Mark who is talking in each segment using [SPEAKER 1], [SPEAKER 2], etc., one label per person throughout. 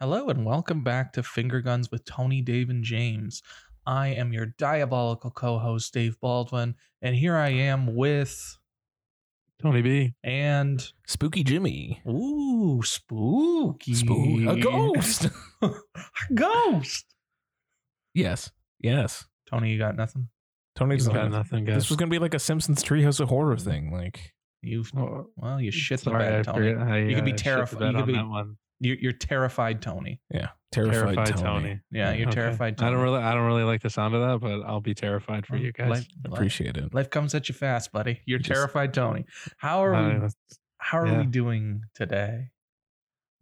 [SPEAKER 1] Hello and welcome back to Finger Guns with Tony, Dave, and James. I am your diabolical co host, Dave Baldwin, and here I am with
[SPEAKER 2] Tony B.
[SPEAKER 1] and
[SPEAKER 3] Spooky Jimmy.
[SPEAKER 1] ooh, spooky.
[SPEAKER 3] Spook. A ghost.
[SPEAKER 1] ghost.
[SPEAKER 3] yes. Yes.
[SPEAKER 1] Tony, you got nothing?
[SPEAKER 3] Tony's
[SPEAKER 2] He's
[SPEAKER 3] like,
[SPEAKER 2] got nothing, guys.
[SPEAKER 3] this was gonna be like a Simpsons Treehouse of Horror thing. Like
[SPEAKER 1] You've,
[SPEAKER 2] Oh,
[SPEAKER 1] well, you shit the
[SPEAKER 2] sorry, I
[SPEAKER 1] bed, Tony.
[SPEAKER 2] forget- I,
[SPEAKER 1] You could be
[SPEAKER 2] uh, shit the
[SPEAKER 1] terrifi-
[SPEAKER 2] bed
[SPEAKER 1] you could
[SPEAKER 2] on
[SPEAKER 1] be
[SPEAKER 2] that one.
[SPEAKER 1] You're, you're terrified, Tony.
[SPEAKER 3] yeah, terrified, Tony.
[SPEAKER 1] Yeah, you're
[SPEAKER 2] Okay.
[SPEAKER 1] terrified,
[SPEAKER 2] I don't
[SPEAKER 1] Tony.
[SPEAKER 2] really, I don't really like the sound of that, but I'll be terrified for
[SPEAKER 1] Well,
[SPEAKER 2] you guys.
[SPEAKER 1] life-
[SPEAKER 3] Appreciate it.
[SPEAKER 1] Life, life comes at you fast, buddy. You're
[SPEAKER 3] Just-
[SPEAKER 1] terrified, Tony. How are we
[SPEAKER 2] Uh,
[SPEAKER 1] how are
[SPEAKER 2] Yeah.
[SPEAKER 1] we doing today?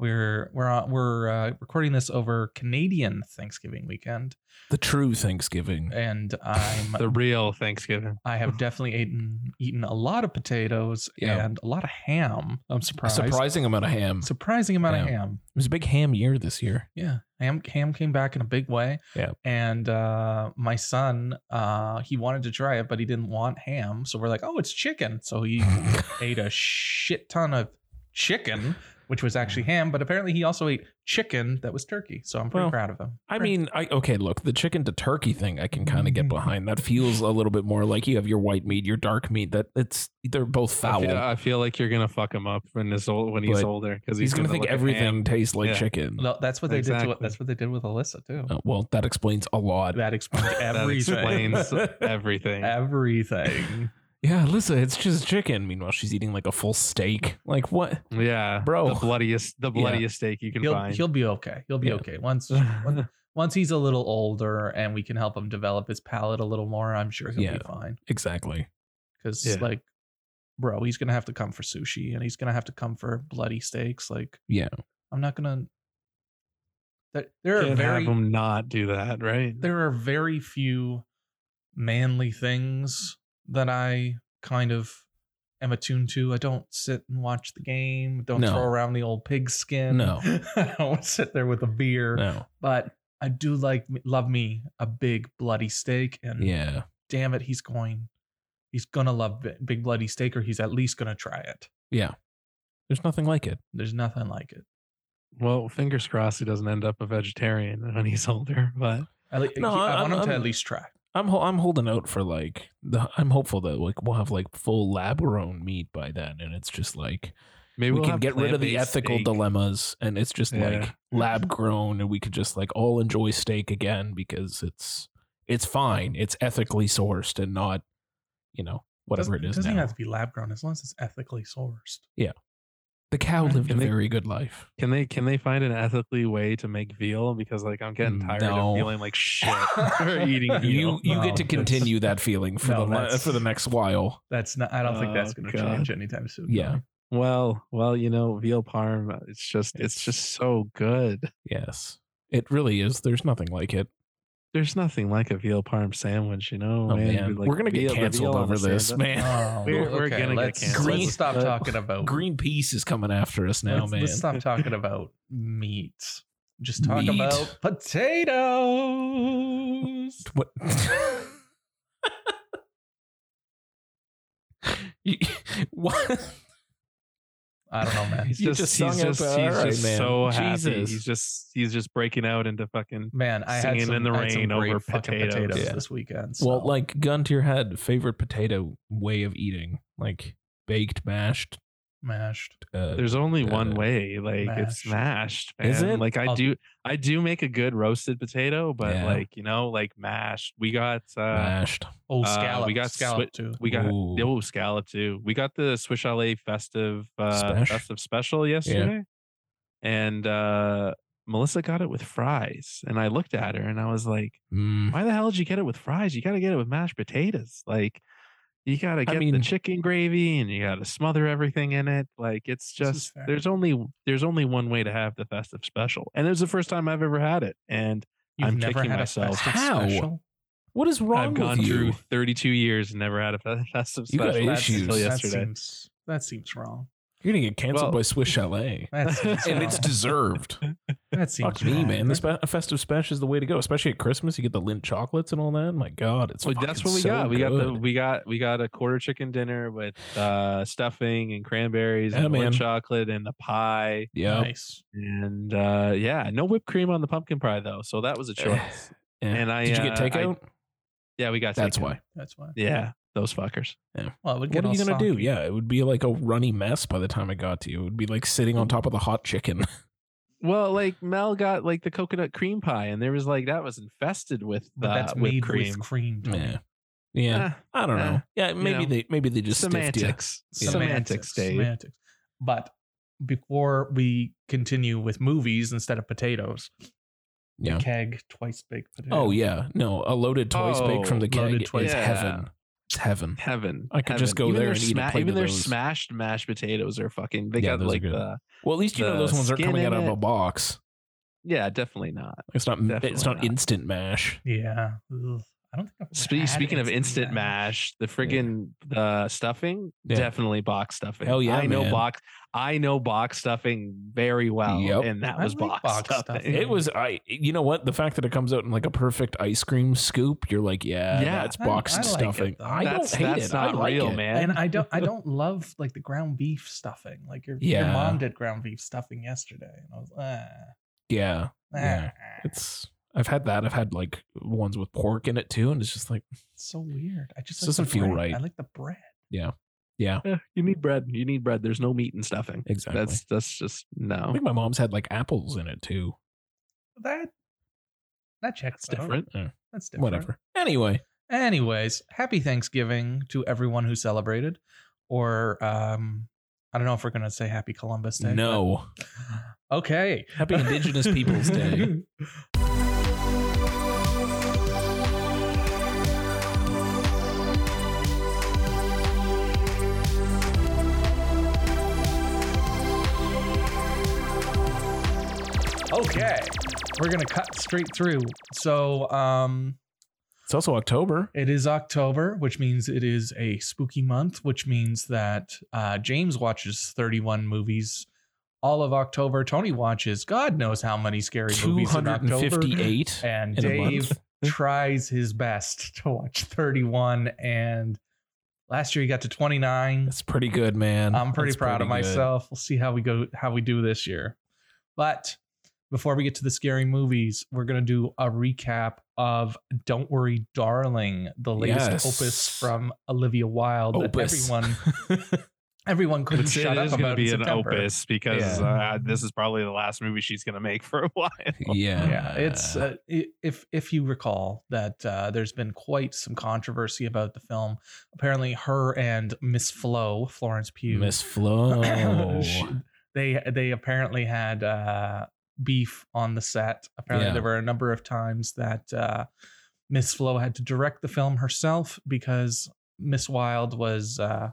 [SPEAKER 1] We're we're on, we're uh, recording this over Canadian Thanksgiving weekend,
[SPEAKER 3] The true Thanksgiving.
[SPEAKER 1] and I'm
[SPEAKER 2] the real Thanksgiving.
[SPEAKER 1] I have definitely eaten eaten a lot of potatoes
[SPEAKER 3] Yeah.
[SPEAKER 1] and a lot of ham. I'm
[SPEAKER 3] A
[SPEAKER 1] surprised.
[SPEAKER 3] surprising amount of ham. It
[SPEAKER 1] Surprising amount of
[SPEAKER 3] Yeah.
[SPEAKER 1] ham.
[SPEAKER 3] was a big ham year this year.
[SPEAKER 1] Yeah, ham ham came back in a big way.
[SPEAKER 3] Yeah.
[SPEAKER 1] and uh, my son, uh, he wanted to try it, but he didn't want ham, so we're like, oh, it's chicken. So he ate a shit ton of chicken, which was actually ham, but apparently he also ate chicken that was turkey. So I'm pretty
[SPEAKER 3] Well,
[SPEAKER 1] proud of him.
[SPEAKER 3] I
[SPEAKER 1] Proud-
[SPEAKER 3] mean, I okay, look, the chicken to turkey thing I can kind of get behind. That feels a little bit more like you have your white meat, your dark meat. That it's they're both
[SPEAKER 2] I
[SPEAKER 3] foul.
[SPEAKER 2] feel, I feel like you're gonna fuck him up when this old when he's
[SPEAKER 3] But
[SPEAKER 2] older because
[SPEAKER 3] He's, gonna think everything tastes like
[SPEAKER 2] Yeah.
[SPEAKER 3] chicken.
[SPEAKER 1] No, that's what they did. To,
[SPEAKER 2] Exactly. Oh,
[SPEAKER 1] that's what they did with Alyssa too.
[SPEAKER 3] Uh, well, that explains a lot.
[SPEAKER 1] That explains
[SPEAKER 2] That
[SPEAKER 1] everything.
[SPEAKER 2] explains everything.
[SPEAKER 1] everything.
[SPEAKER 3] Yeah, Alyssa, it's just chicken. Meanwhile, she's eating like a full steak. Like what?
[SPEAKER 2] Yeah,
[SPEAKER 3] Bro.
[SPEAKER 2] the bloodiest, the
[SPEAKER 3] Yeah.
[SPEAKER 2] bloodiest steak you can
[SPEAKER 1] He'll
[SPEAKER 2] find.
[SPEAKER 1] he'll be okay. He'll be
[SPEAKER 3] Yeah.
[SPEAKER 1] okay once once he's a little older and we can help him develop his palate a little more. I'm sure he'll
[SPEAKER 3] Yeah.
[SPEAKER 1] be fine.
[SPEAKER 3] Exactly.
[SPEAKER 1] Because
[SPEAKER 2] Yeah.
[SPEAKER 1] like, bro, he's gonna have to come for sushi and he's gonna have to come for bloody steaks. Like,
[SPEAKER 3] Yeah.
[SPEAKER 1] I'm not gonna. There, there are
[SPEAKER 2] Can't
[SPEAKER 1] very
[SPEAKER 2] have him not do that, right?
[SPEAKER 1] there are very few manly things that I kind of am attuned to. I don't sit and watch the game. Don't
[SPEAKER 3] No.
[SPEAKER 1] throw around the old pig skin.
[SPEAKER 3] No.
[SPEAKER 1] I don't sit there with a beer.
[SPEAKER 3] No.
[SPEAKER 1] But I do like love me a big bloody steak. And
[SPEAKER 3] Yeah.
[SPEAKER 1] damn it, he's going. He's gonna love bi- big bloody steak, or he's at least gonna try it.
[SPEAKER 3] Yeah. There's nothing like it.
[SPEAKER 1] There's nothing like it.
[SPEAKER 2] Well, fingers crossed he doesn't end up a vegetarian when he's older. But
[SPEAKER 1] I, li-
[SPEAKER 3] No,
[SPEAKER 1] he- I
[SPEAKER 3] I'm-
[SPEAKER 1] want him to
[SPEAKER 3] I'm-
[SPEAKER 1] at least try.
[SPEAKER 3] I'm ho- I'm holding out for like the I'm hopeful that like we'll have like full lab grown meat by then, and it's just like
[SPEAKER 2] maybe
[SPEAKER 3] we
[SPEAKER 2] we'll
[SPEAKER 3] can
[SPEAKER 2] have
[SPEAKER 3] get rid of the
[SPEAKER 2] plant-based
[SPEAKER 3] ethical
[SPEAKER 2] steak.
[SPEAKER 3] dilemmas, and it's just like
[SPEAKER 2] Yeah.
[SPEAKER 3] lab grown, and we could just like all enjoy steak again because it's it's fine, it's ethically sourced, and not you know whatever
[SPEAKER 1] doesn't,
[SPEAKER 3] it is
[SPEAKER 1] doesn't
[SPEAKER 3] now.
[SPEAKER 1] have to be lab grown as long as it's ethically sourced.
[SPEAKER 3] the cow lived a
[SPEAKER 2] Can they-
[SPEAKER 3] very good life.
[SPEAKER 2] Can they can they find an ethically way to make veal? Because like I'm getting tired
[SPEAKER 3] Mm, No.
[SPEAKER 2] of feeling like shit for eating
[SPEAKER 3] you
[SPEAKER 2] veal.
[SPEAKER 3] you
[SPEAKER 1] Oh,
[SPEAKER 3] get to
[SPEAKER 1] that's-
[SPEAKER 3] continue that feeling for
[SPEAKER 1] No,
[SPEAKER 3] the le-
[SPEAKER 1] that's-
[SPEAKER 3] for the next while.
[SPEAKER 1] That's not. I don't think that's
[SPEAKER 2] Oh,
[SPEAKER 1] going to
[SPEAKER 2] God.
[SPEAKER 1] change anytime soon.
[SPEAKER 3] Yeah.
[SPEAKER 1] Tony.
[SPEAKER 2] Well, well, you know, veal parm. uh, It's just it's,
[SPEAKER 3] It's-
[SPEAKER 2] just so good.
[SPEAKER 3] Yes, it really is. There's nothing like it.
[SPEAKER 2] There's nothing like a veal parm sandwich, you know.
[SPEAKER 3] Oh man,
[SPEAKER 2] like
[SPEAKER 3] we're gonna
[SPEAKER 2] veal-
[SPEAKER 3] get
[SPEAKER 2] the
[SPEAKER 3] canceled
[SPEAKER 2] veal on
[SPEAKER 3] over
[SPEAKER 2] the
[SPEAKER 3] this,
[SPEAKER 2] sandwich.
[SPEAKER 3] man.
[SPEAKER 1] Oh,
[SPEAKER 2] We're- we're gonna get
[SPEAKER 1] let's,
[SPEAKER 2] canceled.
[SPEAKER 1] let's
[SPEAKER 3] Green-
[SPEAKER 1] stop
[SPEAKER 2] uh,
[SPEAKER 1] talking about
[SPEAKER 3] Greenpeace is coming after us now,
[SPEAKER 1] let's,
[SPEAKER 3] man.
[SPEAKER 1] Let's stop talking about meat. Just talk
[SPEAKER 3] Meat.
[SPEAKER 1] about potatoes.
[SPEAKER 3] What? You- what?
[SPEAKER 1] I don't know, man.
[SPEAKER 2] He's
[SPEAKER 3] You
[SPEAKER 2] just,
[SPEAKER 3] just
[SPEAKER 2] he's
[SPEAKER 3] sung it,
[SPEAKER 2] just, he's
[SPEAKER 3] but alright,
[SPEAKER 2] just
[SPEAKER 3] man.
[SPEAKER 2] so happy.
[SPEAKER 3] Jesus.
[SPEAKER 2] He's just he's just breaking out into fucking.
[SPEAKER 1] Man, I had
[SPEAKER 2] Singing
[SPEAKER 1] some,
[SPEAKER 2] in the
[SPEAKER 1] I had some
[SPEAKER 2] rain
[SPEAKER 1] great
[SPEAKER 2] over
[SPEAKER 1] fucking
[SPEAKER 2] potatoes.
[SPEAKER 3] Yeah.
[SPEAKER 1] this weekend.
[SPEAKER 3] Well,
[SPEAKER 1] so-
[SPEAKER 3] like gun to your head. Favorite potato way of eating, like baked, mashed.
[SPEAKER 1] mashed.
[SPEAKER 3] Uh,
[SPEAKER 2] There's only
[SPEAKER 3] uh,
[SPEAKER 2] one way. Like it's mashed. Man.
[SPEAKER 3] Is it?
[SPEAKER 2] Like I
[SPEAKER 1] I'll-
[SPEAKER 2] do I do make a good roasted potato, but
[SPEAKER 3] Yeah.
[SPEAKER 2] like you know, like mashed. We got uh
[SPEAKER 3] mashed.
[SPEAKER 1] Oh,
[SPEAKER 2] uh,
[SPEAKER 1] scallop.
[SPEAKER 2] we got
[SPEAKER 1] scallop
[SPEAKER 2] swi-
[SPEAKER 1] too.
[SPEAKER 2] we got
[SPEAKER 3] Ooh.
[SPEAKER 2] oh scallop too. We got the Swiss Chalet festive uh
[SPEAKER 3] Special?
[SPEAKER 2] festive special yesterday. And uh Melissa got it with fries. And I looked at her and I was like,
[SPEAKER 3] Mm.
[SPEAKER 2] why the hell did you get it with fries? You gotta get it with mashed potatoes. Like you gotta get the
[SPEAKER 3] mean-
[SPEAKER 2] chicken gravy and you gotta smother everything in it. Like it's
[SPEAKER 1] This is
[SPEAKER 2] just
[SPEAKER 1] fair.
[SPEAKER 2] there's only there's only one way to have the festive special. And it was the first time I've ever had it. And
[SPEAKER 1] You've
[SPEAKER 2] I'm
[SPEAKER 1] never
[SPEAKER 2] kicking
[SPEAKER 1] had a
[SPEAKER 2] myself.
[SPEAKER 1] festive
[SPEAKER 3] How?
[SPEAKER 1] special.
[SPEAKER 3] What is wrong
[SPEAKER 2] I've gone
[SPEAKER 3] with you?
[SPEAKER 2] through 32 years and never had a fe- festive
[SPEAKER 3] You got
[SPEAKER 2] special
[SPEAKER 3] issues.
[SPEAKER 2] until
[SPEAKER 3] That
[SPEAKER 1] That
[SPEAKER 2] yesterday.
[SPEAKER 1] seems that seems wrong.
[SPEAKER 3] You're gonna get canceled
[SPEAKER 2] Well-
[SPEAKER 3] by Swiss Chalet,
[SPEAKER 1] That seems
[SPEAKER 3] and it's
[SPEAKER 1] wrong.
[SPEAKER 3] deserved.
[SPEAKER 1] That seems
[SPEAKER 3] Fuck me,
[SPEAKER 1] wrong,
[SPEAKER 3] man. The
[SPEAKER 1] right?
[SPEAKER 3] spe- festive special is the way to go, especially at Christmas. You get the Lindt chocolates and all that. My God, it's
[SPEAKER 2] Well, that's
[SPEAKER 3] fucking
[SPEAKER 2] what we
[SPEAKER 3] so
[SPEAKER 2] got. We got the
[SPEAKER 3] good.
[SPEAKER 2] we got we got a quarter chicken dinner with uh stuffing and cranberries
[SPEAKER 3] Yeah,
[SPEAKER 2] and the
[SPEAKER 3] man.
[SPEAKER 2] Lindt chocolate and the pie
[SPEAKER 3] yeah.
[SPEAKER 1] Nice.
[SPEAKER 2] and uh yeah, no whipped cream on the pumpkin pie though. So that
[SPEAKER 3] Eh.
[SPEAKER 2] was a choice.
[SPEAKER 3] Yeah.
[SPEAKER 2] And I,
[SPEAKER 3] did you
[SPEAKER 2] uh,
[SPEAKER 3] get
[SPEAKER 2] I-
[SPEAKER 3] takeout?
[SPEAKER 2] yeah, we got
[SPEAKER 3] that's
[SPEAKER 2] takeout.
[SPEAKER 3] why.
[SPEAKER 1] That's why.
[SPEAKER 2] Yeah, those fuckers.
[SPEAKER 1] Well, it would get
[SPEAKER 3] What are you
[SPEAKER 1] all
[SPEAKER 3] gonna do?
[SPEAKER 1] soggy.
[SPEAKER 3] Yeah, it would be like a runny mess by the time I got to you. It would be like sitting on top of the hot chicken.
[SPEAKER 2] Well, like Mel got like the coconut cream pie, and there was like that was infested with
[SPEAKER 1] But
[SPEAKER 2] uh,
[SPEAKER 1] that's
[SPEAKER 2] whipped
[SPEAKER 1] made
[SPEAKER 2] cream.
[SPEAKER 1] with cream. Tony.
[SPEAKER 3] yeah, yeah.
[SPEAKER 2] Eh,
[SPEAKER 3] I don't
[SPEAKER 2] eh,
[SPEAKER 3] know. Yeah, maybe
[SPEAKER 2] know,
[SPEAKER 3] they maybe they just stiffed you.
[SPEAKER 2] semantics,
[SPEAKER 3] Yeah.
[SPEAKER 2] semantics, Dave.
[SPEAKER 1] semantics. But before we continue with movies instead of potatoes,
[SPEAKER 3] Yeah.
[SPEAKER 1] a keg twice baked potato.
[SPEAKER 3] Oh yeah, no, a loaded twice baked from
[SPEAKER 2] Oh,
[SPEAKER 3] the
[SPEAKER 1] loaded
[SPEAKER 3] keg
[SPEAKER 1] twice
[SPEAKER 3] is
[SPEAKER 2] baked.
[SPEAKER 3] heaven. It's heaven.
[SPEAKER 2] Heaven.
[SPEAKER 3] I could
[SPEAKER 2] heaven.
[SPEAKER 3] just go
[SPEAKER 2] even
[SPEAKER 3] there
[SPEAKER 2] their
[SPEAKER 3] and eat a
[SPEAKER 2] sma-
[SPEAKER 3] plate
[SPEAKER 2] Even
[SPEAKER 3] of
[SPEAKER 2] their
[SPEAKER 3] those.
[SPEAKER 2] smashed mashed potatoes are fucking. They
[SPEAKER 3] Yeah,
[SPEAKER 2] got
[SPEAKER 3] those are
[SPEAKER 2] like
[SPEAKER 3] good.
[SPEAKER 2] the.
[SPEAKER 3] Well, at least you know
[SPEAKER 2] The
[SPEAKER 3] those ones aren't
[SPEAKER 2] skin
[SPEAKER 3] coming
[SPEAKER 2] in
[SPEAKER 3] out of
[SPEAKER 2] it.
[SPEAKER 3] a box.
[SPEAKER 2] Yeah, definitely not.
[SPEAKER 3] It's not.
[SPEAKER 2] Definitely
[SPEAKER 3] It's not
[SPEAKER 2] not.
[SPEAKER 3] instant mash.
[SPEAKER 1] Yeah. Ugh. I don't think I've ever
[SPEAKER 2] Spe-
[SPEAKER 1] had
[SPEAKER 2] speaking of instant mash, the friggin' uh, stuffing,
[SPEAKER 3] Yeah.
[SPEAKER 2] definitely box stuffing.
[SPEAKER 3] Hell yeah,
[SPEAKER 2] I know
[SPEAKER 3] man.
[SPEAKER 2] box. I know box stuffing very well,
[SPEAKER 3] Yep.
[SPEAKER 2] and that
[SPEAKER 1] I
[SPEAKER 2] was
[SPEAKER 1] like
[SPEAKER 2] box,
[SPEAKER 1] box
[SPEAKER 2] stuffing.
[SPEAKER 1] stuffing.
[SPEAKER 3] It was I. You know what? The fact that it comes out in like a perfect ice cream scoop, you're like, yeah,
[SPEAKER 2] Yeah.
[SPEAKER 3] that's
[SPEAKER 1] I-
[SPEAKER 3] boxed
[SPEAKER 1] I like it,
[SPEAKER 3] stuffing.
[SPEAKER 1] though.
[SPEAKER 3] I
[SPEAKER 2] that's,
[SPEAKER 3] don't hate
[SPEAKER 2] that's
[SPEAKER 3] it.
[SPEAKER 2] Not
[SPEAKER 3] I like
[SPEAKER 2] real,
[SPEAKER 3] it.
[SPEAKER 2] man.
[SPEAKER 1] And I don't, I don't love like the ground beef stuffing. Like your, your
[SPEAKER 3] Yeah.
[SPEAKER 1] mom did ground beef stuffing yesterday, and I was, ah,
[SPEAKER 3] Yeah, Yeah.
[SPEAKER 1] ah. It's
[SPEAKER 3] it's. I've had that. I've had like ones with pork in it too, and it's just like,
[SPEAKER 1] so weird. I just like
[SPEAKER 3] This
[SPEAKER 1] the
[SPEAKER 3] doesn't feel
[SPEAKER 1] bread.
[SPEAKER 3] right.
[SPEAKER 1] I like the bread.
[SPEAKER 3] yeah,
[SPEAKER 2] Eh, you need bread. You need bread. There's no meat in stuffing.
[SPEAKER 3] exactly.
[SPEAKER 2] That's that's just
[SPEAKER 3] I
[SPEAKER 2] no.
[SPEAKER 3] think my mom's had like apples in it too.
[SPEAKER 1] That that checks
[SPEAKER 2] It's
[SPEAKER 1] out.
[SPEAKER 2] different.
[SPEAKER 3] Yeah,
[SPEAKER 1] That's different.
[SPEAKER 3] whatever. Anyway,
[SPEAKER 1] Anyways, happy Thanksgiving to everyone who celebrated, or um, I don't know if we're gonna say Happy Columbus Day.
[SPEAKER 3] no.
[SPEAKER 1] but- Okay.
[SPEAKER 3] Happy Indigenous Peoples Day.
[SPEAKER 1] Okay, we're gonna cut straight through. So, um,
[SPEAKER 3] It's also October.
[SPEAKER 1] it is October, which means it is a spooky month, which means that uh, James watches 31 movies all of October. Tony watches God knows how many scary movies in October.
[SPEAKER 3] 258
[SPEAKER 1] And
[SPEAKER 3] in a
[SPEAKER 1] Dave
[SPEAKER 3] month.
[SPEAKER 1] tries his best to watch 31. And last year he got to 29.
[SPEAKER 3] That's pretty good, man.
[SPEAKER 1] I'm pretty
[SPEAKER 3] That's
[SPEAKER 1] proud of
[SPEAKER 3] pretty good.
[SPEAKER 1] myself. We'll see how we go, how we do this year. But before we get to the scary movies, we're gonna do a recap of "Don't Worry, Darling," the latest
[SPEAKER 3] Yes.
[SPEAKER 1] opus from Olivia Wilde. that
[SPEAKER 3] Opus.
[SPEAKER 1] Everyone, everyone couldn't
[SPEAKER 2] It's-
[SPEAKER 1] shut
[SPEAKER 2] it
[SPEAKER 1] up
[SPEAKER 2] is going
[SPEAKER 1] about
[SPEAKER 2] to
[SPEAKER 1] in
[SPEAKER 2] be an
[SPEAKER 1] September.
[SPEAKER 2] opus because
[SPEAKER 1] Yeah.
[SPEAKER 2] uh, this is probably the last movie she's going to make for a while.
[SPEAKER 3] yeah.
[SPEAKER 1] Yeah, it's uh, i- if if you recall that uh, there's been quite some controversy about the film. Apparently, her and Miss Flo, Florence Pugh,
[SPEAKER 3] Miss Flo.
[SPEAKER 1] She- they they apparently had uh, beef on the set. Apparently,
[SPEAKER 3] Yeah.
[SPEAKER 1] there were a number of times that uh, Miss Flo had to direct the film herself because Miss Wilde was uh,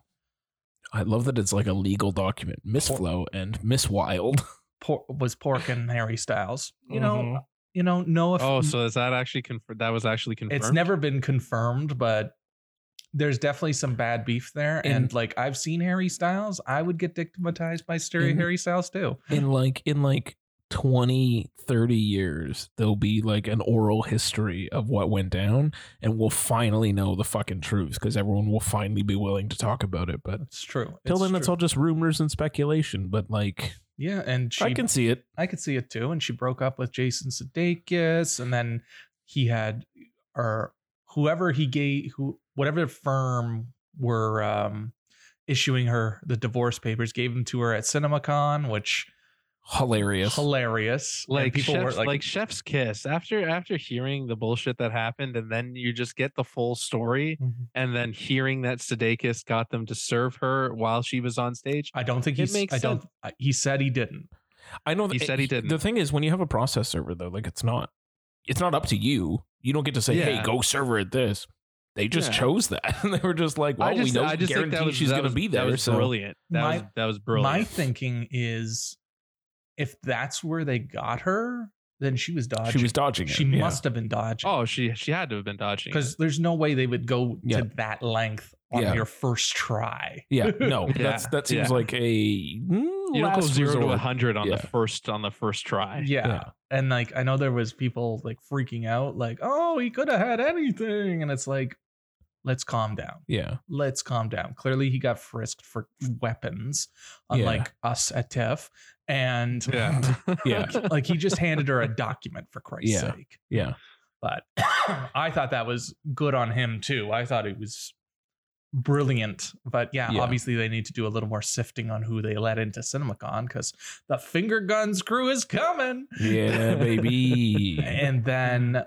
[SPEAKER 3] I love that it's like a legal document. Miss
[SPEAKER 1] Por-
[SPEAKER 3] Flo and Miss Wild.
[SPEAKER 1] por- was porking Harry Styles. You know,
[SPEAKER 2] Mhm.
[SPEAKER 1] you know, no. If,
[SPEAKER 2] Oh, so is that actually confirmed? That was actually confirmed.
[SPEAKER 1] it's never been confirmed, but. There's definitely some bad beef there, and
[SPEAKER 3] In-
[SPEAKER 1] like I've seen Harry Styles, I would get victimized by stereo
[SPEAKER 3] In-
[SPEAKER 1] Harry Styles too.
[SPEAKER 3] in like in like 20 30 years there'll be like an oral history of what went down and we'll finally know the fucking truth because everyone will finally be willing to talk about it but
[SPEAKER 1] It's true.
[SPEAKER 3] till
[SPEAKER 1] it's
[SPEAKER 3] then it's
[SPEAKER 1] true.
[SPEAKER 3] all just rumors and speculation but like
[SPEAKER 1] yeah, and she
[SPEAKER 3] i can see it
[SPEAKER 1] I could see it too. And she broke up with Jason Sudeikis, and then he had or whoever he gave who whatever firm were um issuing her the divorce papers gave them to her at CinemaCon, which
[SPEAKER 3] hilarious
[SPEAKER 1] hilarious. And
[SPEAKER 2] like
[SPEAKER 1] people were
[SPEAKER 2] chef's,
[SPEAKER 1] like,
[SPEAKER 2] like Chef's Kiss. After after hearing the bullshit that happened, and then you just get the full story,
[SPEAKER 1] Mhm.
[SPEAKER 2] and then hearing that Sudeikis got them to serve her while she was on stage.
[SPEAKER 1] I don't think
[SPEAKER 2] It
[SPEAKER 1] he's
[SPEAKER 2] makes
[SPEAKER 1] I don't I- he said he didn't.
[SPEAKER 3] i know
[SPEAKER 2] He
[SPEAKER 3] that-
[SPEAKER 2] said he didn't.
[SPEAKER 3] the thing is when you have a process server though like it's not it's not up to you you don't get to say hey
[SPEAKER 2] Yeah.
[SPEAKER 3] go server at this they just
[SPEAKER 2] Yeah.
[SPEAKER 3] chose that and they were just like well we know guarantee she's
[SPEAKER 2] that
[SPEAKER 3] gonna
[SPEAKER 2] was-
[SPEAKER 3] be there
[SPEAKER 2] That was
[SPEAKER 3] so
[SPEAKER 2] brilliant. That
[SPEAKER 1] My-
[SPEAKER 2] was that was brilliant.
[SPEAKER 1] My thinking is if that's where they got her, then she was dodging.
[SPEAKER 3] she was dodging it
[SPEAKER 1] She
[SPEAKER 3] yeah.
[SPEAKER 1] must have been dodging.
[SPEAKER 2] Oh, she she had to have been dodging. it.
[SPEAKER 1] because there's no way they would go
[SPEAKER 3] Yeah.
[SPEAKER 1] to that length on
[SPEAKER 3] Yeah.
[SPEAKER 1] your first try.
[SPEAKER 3] Yeah, no,
[SPEAKER 2] Yeah,
[SPEAKER 3] that's that seems
[SPEAKER 2] yeah.
[SPEAKER 3] like a mm,
[SPEAKER 2] You don't go
[SPEAKER 3] last
[SPEAKER 2] zero to
[SPEAKER 3] resort.
[SPEAKER 2] a hundred on
[SPEAKER 3] Yeah.
[SPEAKER 2] the first on the first try.
[SPEAKER 1] yeah. And like I know there was people like freaking out, like, oh, he could have had anything. And it's like, let's calm down.
[SPEAKER 3] Yeah.
[SPEAKER 1] Let's calm down. Clearly he got frisked for weapons, unlike us at TIFF. And
[SPEAKER 2] Yeah.
[SPEAKER 3] Yeah.
[SPEAKER 1] like he just handed her a document for Christ's
[SPEAKER 3] Yeah.
[SPEAKER 1] sake.
[SPEAKER 3] Yeah.
[SPEAKER 1] But I thought that was good on him too. I thought it was brilliant. But yeah,
[SPEAKER 3] Yeah.
[SPEAKER 1] obviously they need to do a little more sifting on who they let into CinemaCon because the finger guns crew is coming.
[SPEAKER 3] Yeah, baby.
[SPEAKER 1] and then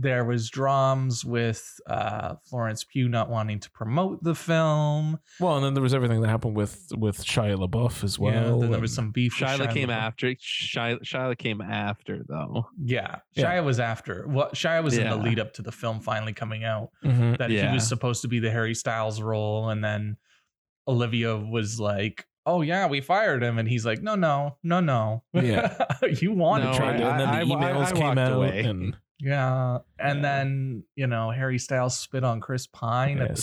[SPEAKER 1] there was drums with uh, Florence Pugh not wanting to promote the film.
[SPEAKER 3] well, and then there was everything that happened with with Shia LaBeouf as well.
[SPEAKER 1] Yeah, then there
[SPEAKER 3] and-
[SPEAKER 1] was some beef. with
[SPEAKER 2] Shyla came
[SPEAKER 1] LaBeouf.
[SPEAKER 2] after. Shyla, Shyla came after though.
[SPEAKER 1] Yeah, Shia
[SPEAKER 3] Yeah.
[SPEAKER 1] was after. Well, Shia was in the
[SPEAKER 2] Yeah.
[SPEAKER 1] lead up to the film finally coming out.
[SPEAKER 3] Mhm.
[SPEAKER 1] That
[SPEAKER 2] Yeah.
[SPEAKER 1] he was supposed to be the Harry Styles role, and then Olivia was like, "Oh yeah, we fired him," and he's like, "No, no, no, no.
[SPEAKER 3] Yeah.
[SPEAKER 1] you wanted
[SPEAKER 2] No,
[SPEAKER 1] to."
[SPEAKER 3] Tried to- and then
[SPEAKER 2] Oh, I-
[SPEAKER 3] the
[SPEAKER 2] I- I-
[SPEAKER 3] emails
[SPEAKER 2] I
[SPEAKER 3] came
[SPEAKER 2] walked
[SPEAKER 3] out,
[SPEAKER 2] away.
[SPEAKER 3] and
[SPEAKER 1] Yeah. And
[SPEAKER 3] Yeah.
[SPEAKER 1] then, you know, Harry Styles spit on Chris Pine
[SPEAKER 3] Yeah,
[SPEAKER 1] at the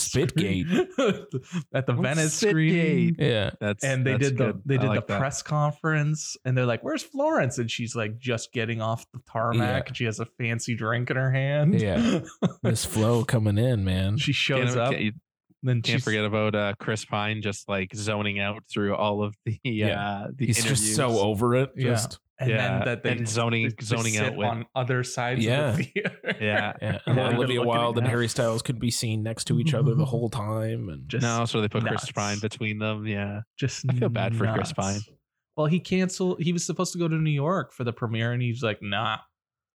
[SPEAKER 1] screen-
[SPEAKER 3] Spitgate.
[SPEAKER 1] at the
[SPEAKER 2] Oh,
[SPEAKER 1] Venice
[SPEAKER 2] Spitgate.
[SPEAKER 1] screen.
[SPEAKER 3] yeah,
[SPEAKER 2] That's
[SPEAKER 1] And they
[SPEAKER 2] that's
[SPEAKER 1] did
[SPEAKER 2] good.
[SPEAKER 1] the they
[SPEAKER 2] I
[SPEAKER 1] did
[SPEAKER 2] like
[SPEAKER 1] the
[SPEAKER 2] that.
[SPEAKER 1] press conference and they're like, Where's Florence? And she's like just getting off the tarmac. and She has a fancy drink in her hand.
[SPEAKER 3] Yeah. Miss Flo coming in, man.
[SPEAKER 1] she
[SPEAKER 2] Can't-
[SPEAKER 1] shows up.
[SPEAKER 2] can't- you
[SPEAKER 1] then
[SPEAKER 2] can't
[SPEAKER 1] she's-
[SPEAKER 2] forget about uh, Chris Pine just like zoning out through all of the
[SPEAKER 3] Yeah.
[SPEAKER 2] uh, the
[SPEAKER 3] He's
[SPEAKER 2] interviews.
[SPEAKER 3] just so over it.
[SPEAKER 1] Yeah.
[SPEAKER 3] Just
[SPEAKER 1] and
[SPEAKER 2] yeah,
[SPEAKER 1] then that they
[SPEAKER 2] and zoning
[SPEAKER 1] they
[SPEAKER 2] zoning
[SPEAKER 1] sit
[SPEAKER 2] out with
[SPEAKER 1] on other sides
[SPEAKER 3] Yeah.
[SPEAKER 1] of the theater.
[SPEAKER 2] yeah.
[SPEAKER 3] yeah. And
[SPEAKER 2] Yeah.
[SPEAKER 3] Olivia
[SPEAKER 1] Looking at
[SPEAKER 3] Wilde and
[SPEAKER 1] that.
[SPEAKER 3] Harry Styles could be seen next to each other the whole time, and
[SPEAKER 1] Just
[SPEAKER 2] No, so they put
[SPEAKER 1] nuts.
[SPEAKER 2] Chris Pine between them. Yeah,
[SPEAKER 1] just
[SPEAKER 2] I feel bad for Chris Pine.
[SPEAKER 1] Well, he canceled. He was supposed to go to New York for the premiere, and he's like, "Nah,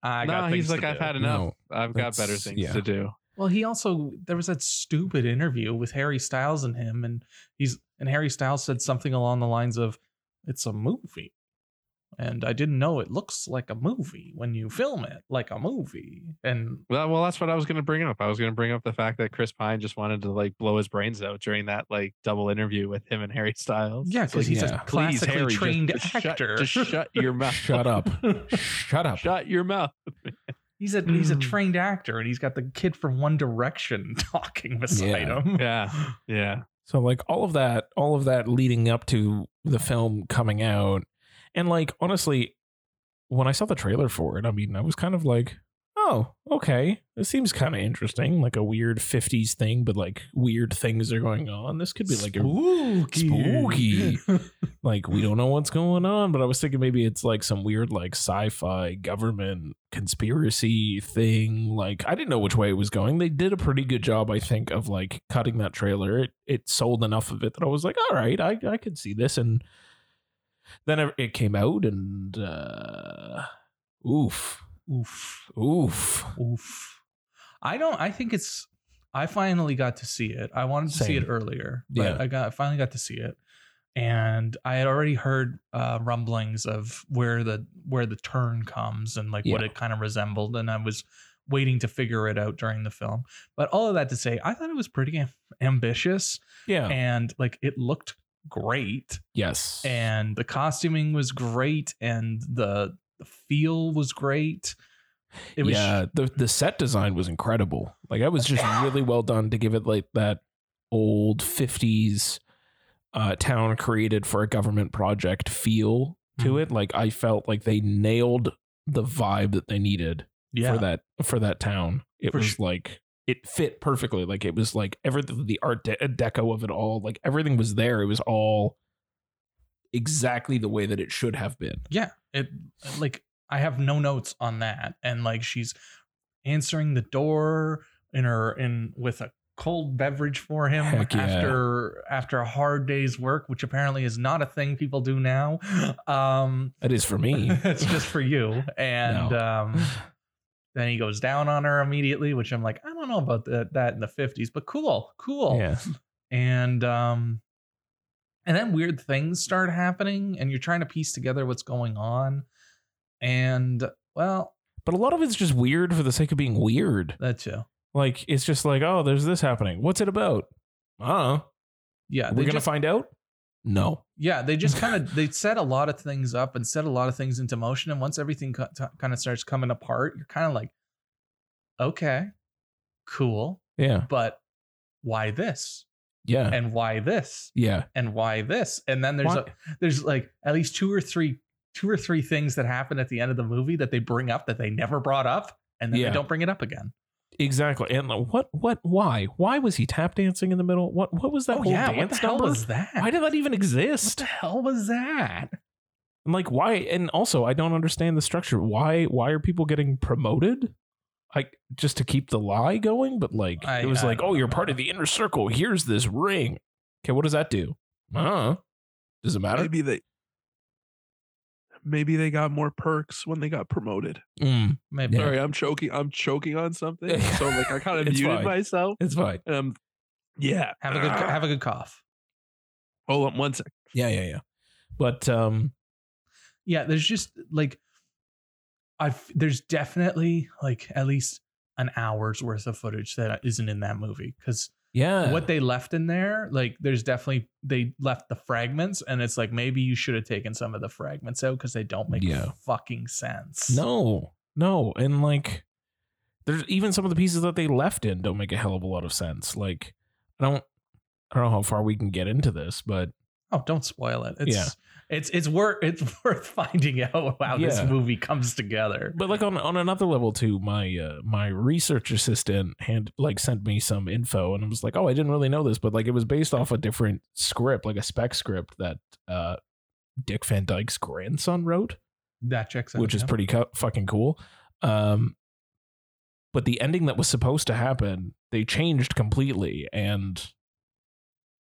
[SPEAKER 1] I
[SPEAKER 2] no,
[SPEAKER 1] got
[SPEAKER 2] he's
[SPEAKER 1] things
[SPEAKER 2] like,
[SPEAKER 1] to
[SPEAKER 2] I've
[SPEAKER 1] do."
[SPEAKER 2] had enough. I've got better
[SPEAKER 3] that's-
[SPEAKER 2] things
[SPEAKER 3] yeah.
[SPEAKER 2] to do.
[SPEAKER 1] Well, he also there was that stupid interview with Harry Styles and him, and he's and Harry Styles said something along the lines of, "It's a movie." And I didn't know it looks like a movie when you film it like a movie. And
[SPEAKER 2] Well, well, that's what I was going to bring up. I was going to bring up the fact that Chris Pine just wanted to like blow his brains out during that like double interview with him and Harry Styles.
[SPEAKER 1] yeah,
[SPEAKER 2] It's
[SPEAKER 1] because
[SPEAKER 2] like,
[SPEAKER 1] he's
[SPEAKER 3] yeah.
[SPEAKER 1] a
[SPEAKER 2] please,
[SPEAKER 1] classically
[SPEAKER 2] Harry, just-
[SPEAKER 1] trained
[SPEAKER 2] just shut-
[SPEAKER 1] actor.
[SPEAKER 2] just shut your mouth.
[SPEAKER 3] shut up, shut up.
[SPEAKER 2] Shut your mouth.
[SPEAKER 1] He's a
[SPEAKER 3] Hmm.
[SPEAKER 1] he's a
[SPEAKER 2] Mm.
[SPEAKER 1] trained actor, and he's got the kid from One Direction talking beside
[SPEAKER 3] Yeah.
[SPEAKER 1] him.
[SPEAKER 2] Yeah, yeah,
[SPEAKER 3] So like all of that, all of that leading up to the film coming out, and like honestly, when I saw the trailer for it, I mean, I was kind of like, oh, okay, this seems kind of interesting, like a weird '50s thing, but like weird things are going on. This could be like a
[SPEAKER 1] spooky.
[SPEAKER 3] like we don't know what's going on, but I was thinking maybe it's like some weird like sci-fi government conspiracy thing. Like I didn't know which way it was going. They did a pretty good job, I think, of like cutting that trailer. It it sold enough of it that I was like, all right, I I could see this. And then it- it came out, and uh, oof,
[SPEAKER 1] oof,
[SPEAKER 3] oof,
[SPEAKER 1] oof. I don't. I think it's. I finally got to see it. I wanted to see
[SPEAKER 3] Same.
[SPEAKER 1] it earlier, but
[SPEAKER 3] Yeah.
[SPEAKER 1] I got I finally got to see it, and I had already heard uh, rumblings of where the where the turn comes and like what
[SPEAKER 3] Yeah.
[SPEAKER 1] it kind of resembled, and I was waiting to figure it out during the film. But all of that to say, I thought it was pretty am- ambitious.
[SPEAKER 3] yeah,
[SPEAKER 1] and like it looked great
[SPEAKER 3] yes,
[SPEAKER 1] and the costuming was great and the, the feel was great it was
[SPEAKER 3] yeah, the the set design was incredible. Like that was just really well done to give it like that old '50s uh, town created for a government project feel to
[SPEAKER 1] Mhm.
[SPEAKER 3] it. Like I felt like they nailed the vibe that they needed
[SPEAKER 1] yeah
[SPEAKER 3] for that for that town. It
[SPEAKER 1] For
[SPEAKER 3] was
[SPEAKER 1] sh-
[SPEAKER 3] like it fit perfectly. Like it was like everything the art de- deco of it all. Like everything was there. It was all exactly the way that it should have been.
[SPEAKER 1] yeah it like i have no notes on that and like she's answering the door in her in with a cold beverage for him
[SPEAKER 3] Heck yeah.
[SPEAKER 1] after after a hard day's work which apparently is not a thing people do now um
[SPEAKER 3] That is for me.
[SPEAKER 1] it's just for you and
[SPEAKER 3] No.
[SPEAKER 1] um Then he goes down on her immediately, which I'm like, I don't know about that, that in the 50s, but cool, cool.
[SPEAKER 3] yeah.
[SPEAKER 1] And um and then weird things start happening and you're trying to piece together what's going on. And well,
[SPEAKER 3] But a lot of it's just weird for the sake of being weird.
[SPEAKER 1] that too.
[SPEAKER 3] Like it's just like, oh, there's this happening. What's it about? I don't know.
[SPEAKER 1] Yeah,
[SPEAKER 3] We're
[SPEAKER 1] they
[SPEAKER 3] gonna
[SPEAKER 1] just,
[SPEAKER 3] find out. No.
[SPEAKER 1] yeah, they just kind of they set a lot of things up and set a lot of things into motion and once everything co- kind of starts coming apart, you're kind of like okay, cool,
[SPEAKER 3] Yeah.
[SPEAKER 1] but why this?
[SPEAKER 3] Yeah.
[SPEAKER 1] and why this
[SPEAKER 3] Yeah.
[SPEAKER 1] and why this and then Eh, there's
[SPEAKER 3] Why-
[SPEAKER 1] a, there's like at least two or three two or three things that happen at the end of the movie that they bring up that they never brought up and then
[SPEAKER 3] Yeah.
[SPEAKER 1] they don't bring it up again
[SPEAKER 3] Exactly. And like, what what why? Why was he tap dancing in the middle? What what was that
[SPEAKER 1] oh
[SPEAKER 3] whole
[SPEAKER 1] yeah
[SPEAKER 3] dance
[SPEAKER 1] what the hell
[SPEAKER 3] number?
[SPEAKER 1] was that
[SPEAKER 3] why did that even
[SPEAKER 1] what
[SPEAKER 3] exist?
[SPEAKER 1] the hell was that
[SPEAKER 3] I'm like why and also I don't understand the structure. Why why are people getting promoted? Like just to keep the lie going, but like
[SPEAKER 1] I-
[SPEAKER 3] it was
[SPEAKER 1] I
[SPEAKER 3] like,
[SPEAKER 1] don't
[SPEAKER 3] "Oh, you're
[SPEAKER 1] know.
[SPEAKER 3] part of the inner circle. Here's this ring." Okay, what does that do? Huh? Does it matter?
[SPEAKER 2] Maybe they maybe they got more perks when they got promoted.
[SPEAKER 3] Mm,
[SPEAKER 1] maybe
[SPEAKER 3] Yeah.
[SPEAKER 2] Sorry, I'm choking. I'm choking on something. So like I kind of
[SPEAKER 3] It's
[SPEAKER 2] muted
[SPEAKER 3] fine.
[SPEAKER 2] myself.
[SPEAKER 3] it's fine.
[SPEAKER 2] And I'm yeah. Ah,
[SPEAKER 1] have a good have a good cough
[SPEAKER 2] hold on one sec.
[SPEAKER 3] Yeah, yeah, yeah. But um
[SPEAKER 1] yeah there's just like i've there's definitely like at least an hour's worth of footage that isn't in that movie because
[SPEAKER 3] yeah.
[SPEAKER 1] what they left in there like there's definitely they left the fragments and it's like maybe you should have taken some of the fragments out because they don't make
[SPEAKER 3] Yeah.
[SPEAKER 1] fucking sense
[SPEAKER 3] No, no, and like, there's even some of the pieces that they left in don't make a hell of a lot of sense. Like, I don't, I don't know how far we can get into this, but
[SPEAKER 1] oh don't spoil it it's
[SPEAKER 3] Yeah.
[SPEAKER 1] it's it's worth it's worth finding out how this
[SPEAKER 3] Yeah.
[SPEAKER 1] movie comes together
[SPEAKER 3] but like on on another level too, my uh, my research assistant hand like sent me some info, and I was like, oh, I didn't really know this, but like it was based off a different script, like a spec script that uh, Dick Van Dyke's grandson wrote.
[SPEAKER 1] that checks out
[SPEAKER 3] which is
[SPEAKER 1] yeah.
[SPEAKER 3] pretty co- fucking cool. Um, but the ending that was supposed to happen, they changed completely, and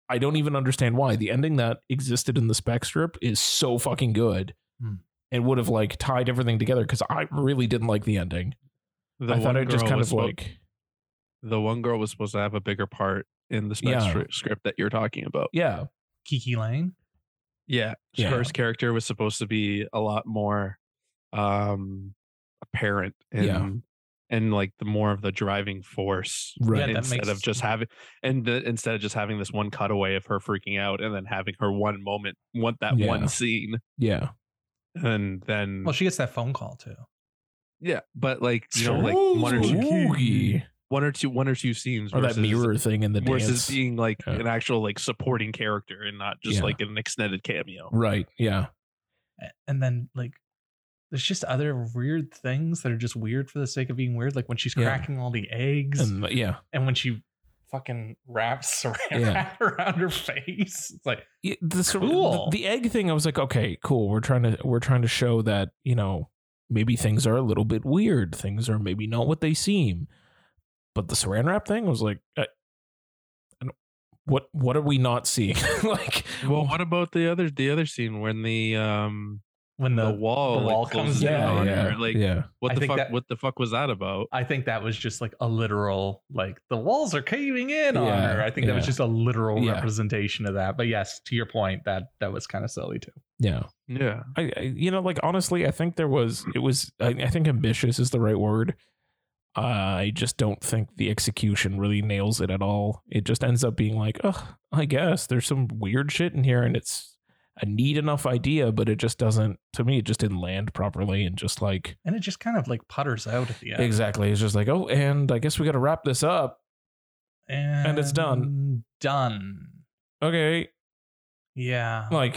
[SPEAKER 3] I don't even understand why. The ending that existed in the spec strip is so fucking good,
[SPEAKER 1] Hmm.
[SPEAKER 3] and would have like tied everything together because I really didn't like the ending.
[SPEAKER 2] The
[SPEAKER 3] I thought
[SPEAKER 2] one
[SPEAKER 3] it just
[SPEAKER 2] girl
[SPEAKER 3] kind
[SPEAKER 2] was
[SPEAKER 3] of
[SPEAKER 2] spo-
[SPEAKER 3] like,
[SPEAKER 2] the one girl was supposed to have a bigger part in the spec
[SPEAKER 3] Yeah.
[SPEAKER 2] stri- script that you're talking about.
[SPEAKER 3] yeah,
[SPEAKER 1] kiki lane
[SPEAKER 2] Yeah.
[SPEAKER 3] Yeah.
[SPEAKER 2] Her character was supposed to be a lot more um apparent and
[SPEAKER 3] Yeah.
[SPEAKER 2] and like the more of the driving force
[SPEAKER 3] Right.
[SPEAKER 1] Yeah, that
[SPEAKER 2] instead
[SPEAKER 1] makes-
[SPEAKER 2] of just having and the, instead of just having this one cutaway of her freaking out and then having her one moment want that
[SPEAKER 3] Yeah.
[SPEAKER 2] one scene
[SPEAKER 3] yeah,
[SPEAKER 2] and
[SPEAKER 3] Mm.
[SPEAKER 2] then
[SPEAKER 1] well she gets that phone call too
[SPEAKER 2] yeah but like you know like
[SPEAKER 1] Ooh.
[SPEAKER 2] one or two
[SPEAKER 3] Spooky.
[SPEAKER 2] one or two one or two scenes
[SPEAKER 3] or that
[SPEAKER 2] versus-
[SPEAKER 3] mirror thing in the
[SPEAKER 2] versus
[SPEAKER 3] dance,
[SPEAKER 2] being like
[SPEAKER 3] Yeah.
[SPEAKER 2] an actual like supporting character and not just
[SPEAKER 3] Yeah.
[SPEAKER 2] like an extended cameo
[SPEAKER 3] right? Yeah,
[SPEAKER 1] A- and then like there's just other weird things that are just weird for the sake of being weird like when she's
[SPEAKER 3] Yeah.
[SPEAKER 1] cracking all the eggs and,
[SPEAKER 3] and yeah,
[SPEAKER 1] when she fucking wraps around,
[SPEAKER 3] Yeah.
[SPEAKER 1] around her face it's like
[SPEAKER 3] Yeah, the, sor-
[SPEAKER 1] Cool.
[SPEAKER 3] the, the egg thing i was like okay cool we're trying to we're trying to show that you know maybe things are a little bit weird things are maybe not what they seem but the saran wrap thing was like I, I don't- what what are we not seeing like
[SPEAKER 2] Well, what about the other the other scene when the um
[SPEAKER 1] when
[SPEAKER 2] the,
[SPEAKER 1] the,
[SPEAKER 2] wall
[SPEAKER 1] the
[SPEAKER 2] like,
[SPEAKER 1] wall
[SPEAKER 2] closes
[SPEAKER 1] comes
[SPEAKER 2] in
[SPEAKER 1] down,
[SPEAKER 2] on
[SPEAKER 1] yeah,
[SPEAKER 2] her? Like
[SPEAKER 3] yeah
[SPEAKER 2] what
[SPEAKER 1] I
[SPEAKER 2] the
[SPEAKER 1] think
[SPEAKER 2] fuck
[SPEAKER 1] that-
[SPEAKER 2] what the fuck was that about?
[SPEAKER 1] i think that was just like a literal like the walls are caving in on
[SPEAKER 3] Yeah,
[SPEAKER 1] her i think that was
[SPEAKER 3] yeah.
[SPEAKER 1] just a literal
[SPEAKER 3] Yeah.
[SPEAKER 1] representation of that but yes to your point that that was kind of silly too
[SPEAKER 3] yeah
[SPEAKER 2] Yeah.
[SPEAKER 3] I, I you know like honestly i think there was it was i, I think ambitious is the right word i just don't think the execution really nails it at all it just ends up being like oh i guess there's some weird shit in here and it's a neat enough idea but it just doesn't to me it just didn't land properly and just like
[SPEAKER 1] and it just kind of like putters out at the end
[SPEAKER 3] exactly it's just like oh and i guess we gotta wrap this up
[SPEAKER 1] and,
[SPEAKER 3] it's done.
[SPEAKER 1] done
[SPEAKER 3] okay
[SPEAKER 1] yeah
[SPEAKER 3] like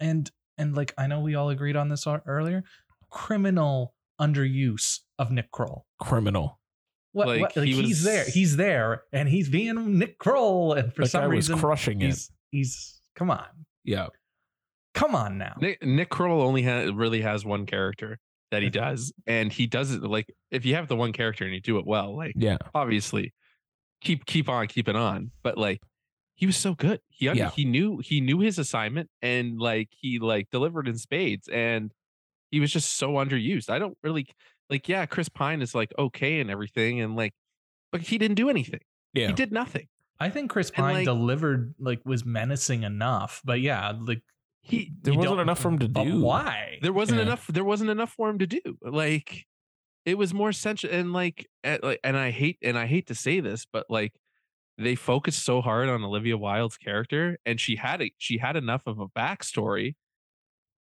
[SPEAKER 1] and and like I know we all agreed on this ar- earlier, criminal underuse of Nick Kroll.
[SPEAKER 3] criminal
[SPEAKER 1] What,
[SPEAKER 2] Like,
[SPEAKER 1] like, what, like
[SPEAKER 2] he
[SPEAKER 1] he's
[SPEAKER 2] was-
[SPEAKER 1] there, he's there, and he's being Nick Kroll, and for
[SPEAKER 3] like
[SPEAKER 1] some
[SPEAKER 3] i was
[SPEAKER 1] reason
[SPEAKER 3] crushing it
[SPEAKER 1] he's he's come on,
[SPEAKER 3] yeah
[SPEAKER 1] come on now.
[SPEAKER 2] Nick Nick Kroll only has really has one character that he does. And he does it like if you have the one character and you do it well, like
[SPEAKER 3] yeah
[SPEAKER 2] obviously keep keep on keeping on. But like he was so good. He under,
[SPEAKER 3] Yeah.
[SPEAKER 2] he knew he knew his assignment and like he like delivered in spades and he was just so underused. I don't really like yeah, Chris Pine is like okay and everything and like but he didn't do anything.
[SPEAKER 3] yeah
[SPEAKER 2] He did nothing.
[SPEAKER 1] I think Chris
[SPEAKER 2] And,
[SPEAKER 1] Pine
[SPEAKER 2] like-
[SPEAKER 1] delivered like was menacing enough, but yeah, like
[SPEAKER 2] He
[SPEAKER 3] there
[SPEAKER 1] you
[SPEAKER 3] wasn't
[SPEAKER 1] don't-
[SPEAKER 3] enough for him to
[SPEAKER 1] but
[SPEAKER 3] do
[SPEAKER 1] why?
[SPEAKER 2] there wasn't
[SPEAKER 3] Yeah.
[SPEAKER 2] enough there wasn't enough for him to do like it was more central and like at, like and i hate and i hate to say this but like they focused so hard on olivia wilde's character and she had a she had enough of a backstory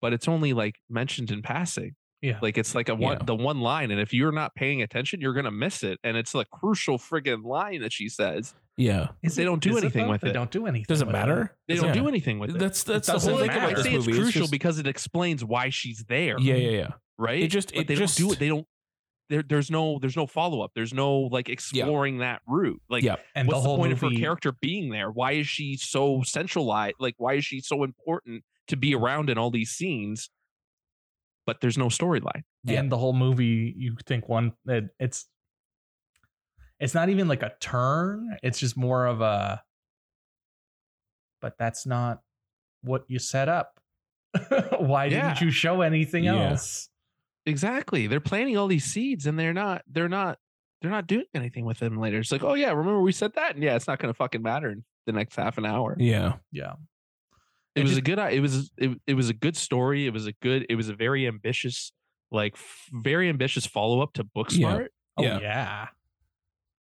[SPEAKER 2] but it's only like mentioned in passing
[SPEAKER 1] Yeah.
[SPEAKER 2] like it's like a one
[SPEAKER 3] Yeah.
[SPEAKER 2] the one line and if you're not paying attention you're gonna miss it and it's a crucial friggin line that she says
[SPEAKER 3] Yeah.
[SPEAKER 1] Is
[SPEAKER 2] They don't
[SPEAKER 1] is
[SPEAKER 2] do anything
[SPEAKER 1] though?
[SPEAKER 2] with
[SPEAKER 1] they
[SPEAKER 2] it.
[SPEAKER 1] don't do anything.
[SPEAKER 3] Doesn't
[SPEAKER 1] with it.
[SPEAKER 3] matter.
[SPEAKER 2] They don't
[SPEAKER 3] Yeah.
[SPEAKER 2] do anything with it.
[SPEAKER 3] That's that's the
[SPEAKER 1] doesn't
[SPEAKER 3] whole
[SPEAKER 2] Well,
[SPEAKER 3] thing
[SPEAKER 2] like,
[SPEAKER 1] matter.
[SPEAKER 3] about
[SPEAKER 2] I'd
[SPEAKER 3] this
[SPEAKER 2] say it's
[SPEAKER 3] movie. It's
[SPEAKER 2] crucial
[SPEAKER 3] just-
[SPEAKER 2] because it explains why she's there.
[SPEAKER 3] yeah, yeah, yeah.
[SPEAKER 2] Right.
[SPEAKER 3] It just-
[SPEAKER 2] But
[SPEAKER 3] it
[SPEAKER 2] they don't do
[SPEAKER 3] just-
[SPEAKER 2] it. They don't. There, there's no there's no follow up. There's no like exploring that route. Like
[SPEAKER 3] Yeah.
[SPEAKER 1] And
[SPEAKER 2] what's
[SPEAKER 1] the
[SPEAKER 2] the,
[SPEAKER 1] whole
[SPEAKER 2] point
[SPEAKER 1] movie,
[SPEAKER 2] of her character being there? Why is she so centralized? Like, why is she so important to be around in all these scenes? But there's no storyline.
[SPEAKER 3] Yeah.
[SPEAKER 1] and the whole movie you think one that it's it's not even like a turn it's just more of a but that's not what you set up why
[SPEAKER 2] Yeah.
[SPEAKER 1] didn't you show anything
[SPEAKER 3] Yeah.
[SPEAKER 1] else
[SPEAKER 2] Exactly. They're planting all these seeds, and they're not. They're not. They're not doing anything with them later. It's like, oh yeah, remember we said that? And yeah, it's not going to fucking matter in the next half an hour.
[SPEAKER 3] Yeah.
[SPEAKER 1] yeah
[SPEAKER 2] it
[SPEAKER 1] It
[SPEAKER 2] was a
[SPEAKER 1] just-
[SPEAKER 2] good it was it, it was a good story it was a good it was a very ambitious like f- very ambitious follow-up to
[SPEAKER 3] Yeah.
[SPEAKER 2] booksmart
[SPEAKER 1] oh
[SPEAKER 3] Yeah.
[SPEAKER 1] yeah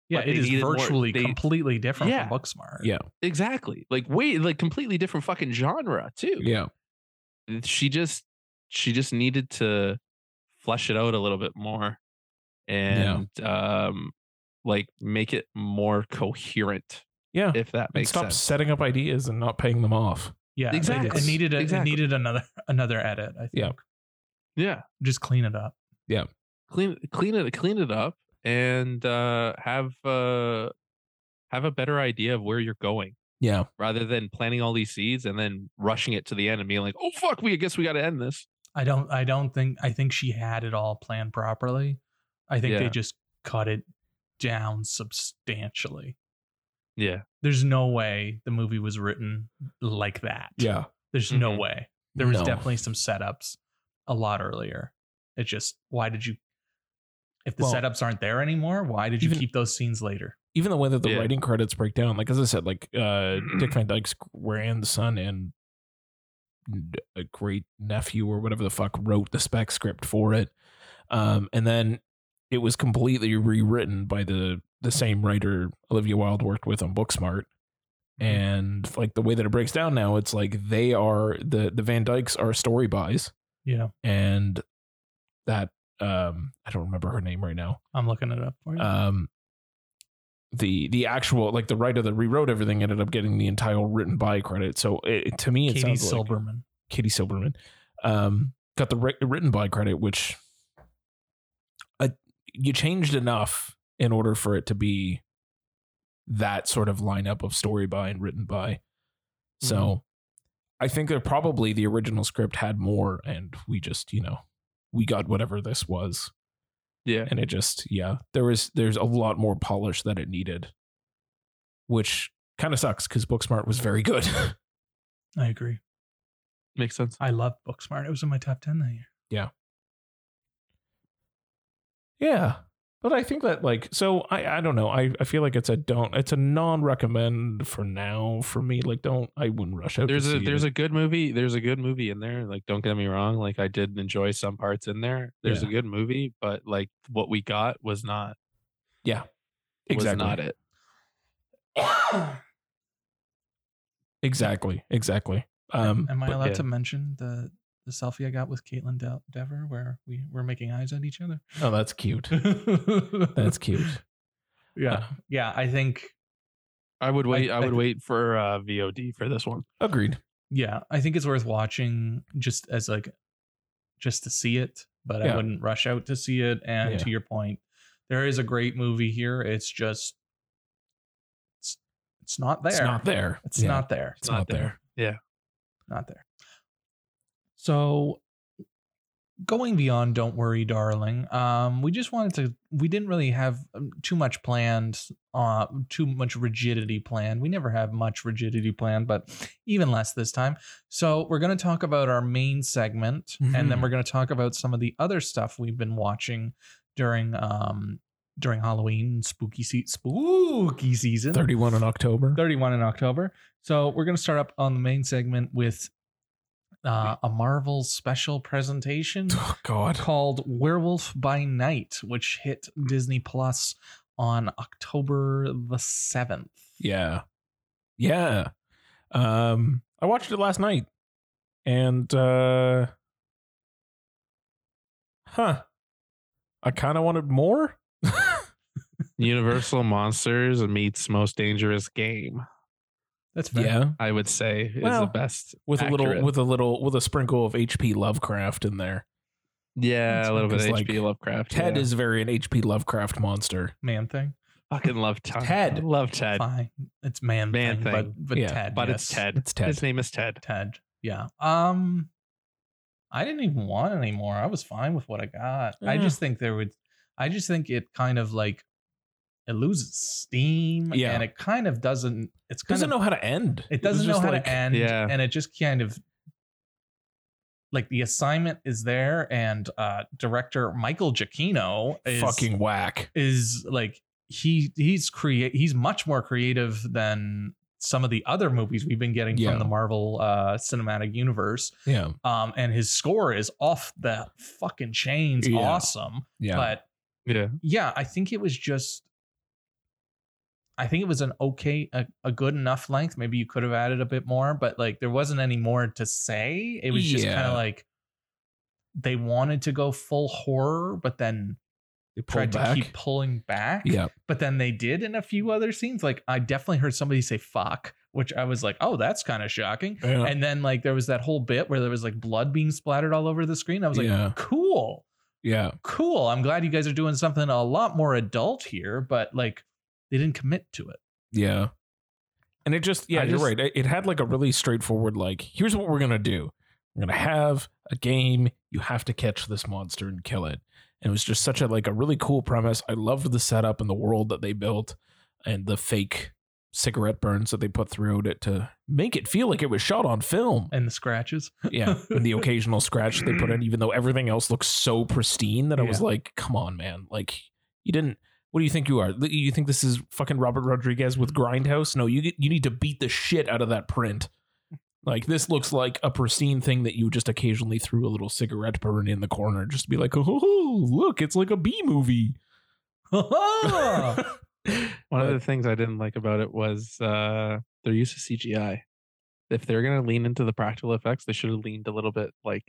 [SPEAKER 1] yeah,
[SPEAKER 2] But
[SPEAKER 1] it
[SPEAKER 2] they
[SPEAKER 1] is
[SPEAKER 2] needed more-
[SPEAKER 1] virtually
[SPEAKER 2] they-
[SPEAKER 1] completely different
[SPEAKER 2] Yeah.
[SPEAKER 1] from booksmart
[SPEAKER 3] Yeah.
[SPEAKER 2] exactly like wait like completely different fucking genre too
[SPEAKER 3] Yeah.
[SPEAKER 2] she just she just needed to flesh it out a little bit more and um like make it more coherent
[SPEAKER 3] Yeah.
[SPEAKER 2] if that
[SPEAKER 3] And
[SPEAKER 2] makes
[SPEAKER 3] stop
[SPEAKER 2] sense
[SPEAKER 3] setting up ideas and not paying them off.
[SPEAKER 1] yeah it-
[SPEAKER 2] Exactly.
[SPEAKER 1] it, needed a,
[SPEAKER 2] Exactly.
[SPEAKER 1] it needed another another edit i think
[SPEAKER 3] Yeah.
[SPEAKER 2] yeah
[SPEAKER 1] just clean it up
[SPEAKER 2] clean clean it clean it up and uh have uh have a better idea of where you're going
[SPEAKER 3] Yeah.
[SPEAKER 2] rather than planting all these seeds and then rushing it to the end and being like, "Oh fuck, we I guess we got to end this."
[SPEAKER 1] I don't I don't think I think she had it all planned properly. I think
[SPEAKER 2] Yeah.
[SPEAKER 1] they just cut it down substantially.
[SPEAKER 2] Yeah,
[SPEAKER 1] There's no way the movie was written like that.
[SPEAKER 3] Yeah. Mm-hmm.
[SPEAKER 1] There's no
[SPEAKER 2] Mhm.
[SPEAKER 1] way. There was
[SPEAKER 3] No.
[SPEAKER 1] definitely some setups a lot earlier. It just why did you if the
[SPEAKER 3] Well,
[SPEAKER 1] setups aren't there anymore, why did you
[SPEAKER 3] even-
[SPEAKER 1] keep those scenes later?
[SPEAKER 3] even the way that the
[SPEAKER 2] Yeah. Mm-hmm.
[SPEAKER 3] writing credits break down, like as I said, like uh, Dick Van Dyke's grandson and a great nephew or whatever the fuck wrote the spec script for it, um, and then it was completely rewritten by the the same writer Olivia Wilde worked with on Booksmart.
[SPEAKER 2] Mm-hmm.
[SPEAKER 3] And like the way that it breaks down now, it's like they are the the Van Dykes are story buys,
[SPEAKER 1] Yeah.
[SPEAKER 3] and that um I don't remember her name right now
[SPEAKER 1] I'm looking it up for you.
[SPEAKER 3] um the the actual like the writer that rewrote everything ended up getting the entire written by credit so it, it- to me it
[SPEAKER 1] Katie
[SPEAKER 3] sounds like
[SPEAKER 1] Silberman.
[SPEAKER 3] Katie Silberman um got the wri- written by credit which uh, you changed enough in order for it to be that sort of lineup of story by and written by so
[SPEAKER 2] Mm-hmm.
[SPEAKER 3] I think that probably the original script had more and we just you know we got whatever this was
[SPEAKER 2] yeah,
[SPEAKER 3] and it just yeah there was there's a lot more polish that it needed which kind of sucks because booksmart was very good
[SPEAKER 1] I agree.
[SPEAKER 2] makes sense.
[SPEAKER 1] I loved Booksmart. It was in my top ten that year.
[SPEAKER 3] yeah but i think that like so i i don't know i i feel like it's a don't it's a non-recommend for now for me like don't i wouldn't rush out
[SPEAKER 2] There's a there's a good movie. There's a good movie in there. Like, don't get me wrong. Like, I did enjoy some parts in there. There's a good movie, but like what we got was not
[SPEAKER 3] a exactly
[SPEAKER 2] was not it.
[SPEAKER 3] exactly exactly um
[SPEAKER 1] Am I
[SPEAKER 3] but-
[SPEAKER 1] allowed
[SPEAKER 2] yeah.
[SPEAKER 1] to mention the the selfie I got with Caitlin De- Dever where we were making eyes at each other?
[SPEAKER 3] oh that's cute that's cute Uh
[SPEAKER 1] Yeah, yeah. I think
[SPEAKER 2] I would wait. I,
[SPEAKER 1] I
[SPEAKER 2] would
[SPEAKER 1] thi-
[SPEAKER 2] wait for uh, VOD for this one.
[SPEAKER 3] agreed
[SPEAKER 1] yeah, I think it's worth watching just as like just to see it, but
[SPEAKER 3] Yeah.
[SPEAKER 1] I wouldn't rush out to see it. And
[SPEAKER 3] Yeah.
[SPEAKER 1] to your point, there is a great movie here. It's just it's, it's not there.
[SPEAKER 3] it's not there
[SPEAKER 1] It's
[SPEAKER 3] Yeah,
[SPEAKER 1] not there.
[SPEAKER 3] it's not there
[SPEAKER 1] not there. So going beyond don't worry darling um we just wanted to we didn't really have um, too much planned uh too much rigidity planned we never have much rigidity planned but even less this time so we're going to talk about our main segment and then
[SPEAKER 3] Mhm.
[SPEAKER 1] we're going to talk about some of the other stuff we've been watching during um during halloween spooky se- spooky season
[SPEAKER 3] 31 in october
[SPEAKER 1] 31 in October. So we're going to start up on the main segment with uh, a Marvel special presentation
[SPEAKER 3] oh god
[SPEAKER 1] called Werewolf by Night, which hit Disney Plus on October the 7th.
[SPEAKER 3] Yeah. Yeah. Um I watched it last night. And uh Huh. I kind of wanted more.
[SPEAKER 2] Universal Monsters meets Most Dangerous Game.
[SPEAKER 1] That's fair.
[SPEAKER 3] Yeah,
[SPEAKER 2] I would say is
[SPEAKER 3] Well,
[SPEAKER 2] the best
[SPEAKER 3] with a
[SPEAKER 2] accurate.
[SPEAKER 3] little, with a little, with a sprinkle of H.P. Lovecraft in there.
[SPEAKER 2] yeah
[SPEAKER 3] That's
[SPEAKER 2] a little bit of
[SPEAKER 3] because, like,
[SPEAKER 2] HP Lovecraft.
[SPEAKER 3] Ted
[SPEAKER 2] yeah.
[SPEAKER 3] is very an H.P. Lovecraft monster.
[SPEAKER 1] Man thing.
[SPEAKER 2] fucking love Ted.
[SPEAKER 3] Ted.
[SPEAKER 2] I love Ted,
[SPEAKER 1] Fine. It's man,
[SPEAKER 2] Man
[SPEAKER 1] thing,
[SPEAKER 2] thing.
[SPEAKER 1] but but
[SPEAKER 3] Yeah.
[SPEAKER 1] Ted.
[SPEAKER 2] but it's
[SPEAKER 1] yes.
[SPEAKER 2] Ted.
[SPEAKER 3] It's Ted.
[SPEAKER 2] His name is Ted.
[SPEAKER 1] Ted. Yeah. Um I didn't even want any more. I was fine with what I got. I
[SPEAKER 3] Yeah.
[SPEAKER 1] just think there would I just think it kind of like it loses steam
[SPEAKER 3] Yeah.
[SPEAKER 1] and it kind of doesn't it's kind
[SPEAKER 3] Doesn't
[SPEAKER 1] of
[SPEAKER 3] know how to end.
[SPEAKER 1] it doesn't
[SPEAKER 3] was
[SPEAKER 1] know
[SPEAKER 3] just
[SPEAKER 1] how
[SPEAKER 3] like-
[SPEAKER 1] to end
[SPEAKER 2] Yeah.
[SPEAKER 1] and it just kind of like the assignment is there and uh director Michael Giacchino is
[SPEAKER 3] Fucking whack.
[SPEAKER 1] is like he he's create he's much more creative than some of the other movies we've been getting
[SPEAKER 3] Yeah.
[SPEAKER 1] from the Marvel uh, cinematic universe.
[SPEAKER 3] Yeah,
[SPEAKER 1] Um, and his score is off the fucking chains,
[SPEAKER 3] Yeah.
[SPEAKER 1] awesome.
[SPEAKER 3] yeah.
[SPEAKER 1] But
[SPEAKER 2] Yeah,
[SPEAKER 1] yeah, I think it was just. I think it was an okay, a, a good enough length. Maybe you could have added a bit more, but like there wasn't any more to say. It was just
[SPEAKER 3] Yeah.
[SPEAKER 1] kind of like they wanted to go full horror, but then
[SPEAKER 3] they
[SPEAKER 1] tried
[SPEAKER 3] pulled back.
[SPEAKER 1] to keep pulling back
[SPEAKER 3] yeah,
[SPEAKER 1] but then they did in a few other scenes. Like I definitely heard somebody say fuck, which I was like, oh, that's kind of shocking.
[SPEAKER 3] yeah.
[SPEAKER 1] And then like there was that whole bit where there was like blood being splattered all over the screen. I was like,
[SPEAKER 3] Yeah.
[SPEAKER 1] cool,
[SPEAKER 3] yeah.
[SPEAKER 1] cool. I'm glad you guys are doing something a lot more adult here, but like they didn't commit to it.
[SPEAKER 3] Yeah. And it just, yeah,
[SPEAKER 2] I
[SPEAKER 3] you're
[SPEAKER 2] just-
[SPEAKER 3] right. It, it had like a really straightforward, like, here's what we're going to do. We're going to have a game. You have to catch this monster and kill it. And it was just such a, like, a really cool premise. I loved the setup and the world that they built and the fake cigarette burns that they put throughout it to make it feel like it was shot on film.
[SPEAKER 1] And the scratches.
[SPEAKER 3] Yeah. and the occasional scratch they put in, even though everything else looks so pristine that I was
[SPEAKER 1] Yeah.
[SPEAKER 3] like, come on, man. Like, you didn't. What do you think you are? You think this is fucking Robert Rodriguez with Grindhouse? No, you you need to beat the shit out of that print. Like this looks like a pristine thing that you just occasionally threw a little cigarette burn in the corner, just to be like, oh look, it's like a B movie.
[SPEAKER 2] one of
[SPEAKER 3] But-
[SPEAKER 2] the things I didn't like about it was uh, their use of CGI. If they're gonna lean into the practical effects, they should have leaned a little bit like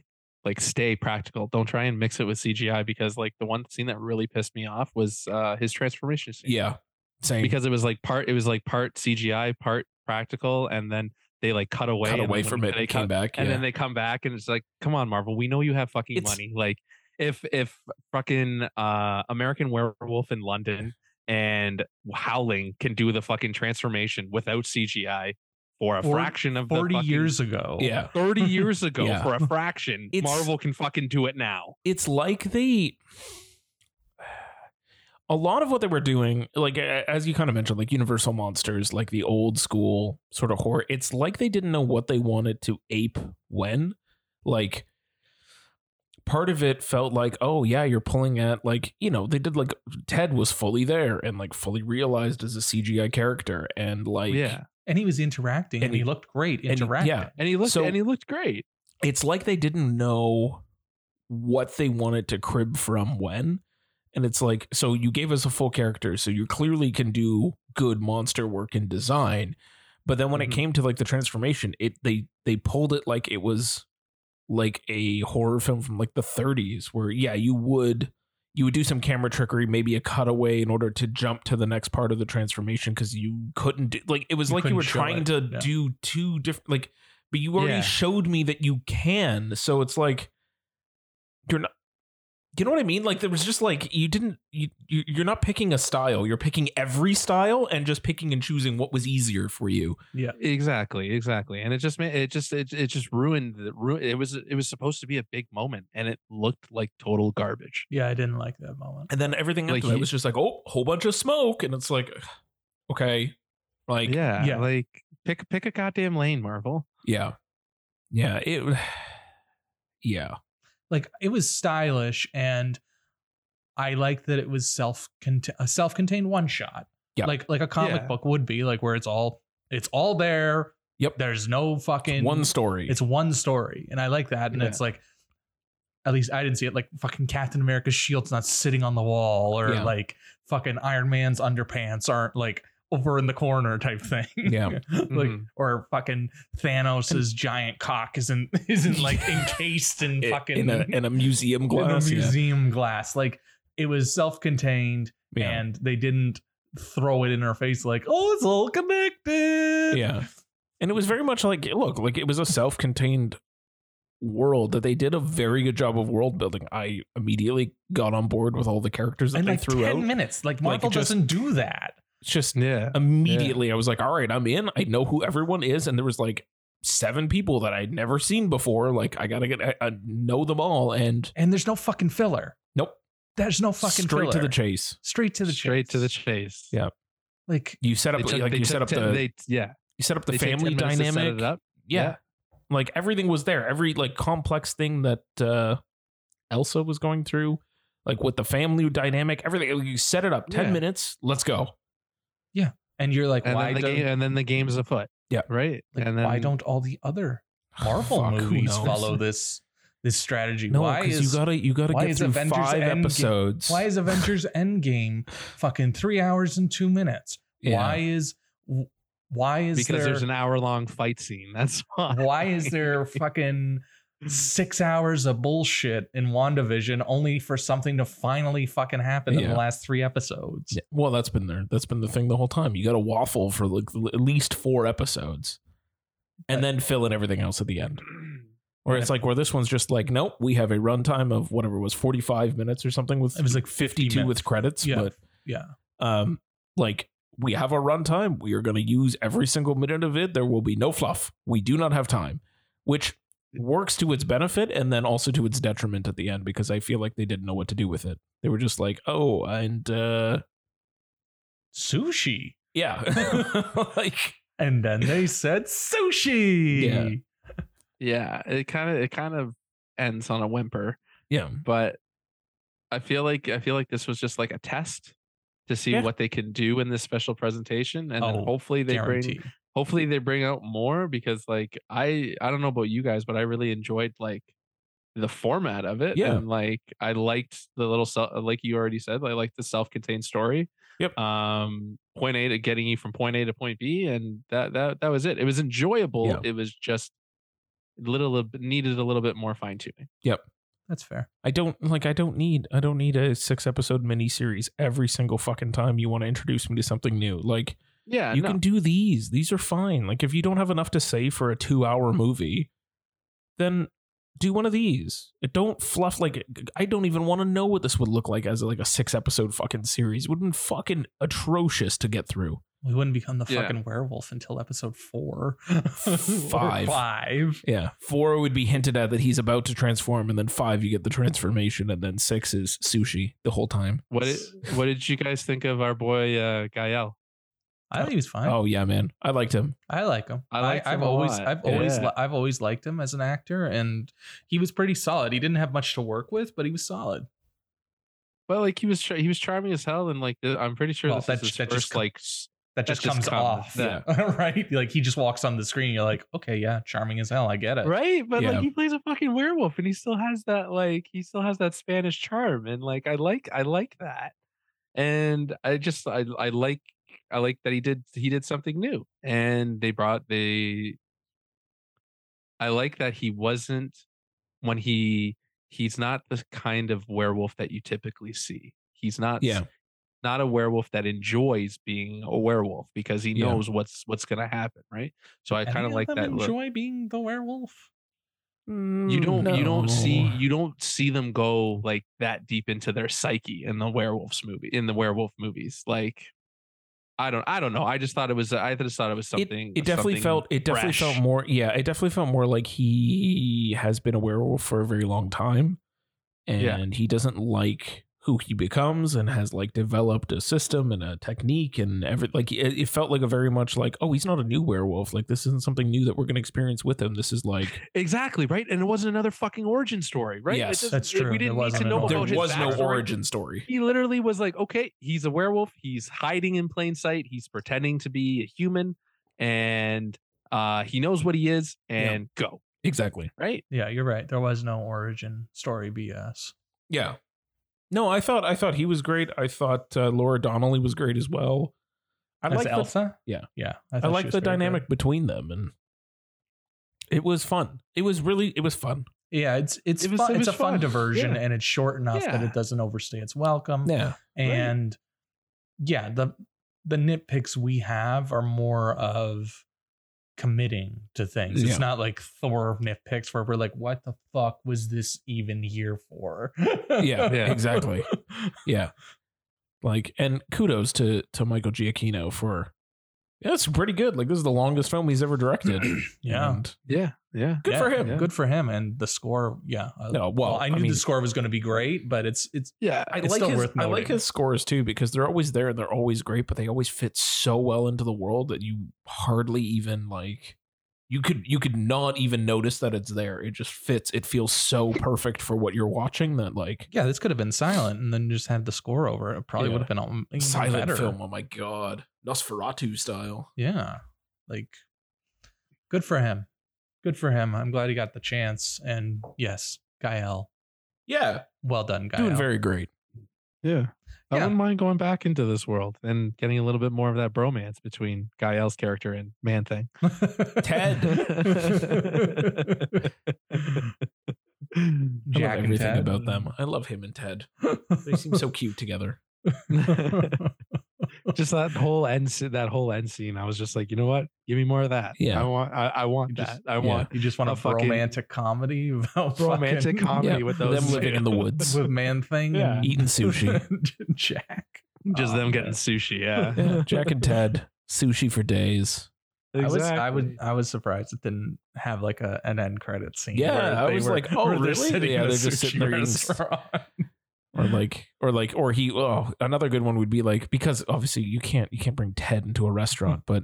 [SPEAKER 2] like stay practical. Don't try and mix it with CGI because like the one scene that really pissed me off was uh, his transformation scene.
[SPEAKER 3] yeah, same.
[SPEAKER 2] because it was like part it was like part CGI, part practical, and then they like cut away,
[SPEAKER 3] cut
[SPEAKER 2] and then
[SPEAKER 3] away
[SPEAKER 2] when
[SPEAKER 3] from it,
[SPEAKER 2] They
[SPEAKER 3] it came
[SPEAKER 2] cut,
[SPEAKER 3] back,
[SPEAKER 2] and
[SPEAKER 3] yeah.
[SPEAKER 2] then they come back, and it's like, come on, Marvel, we know you have fucking
[SPEAKER 3] It's-
[SPEAKER 2] money. Like, if if fucking uh American Werewolf in London and Howling can do the fucking transformation without CGI for a
[SPEAKER 1] Forty-
[SPEAKER 2] fraction of the
[SPEAKER 1] Forty
[SPEAKER 2] fucking-
[SPEAKER 1] years ago.
[SPEAKER 3] yeah.
[SPEAKER 2] 30 years ago
[SPEAKER 3] Yeah.
[SPEAKER 2] for a fraction
[SPEAKER 3] It's-
[SPEAKER 2] marvel can fucking do it now
[SPEAKER 3] it's like they a lot of what they were doing like a- as you kind of mentioned like universal monsters like the old school sort of horror it's like they didn't know what they wanted to ape when like part of it felt like oh yeah you're pulling at like you know they did like ted was fully there and like fully realized as a cgi character and like
[SPEAKER 2] yeah
[SPEAKER 1] And he was interacting and,
[SPEAKER 3] And
[SPEAKER 1] he,
[SPEAKER 3] he-
[SPEAKER 1] looked great
[SPEAKER 3] and he-
[SPEAKER 1] interacting.
[SPEAKER 3] yeah.
[SPEAKER 2] and he looked
[SPEAKER 3] So-
[SPEAKER 2] and he looked great
[SPEAKER 3] it's like they didn't know what they wanted to crib from when. And it's like, so you gave us a full character, so you clearly can do good monster work and design. But then when
[SPEAKER 1] Mm-hmm.
[SPEAKER 2] Mhm.
[SPEAKER 3] it came to like the transformation, it they they pulled it like it was like a horror film from like the 30s, where yeah, you would you would do some camera trickery, maybe a cutaway in order to jump to the next part of the transformation because you couldn't do like it was
[SPEAKER 1] You
[SPEAKER 3] like you
[SPEAKER 1] couldn't
[SPEAKER 3] were
[SPEAKER 1] show
[SPEAKER 3] trying
[SPEAKER 1] it,
[SPEAKER 3] to
[SPEAKER 1] yeah.
[SPEAKER 3] do two different like but you already
[SPEAKER 2] Yeah.
[SPEAKER 3] showed me that you can. So it's like you're not you know what I mean? Like there was just like you didn't you you- you're not picking a style. You're picking every style and just picking and choosing what was easier for you.
[SPEAKER 2] exactly exactly and it just made it just it, it just ruined the ru- it was it was supposed to be a big moment and it looked like total garbage
[SPEAKER 1] Yeah, I didn't like that moment.
[SPEAKER 3] And then everything
[SPEAKER 2] Like
[SPEAKER 3] after that
[SPEAKER 2] you-
[SPEAKER 3] was just like, oh, whole bunch of smoke. And it's like okay. Like yeah.
[SPEAKER 2] yeah,
[SPEAKER 1] yeah.
[SPEAKER 2] like pick pick a goddamn lane marvel
[SPEAKER 3] Yeah. Yeah. It Yeah.
[SPEAKER 1] like it was stylish and I like that it was self a self contained one shot.
[SPEAKER 3] Yeah.
[SPEAKER 1] Like like a comic
[SPEAKER 2] Yeah.
[SPEAKER 1] book would be like where it's all it's all there.
[SPEAKER 3] Yep.
[SPEAKER 1] There's no fucking
[SPEAKER 3] One story.
[SPEAKER 1] It's one story, and I like that. And
[SPEAKER 2] Yeah.
[SPEAKER 1] it's like, at least I didn't see it. Like fucking Captain America's shield's not sitting on the wall, or
[SPEAKER 3] Yeah.
[SPEAKER 1] like fucking Iron Man's underpants aren't like over in the corner type thing.
[SPEAKER 3] Yeah.
[SPEAKER 1] like
[SPEAKER 2] Mhm.
[SPEAKER 1] or fucking Thanos's giant cock isn't isn't like encased in
[SPEAKER 3] i-
[SPEAKER 1] fucking
[SPEAKER 3] in a in a museum
[SPEAKER 1] in a
[SPEAKER 3] glass. yeah.
[SPEAKER 1] museum glass. Like it was self-contained
[SPEAKER 3] Yeah.
[SPEAKER 1] and they didn't throw it in her face like, oh, it's all connected.
[SPEAKER 3] yeah. And it was very much like, look, like it was a self contained world that they did a very good job of world building. I immediately got on board with all the characters that
[SPEAKER 1] And
[SPEAKER 3] they
[SPEAKER 1] like
[SPEAKER 3] threw out.
[SPEAKER 1] ten minutes, like
[SPEAKER 3] Like,
[SPEAKER 1] Marvel
[SPEAKER 3] it just-
[SPEAKER 1] doesn't do that.
[SPEAKER 3] It's just
[SPEAKER 2] Yeah.
[SPEAKER 3] immediately I was like, all right, I'm in. I know who everyone is. And there was like seven people that I'd never seen before. Like I gotta get I, I know them all and
[SPEAKER 1] And there's no fucking filler.
[SPEAKER 3] Nope.
[SPEAKER 1] There's no fucking
[SPEAKER 3] straight to
[SPEAKER 1] filler.
[SPEAKER 3] the chase.
[SPEAKER 1] Straight to the
[SPEAKER 2] Straight
[SPEAKER 1] chase.
[SPEAKER 2] to the chase.
[SPEAKER 3] Yeah.
[SPEAKER 1] like
[SPEAKER 3] You set
[SPEAKER 2] They
[SPEAKER 3] up
[SPEAKER 2] took-
[SPEAKER 3] like
[SPEAKER 2] they
[SPEAKER 3] you
[SPEAKER 2] took
[SPEAKER 3] set up
[SPEAKER 2] 10
[SPEAKER 3] the
[SPEAKER 2] they- yeah.
[SPEAKER 3] you set up the
[SPEAKER 2] They take 10
[SPEAKER 3] family
[SPEAKER 2] minutes to set
[SPEAKER 3] dynamic.
[SPEAKER 2] it up.
[SPEAKER 3] Yeah.
[SPEAKER 2] Yeah.
[SPEAKER 3] Like everything was there. Every like complex thing that uh Elsa was going through, like with the family dynamic, everything. You set it up 10
[SPEAKER 2] Yeah.
[SPEAKER 3] minutes, let's go.
[SPEAKER 1] and you're like,
[SPEAKER 2] and
[SPEAKER 1] why
[SPEAKER 2] then the
[SPEAKER 1] do,
[SPEAKER 2] game, and then the game's afoot.
[SPEAKER 3] Yeah.
[SPEAKER 2] right.
[SPEAKER 1] like,
[SPEAKER 2] and then
[SPEAKER 1] why don't all the other Marvel
[SPEAKER 3] Fuck, who
[SPEAKER 1] movies
[SPEAKER 3] knows?
[SPEAKER 1] follow this this strategy?
[SPEAKER 3] No,
[SPEAKER 1] why
[SPEAKER 3] because
[SPEAKER 1] is
[SPEAKER 3] you gotta you gotta
[SPEAKER 1] why
[SPEAKER 3] get
[SPEAKER 1] is
[SPEAKER 3] through
[SPEAKER 1] Avengers
[SPEAKER 3] five
[SPEAKER 1] Endgame-
[SPEAKER 3] episodes.
[SPEAKER 1] why is Avengers Endgame fucking three hours and two minutes?
[SPEAKER 3] Yeah.
[SPEAKER 1] Why is why is
[SPEAKER 2] because
[SPEAKER 1] there
[SPEAKER 2] there's an hour long fight scene. That's why.
[SPEAKER 1] why is there fucking six hours of bullshit in WandaVision only for something to finally fucking happen in the
[SPEAKER 3] Yeah.
[SPEAKER 1] last three episodes?
[SPEAKER 3] Yeah, Well, that's been there. That's been the thing the whole time. You got to waffle for like l- at least four episodes, and then fill in everything else at the end. Or it's like where this one's just like, nope, we have a runtime of whatever it was forty five minutes or something with
[SPEAKER 1] It was like 50
[SPEAKER 3] fifty two
[SPEAKER 1] minutes.
[SPEAKER 3] with credits,
[SPEAKER 1] Yeah.
[SPEAKER 3] but
[SPEAKER 1] Yeah.
[SPEAKER 3] um, like we have a runtime. We are going to use every single minute of it. There will be no fluff. We do not have time, which works to its benefit and then also to its detriment at the end because I feel like they didn't know what to do with it. They were just like, oh, and uh,
[SPEAKER 1] Sushi.
[SPEAKER 3] yeah, like
[SPEAKER 1] And then they said sushi.
[SPEAKER 3] Yeah.
[SPEAKER 2] Yeah, it kind of it kind of ends on a whimper,
[SPEAKER 3] yeah,
[SPEAKER 2] but I feel like I feel like this was just like a test to see
[SPEAKER 3] Yeah.
[SPEAKER 2] what they can do in this special presentation, and
[SPEAKER 1] Oh,
[SPEAKER 2] then hopefully they bring
[SPEAKER 1] Guarantee.
[SPEAKER 2] hopefully they bring out more because like i i don't know about you guys but i really enjoyed like the format of it
[SPEAKER 3] Yeah.
[SPEAKER 2] and like i liked the little self like you already said i liked the self-contained story
[SPEAKER 3] Yep.
[SPEAKER 2] um point a to getting you from point a to point b and that that that was it it was enjoyable
[SPEAKER 3] Yeah.
[SPEAKER 2] it was just little a bit- needed a little bit more fine-tuning
[SPEAKER 1] That's fair.
[SPEAKER 3] I don't like I don't need I don't need a six episode miniseries every single fucking time you want to introduce me to something new. Like
[SPEAKER 2] yeah
[SPEAKER 3] you
[SPEAKER 2] no.
[SPEAKER 3] can do these. These are fine. Like if you don't have enough to say for a 2-hour
[SPEAKER 2] Hmm.
[SPEAKER 3] movie, then do one of these. It don't fluff like I don't even want to know what this would look like as like a 6 episode fucking series. It would have been fucking atrocious to get through.
[SPEAKER 1] We wouldn't become the
[SPEAKER 2] Yeah.
[SPEAKER 1] fucking werewolf until episode four.
[SPEAKER 3] Five.
[SPEAKER 1] Or five.
[SPEAKER 3] Yeah. 4 would be hinted at that he's about to transform and then 5 you get the transformation and then 6 is sushi the whole time.
[SPEAKER 2] what did, what did you guys think of our boy uh gael
[SPEAKER 1] I think he's fine.
[SPEAKER 3] Oh yeah, man. I liked him.
[SPEAKER 1] I like him.
[SPEAKER 2] I
[SPEAKER 1] I
[SPEAKER 2] liked
[SPEAKER 1] I, have
[SPEAKER 2] him a
[SPEAKER 1] always,
[SPEAKER 2] lot.
[SPEAKER 1] I've always,
[SPEAKER 2] Yeah.
[SPEAKER 1] li- I've always liked him as an actor, and he was pretty solid. He didn't have much to work with, but he was solid.
[SPEAKER 2] well like he was char- he was charming as hell and like th- i'm pretty sure
[SPEAKER 3] Oh,
[SPEAKER 1] Well,
[SPEAKER 2] this
[SPEAKER 1] that
[SPEAKER 2] is his
[SPEAKER 1] j- that just
[SPEAKER 2] first
[SPEAKER 1] com-
[SPEAKER 2] like s-
[SPEAKER 1] That
[SPEAKER 2] That
[SPEAKER 1] just
[SPEAKER 2] just
[SPEAKER 1] comes
[SPEAKER 2] comes,
[SPEAKER 1] off,
[SPEAKER 2] yeah.
[SPEAKER 1] right? Like he just walks on the screen. You're like, okay, yeah, charming as hell. I get it.
[SPEAKER 2] right but
[SPEAKER 3] Yeah.
[SPEAKER 2] like he plays a fucking werewolf and he still has that like he still has that spanish charm and like i like i like that and i just i, I like i like that he did he did something new and they brought the i like that he wasn't when he he's not the kind of werewolf that you typically see he's not
[SPEAKER 3] Yeah.
[SPEAKER 2] not a werewolf that enjoys being a werewolf because he
[SPEAKER 3] Yeah.
[SPEAKER 2] knows what's what's gonna happen right so i
[SPEAKER 1] Any
[SPEAKER 2] kind of like that look.
[SPEAKER 1] Enjoy being the werewolf.
[SPEAKER 2] you don't you don't see
[SPEAKER 3] Hmm, No.
[SPEAKER 2] you don't see them go like that deep into their psyche in the werewolves movie in the werewolf movies like i don't i don't know i just thought it was i just thought it was
[SPEAKER 3] It-
[SPEAKER 2] something
[SPEAKER 3] It, definitely
[SPEAKER 2] something
[SPEAKER 3] felt. It definitely
[SPEAKER 2] fresh.
[SPEAKER 3] felt more. Yeah, it definitely felt more like he has been a werewolf for a very long time, and
[SPEAKER 2] Yeah.
[SPEAKER 3] he doesn't like who he becomes, and has like developed a system and a technique and every like. It, it felt like a very much like, oh, he's not a new werewolf. Like this isn't something new that we're gonna experience with him. This is like
[SPEAKER 2] exactly right and it wasn't another fucking origin story right It
[SPEAKER 3] Yes.
[SPEAKER 2] doesn't-
[SPEAKER 1] That's
[SPEAKER 2] it-
[SPEAKER 1] true,
[SPEAKER 2] we
[SPEAKER 1] there
[SPEAKER 2] didn't need
[SPEAKER 1] wasn't
[SPEAKER 2] to
[SPEAKER 1] an
[SPEAKER 2] know
[SPEAKER 1] origin.
[SPEAKER 3] uh, there
[SPEAKER 2] about his
[SPEAKER 3] was no
[SPEAKER 2] backstory.
[SPEAKER 3] origin story.
[SPEAKER 2] he literally was like okay he's a werewolf he's hiding in plain sight he's pretending to be a human and uh he knows what he is
[SPEAKER 3] Yeah.
[SPEAKER 2] and go
[SPEAKER 3] Exactly.
[SPEAKER 2] right
[SPEAKER 1] Yeah, you're right. There was no origin story BS.
[SPEAKER 3] Yeah. No, I thought I thought he was great. I thought uh, Laura Donnelly was great as well. I
[SPEAKER 1] As
[SPEAKER 3] like the
[SPEAKER 1] Elsa.
[SPEAKER 3] yeah.
[SPEAKER 1] yeah.
[SPEAKER 3] I
[SPEAKER 1] thought she
[SPEAKER 3] like
[SPEAKER 1] was very
[SPEAKER 3] the
[SPEAKER 1] good.
[SPEAKER 3] dynamic between them, and it was fun. It was really, it was fun.
[SPEAKER 1] Yeah, it's it's
[SPEAKER 2] It was-
[SPEAKER 1] fun.
[SPEAKER 2] it
[SPEAKER 1] it's
[SPEAKER 2] was
[SPEAKER 1] a fun,
[SPEAKER 2] fun.
[SPEAKER 1] diversion,
[SPEAKER 2] Yeah.
[SPEAKER 1] and it's short enough that
[SPEAKER 2] Yeah.
[SPEAKER 1] it doesn't overstay its welcome.
[SPEAKER 3] Yeah.
[SPEAKER 1] and yeah the the nitpicks we have are more of committing to things
[SPEAKER 3] Yeah.
[SPEAKER 1] it's not like thor nitpicks where we're like what the fuck was this even here for
[SPEAKER 3] Yeah,
[SPEAKER 2] Yeah.
[SPEAKER 3] exactly. Yeah. Like and kudos to to Michael Giacchino for yeah, it's pretty good. Like this is the longest film he's ever directed.
[SPEAKER 1] yeah
[SPEAKER 3] And
[SPEAKER 2] Yeah, yeah.
[SPEAKER 3] good
[SPEAKER 1] Yeah,
[SPEAKER 3] for him.
[SPEAKER 2] yeah.
[SPEAKER 1] good for him and the score yeah uh,
[SPEAKER 3] No, well,
[SPEAKER 1] i
[SPEAKER 3] I
[SPEAKER 1] knew
[SPEAKER 3] mean-
[SPEAKER 1] the score was going to be great but it's it's
[SPEAKER 2] Yeah.
[SPEAKER 3] I
[SPEAKER 1] It's
[SPEAKER 3] like
[SPEAKER 1] still
[SPEAKER 3] his,
[SPEAKER 1] worth
[SPEAKER 3] I like
[SPEAKER 1] noting.
[SPEAKER 3] his scores too because they're always there and they're always great, but they always fit so well into the world that you hardly even like you could you could not even notice that it's there. It just fits. It feels so perfect for what you're watching that like
[SPEAKER 1] yeah this could have been silent and then just had the score over it, it probably
[SPEAKER 3] Yeah.
[SPEAKER 1] would have been all even
[SPEAKER 3] silent
[SPEAKER 1] better.
[SPEAKER 3] film. Oh my god, Nosferatu style.
[SPEAKER 1] yeah like good for him good for him i'm glad he got the chance and yes gael
[SPEAKER 3] Yeah,
[SPEAKER 1] well done gael
[SPEAKER 3] doing very great.
[SPEAKER 2] Yeah. I
[SPEAKER 1] Yeah.
[SPEAKER 2] wouldn't mind going back into this world and getting a little bit more of that bromance between Gael's character and Man Thing.
[SPEAKER 3] Ted. I love
[SPEAKER 1] Jack and
[SPEAKER 3] everything
[SPEAKER 1] Ted.
[SPEAKER 3] about them. I love him and Ted. They seem so cute together.
[SPEAKER 2] just that whole end sce- that whole end scene. I was just like, you know what? Give me more of that.
[SPEAKER 3] Yeah.
[SPEAKER 2] I want I, I want
[SPEAKER 1] Just-
[SPEAKER 2] that. I
[SPEAKER 3] yeah.
[SPEAKER 2] want
[SPEAKER 1] you just want
[SPEAKER 2] A
[SPEAKER 1] a,
[SPEAKER 2] fucking-
[SPEAKER 1] romantic comedy about
[SPEAKER 2] romantic
[SPEAKER 1] fucking-
[SPEAKER 2] comedy with those
[SPEAKER 3] them living in the
[SPEAKER 2] two.
[SPEAKER 3] woods,
[SPEAKER 1] with man thing
[SPEAKER 2] Yeah.
[SPEAKER 1] and
[SPEAKER 3] eating sushi.
[SPEAKER 1] Jack.
[SPEAKER 2] just
[SPEAKER 1] Oh,
[SPEAKER 2] them getting
[SPEAKER 1] man.
[SPEAKER 2] sushi. Yeah.
[SPEAKER 3] Yeah, Jack and Ted, sushi for days.
[SPEAKER 1] I was I was I was surprised it didn't have like a an end credit scene.
[SPEAKER 3] Yeah,
[SPEAKER 1] where
[SPEAKER 3] I
[SPEAKER 1] they
[SPEAKER 3] was
[SPEAKER 1] were-
[SPEAKER 3] like, oh,
[SPEAKER 1] where they're
[SPEAKER 3] really?
[SPEAKER 1] Sitting
[SPEAKER 3] Yeah,
[SPEAKER 1] in a
[SPEAKER 3] they're just
[SPEAKER 1] sushi
[SPEAKER 3] sitting there eating-
[SPEAKER 1] restaurant.
[SPEAKER 3] or like or like or he oh another good one would be like because obviously you can't you can't bring ted into a restaurant
[SPEAKER 2] Hmm.
[SPEAKER 3] but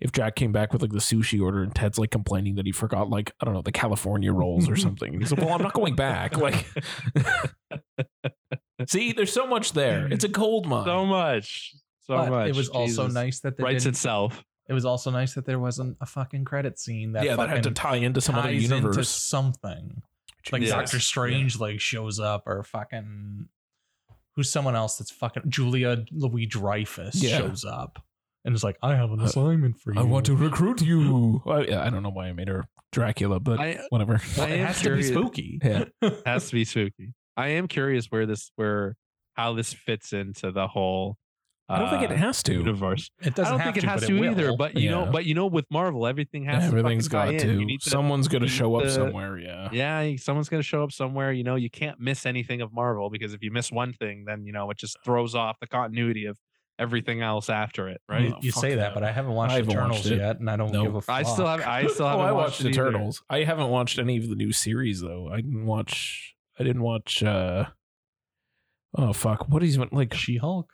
[SPEAKER 3] if jack came back with like the sushi order and ted's like complaining that he forgot like i don't know the california rolls or something and he's like well i'm not going back like see there's so much there it's a gold mine
[SPEAKER 2] so much. So
[SPEAKER 1] But
[SPEAKER 2] much.
[SPEAKER 1] it was also
[SPEAKER 2] Jesus.
[SPEAKER 1] nice that they
[SPEAKER 2] Writes
[SPEAKER 1] didn't-
[SPEAKER 2] itself.
[SPEAKER 1] it was also nice that there wasn't a fucking credit scene that
[SPEAKER 3] yeah that had to
[SPEAKER 1] fucking
[SPEAKER 3] tie into some other
[SPEAKER 1] ties into
[SPEAKER 3] universe
[SPEAKER 1] something. like
[SPEAKER 2] Yes.
[SPEAKER 1] Doctor Strange like shows up or fucking who's someone else that's fucking Julia Louis Dreyfus
[SPEAKER 3] Yeah.
[SPEAKER 1] shows up and is like, I have an
[SPEAKER 3] Uh,
[SPEAKER 1] assignment for you.
[SPEAKER 3] i want to recruit you I, yeah, I don't know why i made her dracula but
[SPEAKER 2] I
[SPEAKER 3] whatever
[SPEAKER 1] Well,
[SPEAKER 2] I
[SPEAKER 1] it
[SPEAKER 2] am
[SPEAKER 1] has
[SPEAKER 2] curious-
[SPEAKER 1] to be spooky.
[SPEAKER 3] Yeah.
[SPEAKER 2] has to be spooky. I am curious where this where how this fits into the whole.
[SPEAKER 3] i don't think it
[SPEAKER 2] uh,
[SPEAKER 3] has to
[SPEAKER 2] universe.
[SPEAKER 1] It
[SPEAKER 2] I
[SPEAKER 1] doesn't
[SPEAKER 2] don't
[SPEAKER 1] have
[SPEAKER 2] think it
[SPEAKER 1] to,
[SPEAKER 2] has
[SPEAKER 1] but
[SPEAKER 2] to
[SPEAKER 1] it
[SPEAKER 2] either.
[SPEAKER 1] will.
[SPEAKER 2] But you know,
[SPEAKER 3] Yeah.
[SPEAKER 2] but you know, with Marvel, everything has
[SPEAKER 3] Everything's
[SPEAKER 2] to fucking
[SPEAKER 3] got
[SPEAKER 2] tie in. You
[SPEAKER 3] to.
[SPEAKER 2] need to.
[SPEAKER 3] Someone's going to
[SPEAKER 2] you need
[SPEAKER 3] show up
[SPEAKER 2] to-
[SPEAKER 3] somewhere. Yeah.
[SPEAKER 2] yeah, someone's gonna show up somewhere. You know, you can't miss anything of Marvel because if you miss one thing, then you know it just throws off the continuity of everything else after it, right?
[SPEAKER 1] You,
[SPEAKER 3] Oh,
[SPEAKER 1] you
[SPEAKER 3] fuck
[SPEAKER 1] say
[SPEAKER 3] that.
[SPEAKER 1] that, but I haven't watched
[SPEAKER 3] I haven't
[SPEAKER 1] Eternals
[SPEAKER 3] watched it.
[SPEAKER 1] yet, and I don't
[SPEAKER 3] Nope.
[SPEAKER 1] give a fuck.
[SPEAKER 2] I still have. I still haven't
[SPEAKER 3] oh, I
[SPEAKER 2] watched,
[SPEAKER 3] watched
[SPEAKER 2] it either.
[SPEAKER 3] Eternals. I haven't watched any of the new series though. I didn't watch. I didn't watch. uh Oh fuck! What is even like?
[SPEAKER 1] She Hulk.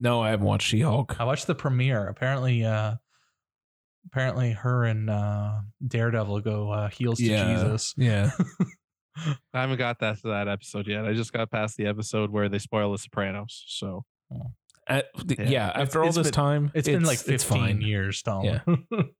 [SPEAKER 3] No, I haven't watched She Hulk.
[SPEAKER 1] I watched the premiere. Apparently, uh apparently, her and uh Daredevil go uh, heels
[SPEAKER 3] Yeah.
[SPEAKER 1] to Jesus.
[SPEAKER 3] Yeah,
[SPEAKER 2] I haven't got that to that episode yet. I just got past the episode where they spoil the Sopranos. So
[SPEAKER 3] At, the-
[SPEAKER 2] Yeah.
[SPEAKER 3] yeah. After all
[SPEAKER 1] it's
[SPEAKER 3] this
[SPEAKER 1] been-
[SPEAKER 3] time,
[SPEAKER 1] It's been like
[SPEAKER 3] it's
[SPEAKER 1] 15
[SPEAKER 3] fine.
[SPEAKER 1] years, Tom.
[SPEAKER 3] Yeah.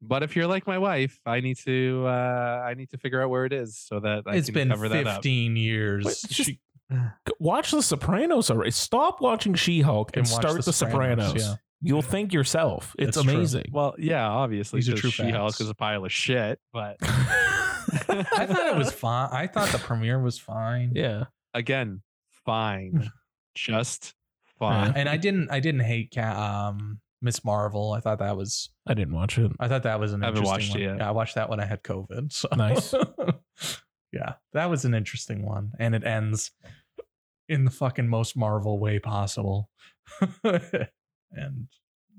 [SPEAKER 2] But if you're like my wife, I need to uh I need to figure out where it is so that I
[SPEAKER 1] it's
[SPEAKER 2] can
[SPEAKER 1] been
[SPEAKER 2] cover that up.
[SPEAKER 1] 15 years.
[SPEAKER 3] Wait, just
[SPEAKER 1] She-
[SPEAKER 3] Go- Watch The Sopranos already. Stop watching She Hulk and,
[SPEAKER 1] And watch
[SPEAKER 3] start
[SPEAKER 1] The
[SPEAKER 3] The, Sopranos.
[SPEAKER 1] Sopranos, yeah.
[SPEAKER 3] You'll think yourself. It's
[SPEAKER 1] That's true.
[SPEAKER 3] amazing.
[SPEAKER 2] Well, yeah, obviously,
[SPEAKER 1] These are
[SPEAKER 2] 'cause
[SPEAKER 1] true
[SPEAKER 2] She-Hulk
[SPEAKER 1] facts.
[SPEAKER 2] is a pile of shit. But
[SPEAKER 1] I thought it was fine. I thought the premiere was fine.
[SPEAKER 3] yeah.
[SPEAKER 2] again, fine, just fine.
[SPEAKER 1] And I didn't I didn't hate Cat um Miss Marvel. I thought that was
[SPEAKER 3] I didn't watch it.
[SPEAKER 1] I thought that was an
[SPEAKER 2] I haven't
[SPEAKER 1] interesting
[SPEAKER 2] watched
[SPEAKER 1] one.
[SPEAKER 2] it yet.
[SPEAKER 1] Yeah, I watched that when I had COVID. So
[SPEAKER 3] Nice.
[SPEAKER 1] yeah. That was an interesting one. And it ends in the fucking most Marvel way possible. and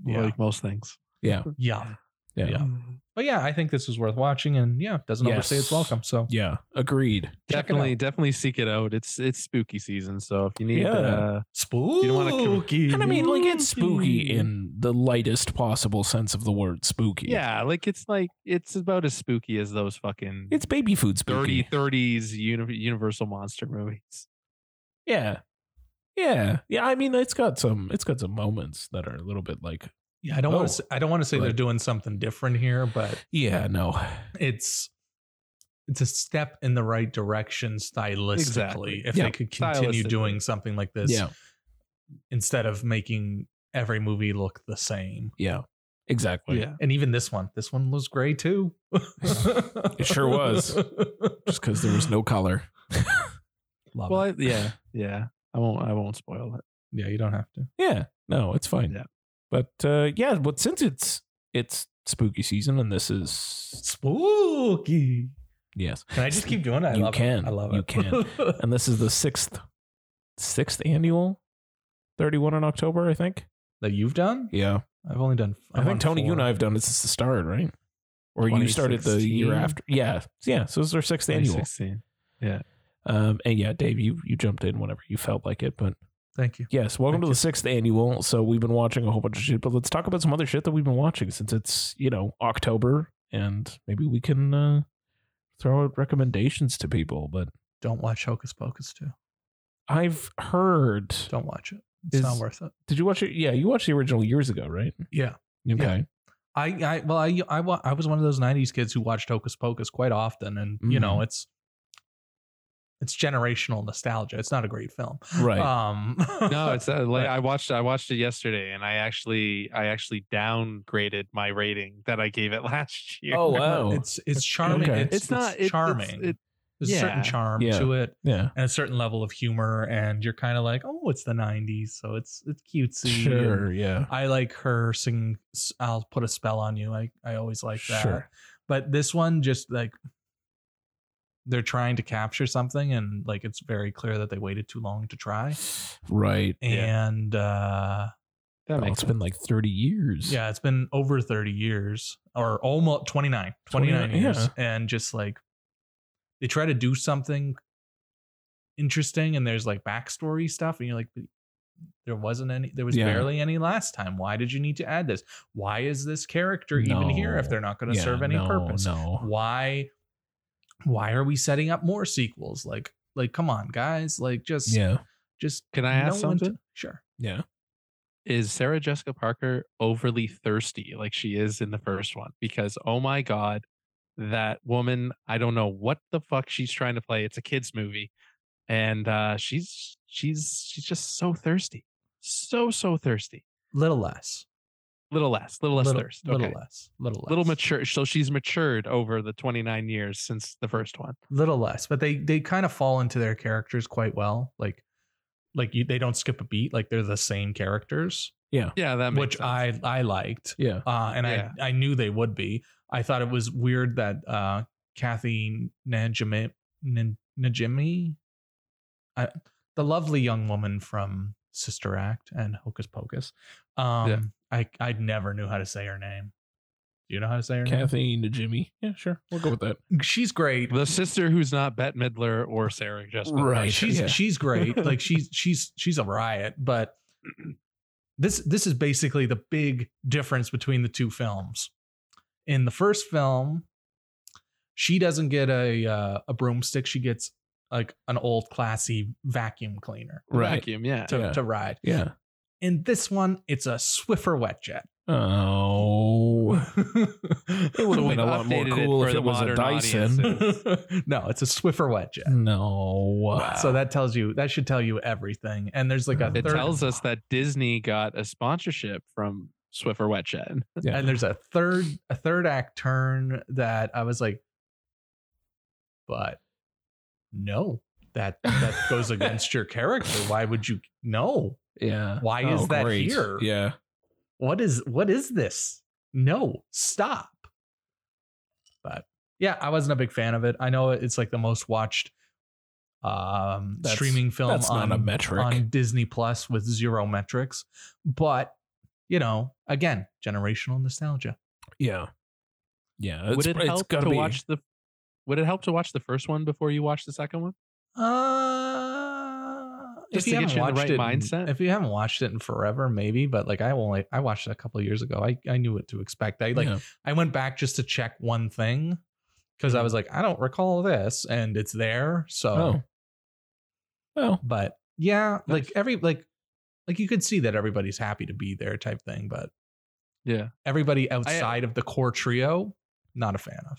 [SPEAKER 1] yeah.
[SPEAKER 2] Like most things.
[SPEAKER 3] Yeah.
[SPEAKER 1] yeah.
[SPEAKER 3] Yeah.
[SPEAKER 1] Yeah. But yeah, I think this was worth watching and yeah, doesn't overstay its
[SPEAKER 3] Yes.
[SPEAKER 1] welcome. So
[SPEAKER 3] Yeah. Agreed.
[SPEAKER 1] Check it
[SPEAKER 2] Definitely,
[SPEAKER 1] out.
[SPEAKER 2] definitely seek it out. It's it's spooky season, so if you need,
[SPEAKER 3] Yeah.
[SPEAKER 2] uh,
[SPEAKER 1] spooky.
[SPEAKER 2] don't wanna com-
[SPEAKER 3] And I mean, like, it's spooky
[SPEAKER 2] Spooky.
[SPEAKER 3] in the lightest possible sense of the word spooky.
[SPEAKER 2] yeah, like it's like it's about as spooky as those fucking
[SPEAKER 3] It's baby food
[SPEAKER 2] dirty
[SPEAKER 3] spooky.
[SPEAKER 2] 30s uni- Universal monster movies.
[SPEAKER 3] Yeah. Yeah. Yeah. I mean, it's got some, it's got some moments that are a little bit like,
[SPEAKER 1] Yeah, I don't
[SPEAKER 3] Oh.
[SPEAKER 1] want to. I don't want to say they're
[SPEAKER 3] Right.
[SPEAKER 1] doing something different here, but
[SPEAKER 3] yeah, no.
[SPEAKER 1] it's it's a step in the right direction stylistically.
[SPEAKER 2] Exactly.
[SPEAKER 1] If
[SPEAKER 3] Yeah.
[SPEAKER 1] they could continue
[SPEAKER 2] Stylistically.
[SPEAKER 1] doing something like this
[SPEAKER 3] Yeah.
[SPEAKER 1] instead of making every movie look the same,
[SPEAKER 3] Yeah. Exactly.
[SPEAKER 2] yeah.
[SPEAKER 1] And even this one, this one was gray too. it
[SPEAKER 3] sure was. Just because there was no color.
[SPEAKER 1] Love
[SPEAKER 2] Well,
[SPEAKER 1] it.
[SPEAKER 2] I, yeah, yeah. I won't. I won't spoil it.
[SPEAKER 1] yeah, you don't have to.
[SPEAKER 3] Yeah. No, it's fine.
[SPEAKER 2] Yeah.
[SPEAKER 3] But uh, yeah, but since it's it's spooky season and this is
[SPEAKER 1] Spooky.
[SPEAKER 3] yes,
[SPEAKER 1] Can I just keep doing it? I
[SPEAKER 3] You
[SPEAKER 1] love
[SPEAKER 3] can.
[SPEAKER 1] It. I love
[SPEAKER 3] You
[SPEAKER 1] it.
[SPEAKER 3] can. and this is the sixth sixth annual, thirty one in October, I think.
[SPEAKER 1] that you've done?
[SPEAKER 3] Yeah.
[SPEAKER 1] I've only done. I'm
[SPEAKER 3] i
[SPEAKER 1] on
[SPEAKER 3] think Tony, you and
[SPEAKER 1] four.
[SPEAKER 3] I have done it since the start, right? Or you started the year
[SPEAKER 2] 2016?
[SPEAKER 3] after? Yeah, yeah. So this is our sixth annual.
[SPEAKER 2] 2016.
[SPEAKER 3] Um, and yeah, Dave, you you jumped in whenever you felt like it, but
[SPEAKER 1] Thank you.
[SPEAKER 3] yes, welcome
[SPEAKER 1] Thank
[SPEAKER 3] to the sixth annual. So we've been watching a whole bunch of shit, but let's talk about some other shit that we've been watching since it's you know October, and maybe we can uh, throw out recommendations to people. But
[SPEAKER 1] Don't watch Hocus Pocus too.
[SPEAKER 3] I've heard.
[SPEAKER 1] Don't watch it. It's
[SPEAKER 3] Is-
[SPEAKER 1] not worth it.
[SPEAKER 3] Did you watch it? Yeah, you watched the original years ago, right?
[SPEAKER 1] Yeah. Uh,
[SPEAKER 3] Okay.
[SPEAKER 1] I, I well I, I wa- I was one of those 90s kids who watched Hocus Pocus quite often and you know
[SPEAKER 3] Mm-hmm.
[SPEAKER 1] it's it's generational nostalgia. It's not a great film.
[SPEAKER 3] Right.
[SPEAKER 1] Um
[SPEAKER 2] No, it's uh,
[SPEAKER 1] Right.
[SPEAKER 2] like I watched. I watched it yesterday, and I actually, I actually downgraded my rating that I gave it last year.
[SPEAKER 3] oh wow.
[SPEAKER 1] it's it's charming.
[SPEAKER 3] Okay.
[SPEAKER 1] It's,
[SPEAKER 2] it's not it-
[SPEAKER 1] it's charming.
[SPEAKER 2] It's, it,
[SPEAKER 1] There's a certain
[SPEAKER 2] yeah.
[SPEAKER 1] charm
[SPEAKER 3] Yeah.
[SPEAKER 1] to it
[SPEAKER 3] yeah.
[SPEAKER 1] and a certain level of humor and you're kind of like, "Oh, it's the 90s, so it's it's cutesy."
[SPEAKER 3] Sure.
[SPEAKER 1] And
[SPEAKER 3] Yeah.
[SPEAKER 1] I like her sing s- I'll put a spell on you. I I always like that.
[SPEAKER 3] Sure.
[SPEAKER 1] but this one just like they're trying to capture something and like it's very clear that they waited too long to try
[SPEAKER 3] Right.
[SPEAKER 2] Yeah.
[SPEAKER 1] and uh
[SPEAKER 2] that
[SPEAKER 3] Well,
[SPEAKER 2] makes
[SPEAKER 3] it's been like 30 years.
[SPEAKER 1] yeah it's been over 30 years or almost 29 29,
[SPEAKER 3] 29,
[SPEAKER 1] years
[SPEAKER 3] yeah.
[SPEAKER 1] and just like they try to do something interesting and there's like backstory stuff and you're like "But there wasn't any there was
[SPEAKER 3] Yeah.
[SPEAKER 1] barely any last time why did you need to add this why is this character even here if
[SPEAKER 3] No.
[SPEAKER 1] they're not going to
[SPEAKER 3] Yeah,
[SPEAKER 1] serve any
[SPEAKER 3] no,
[SPEAKER 1] purpose
[SPEAKER 3] No.
[SPEAKER 1] why why are we setting up more sequels like like come on guys like just
[SPEAKER 3] Yeah.
[SPEAKER 1] just
[SPEAKER 2] Can I ask
[SPEAKER 1] no one to-
[SPEAKER 2] something?
[SPEAKER 1] sure
[SPEAKER 3] Yeah.
[SPEAKER 2] Is Sarah Jessica Parker overly thirsty like she is in the first one? Because oh my god, that woman! I don't know what the fuck she's trying to play. It's a kids movie, and uh, she's she's she's just so thirsty, so so thirsty.
[SPEAKER 1] little less
[SPEAKER 2] Little less, little less
[SPEAKER 1] little,
[SPEAKER 2] thirst.
[SPEAKER 1] little
[SPEAKER 2] okay.
[SPEAKER 1] less little less
[SPEAKER 2] little mature. So she's matured over the 29 years since the first one.
[SPEAKER 1] little less but they they kind of fall into their characters quite well like like you, they don't skip a beat like they're the same characters
[SPEAKER 2] Yeah, that makes
[SPEAKER 1] which
[SPEAKER 2] sense.
[SPEAKER 1] i i liked
[SPEAKER 3] Yeah.
[SPEAKER 1] uh and
[SPEAKER 2] Yeah.
[SPEAKER 1] i i knew they would be i thought it was weird that uh kathy najimy N- najimy I, the lovely young woman from sister act and hocus pocus um
[SPEAKER 2] Yeah.
[SPEAKER 1] i i never knew how to say her name do you know how to say her
[SPEAKER 3] Kathy to Jimmy. Yeah, sure. We'll go with that.
[SPEAKER 1] name she's great
[SPEAKER 2] the sister who's not Bette Midler or Sarah Jessica.
[SPEAKER 3] Right.
[SPEAKER 2] Parker.
[SPEAKER 1] she's
[SPEAKER 3] yeah.
[SPEAKER 1] she's great like she's she's she's a riot but this this is basically the big difference between the two films in the first film she doesn't get a uh, a broomstick she gets like an old classy vacuum cleaner
[SPEAKER 3] Right.
[SPEAKER 2] Vacuum, yeah.
[SPEAKER 1] to,
[SPEAKER 3] Yeah.
[SPEAKER 1] to ride
[SPEAKER 3] Yeah.
[SPEAKER 1] in this one it's a swiffer wet jet
[SPEAKER 3] Oh. It would have
[SPEAKER 2] So
[SPEAKER 3] been a
[SPEAKER 2] we've
[SPEAKER 3] lot more
[SPEAKER 2] updated it
[SPEAKER 3] cool
[SPEAKER 2] for
[SPEAKER 3] if
[SPEAKER 2] the
[SPEAKER 3] it was a
[SPEAKER 2] modern
[SPEAKER 3] Dyson.
[SPEAKER 2] audience.
[SPEAKER 1] no it's a swiffer wet jet
[SPEAKER 3] No.
[SPEAKER 1] so that tells you that should tell you everything and there's like a
[SPEAKER 3] It
[SPEAKER 2] It
[SPEAKER 1] third-
[SPEAKER 2] tells us that Disney got a sponsorship from Swiffer Wet Shed.
[SPEAKER 3] Yeah.
[SPEAKER 1] and there's a third a third act turn that I was like, but no, that that goes against your character. Why would you no?
[SPEAKER 3] yeah.
[SPEAKER 1] Why
[SPEAKER 3] Oh,
[SPEAKER 1] is that
[SPEAKER 3] great.
[SPEAKER 1] here?
[SPEAKER 3] Yeah.
[SPEAKER 1] What is what is this? No, stop. But yeah, I wasn't a big fan of it. I know it's like the most watched um
[SPEAKER 3] That's-
[SPEAKER 1] streaming film
[SPEAKER 3] that's not
[SPEAKER 1] on
[SPEAKER 3] a metric.
[SPEAKER 1] on Disney Plus with zero metrics. But you know, again, generational nostalgia.
[SPEAKER 3] Yeah. Yeah.
[SPEAKER 2] would it
[SPEAKER 3] it's
[SPEAKER 2] help
[SPEAKER 3] gotta
[SPEAKER 2] to
[SPEAKER 3] be-
[SPEAKER 2] watch the would it help to watch the first one before you watch the second one?
[SPEAKER 1] Uh,
[SPEAKER 2] Just to get you in the right mindset?
[SPEAKER 1] if you haven't watched it in forever, maybe. But like I only I watched it a couple of years ago. I I knew what to expect. I like
[SPEAKER 3] Yeah.
[SPEAKER 1] I went back just to check one thing because I
[SPEAKER 2] Mm-hmm.
[SPEAKER 1] was like I don't recall this, and it's there. So,
[SPEAKER 3] Oh. Oh.
[SPEAKER 1] but yeah, like
[SPEAKER 2] Nice.
[SPEAKER 1] every like like you could see that everybody's happy to be there type thing, but
[SPEAKER 2] Yeah.
[SPEAKER 1] everybody
[SPEAKER 2] uh
[SPEAKER 1] outside of the core trio, not a fan of.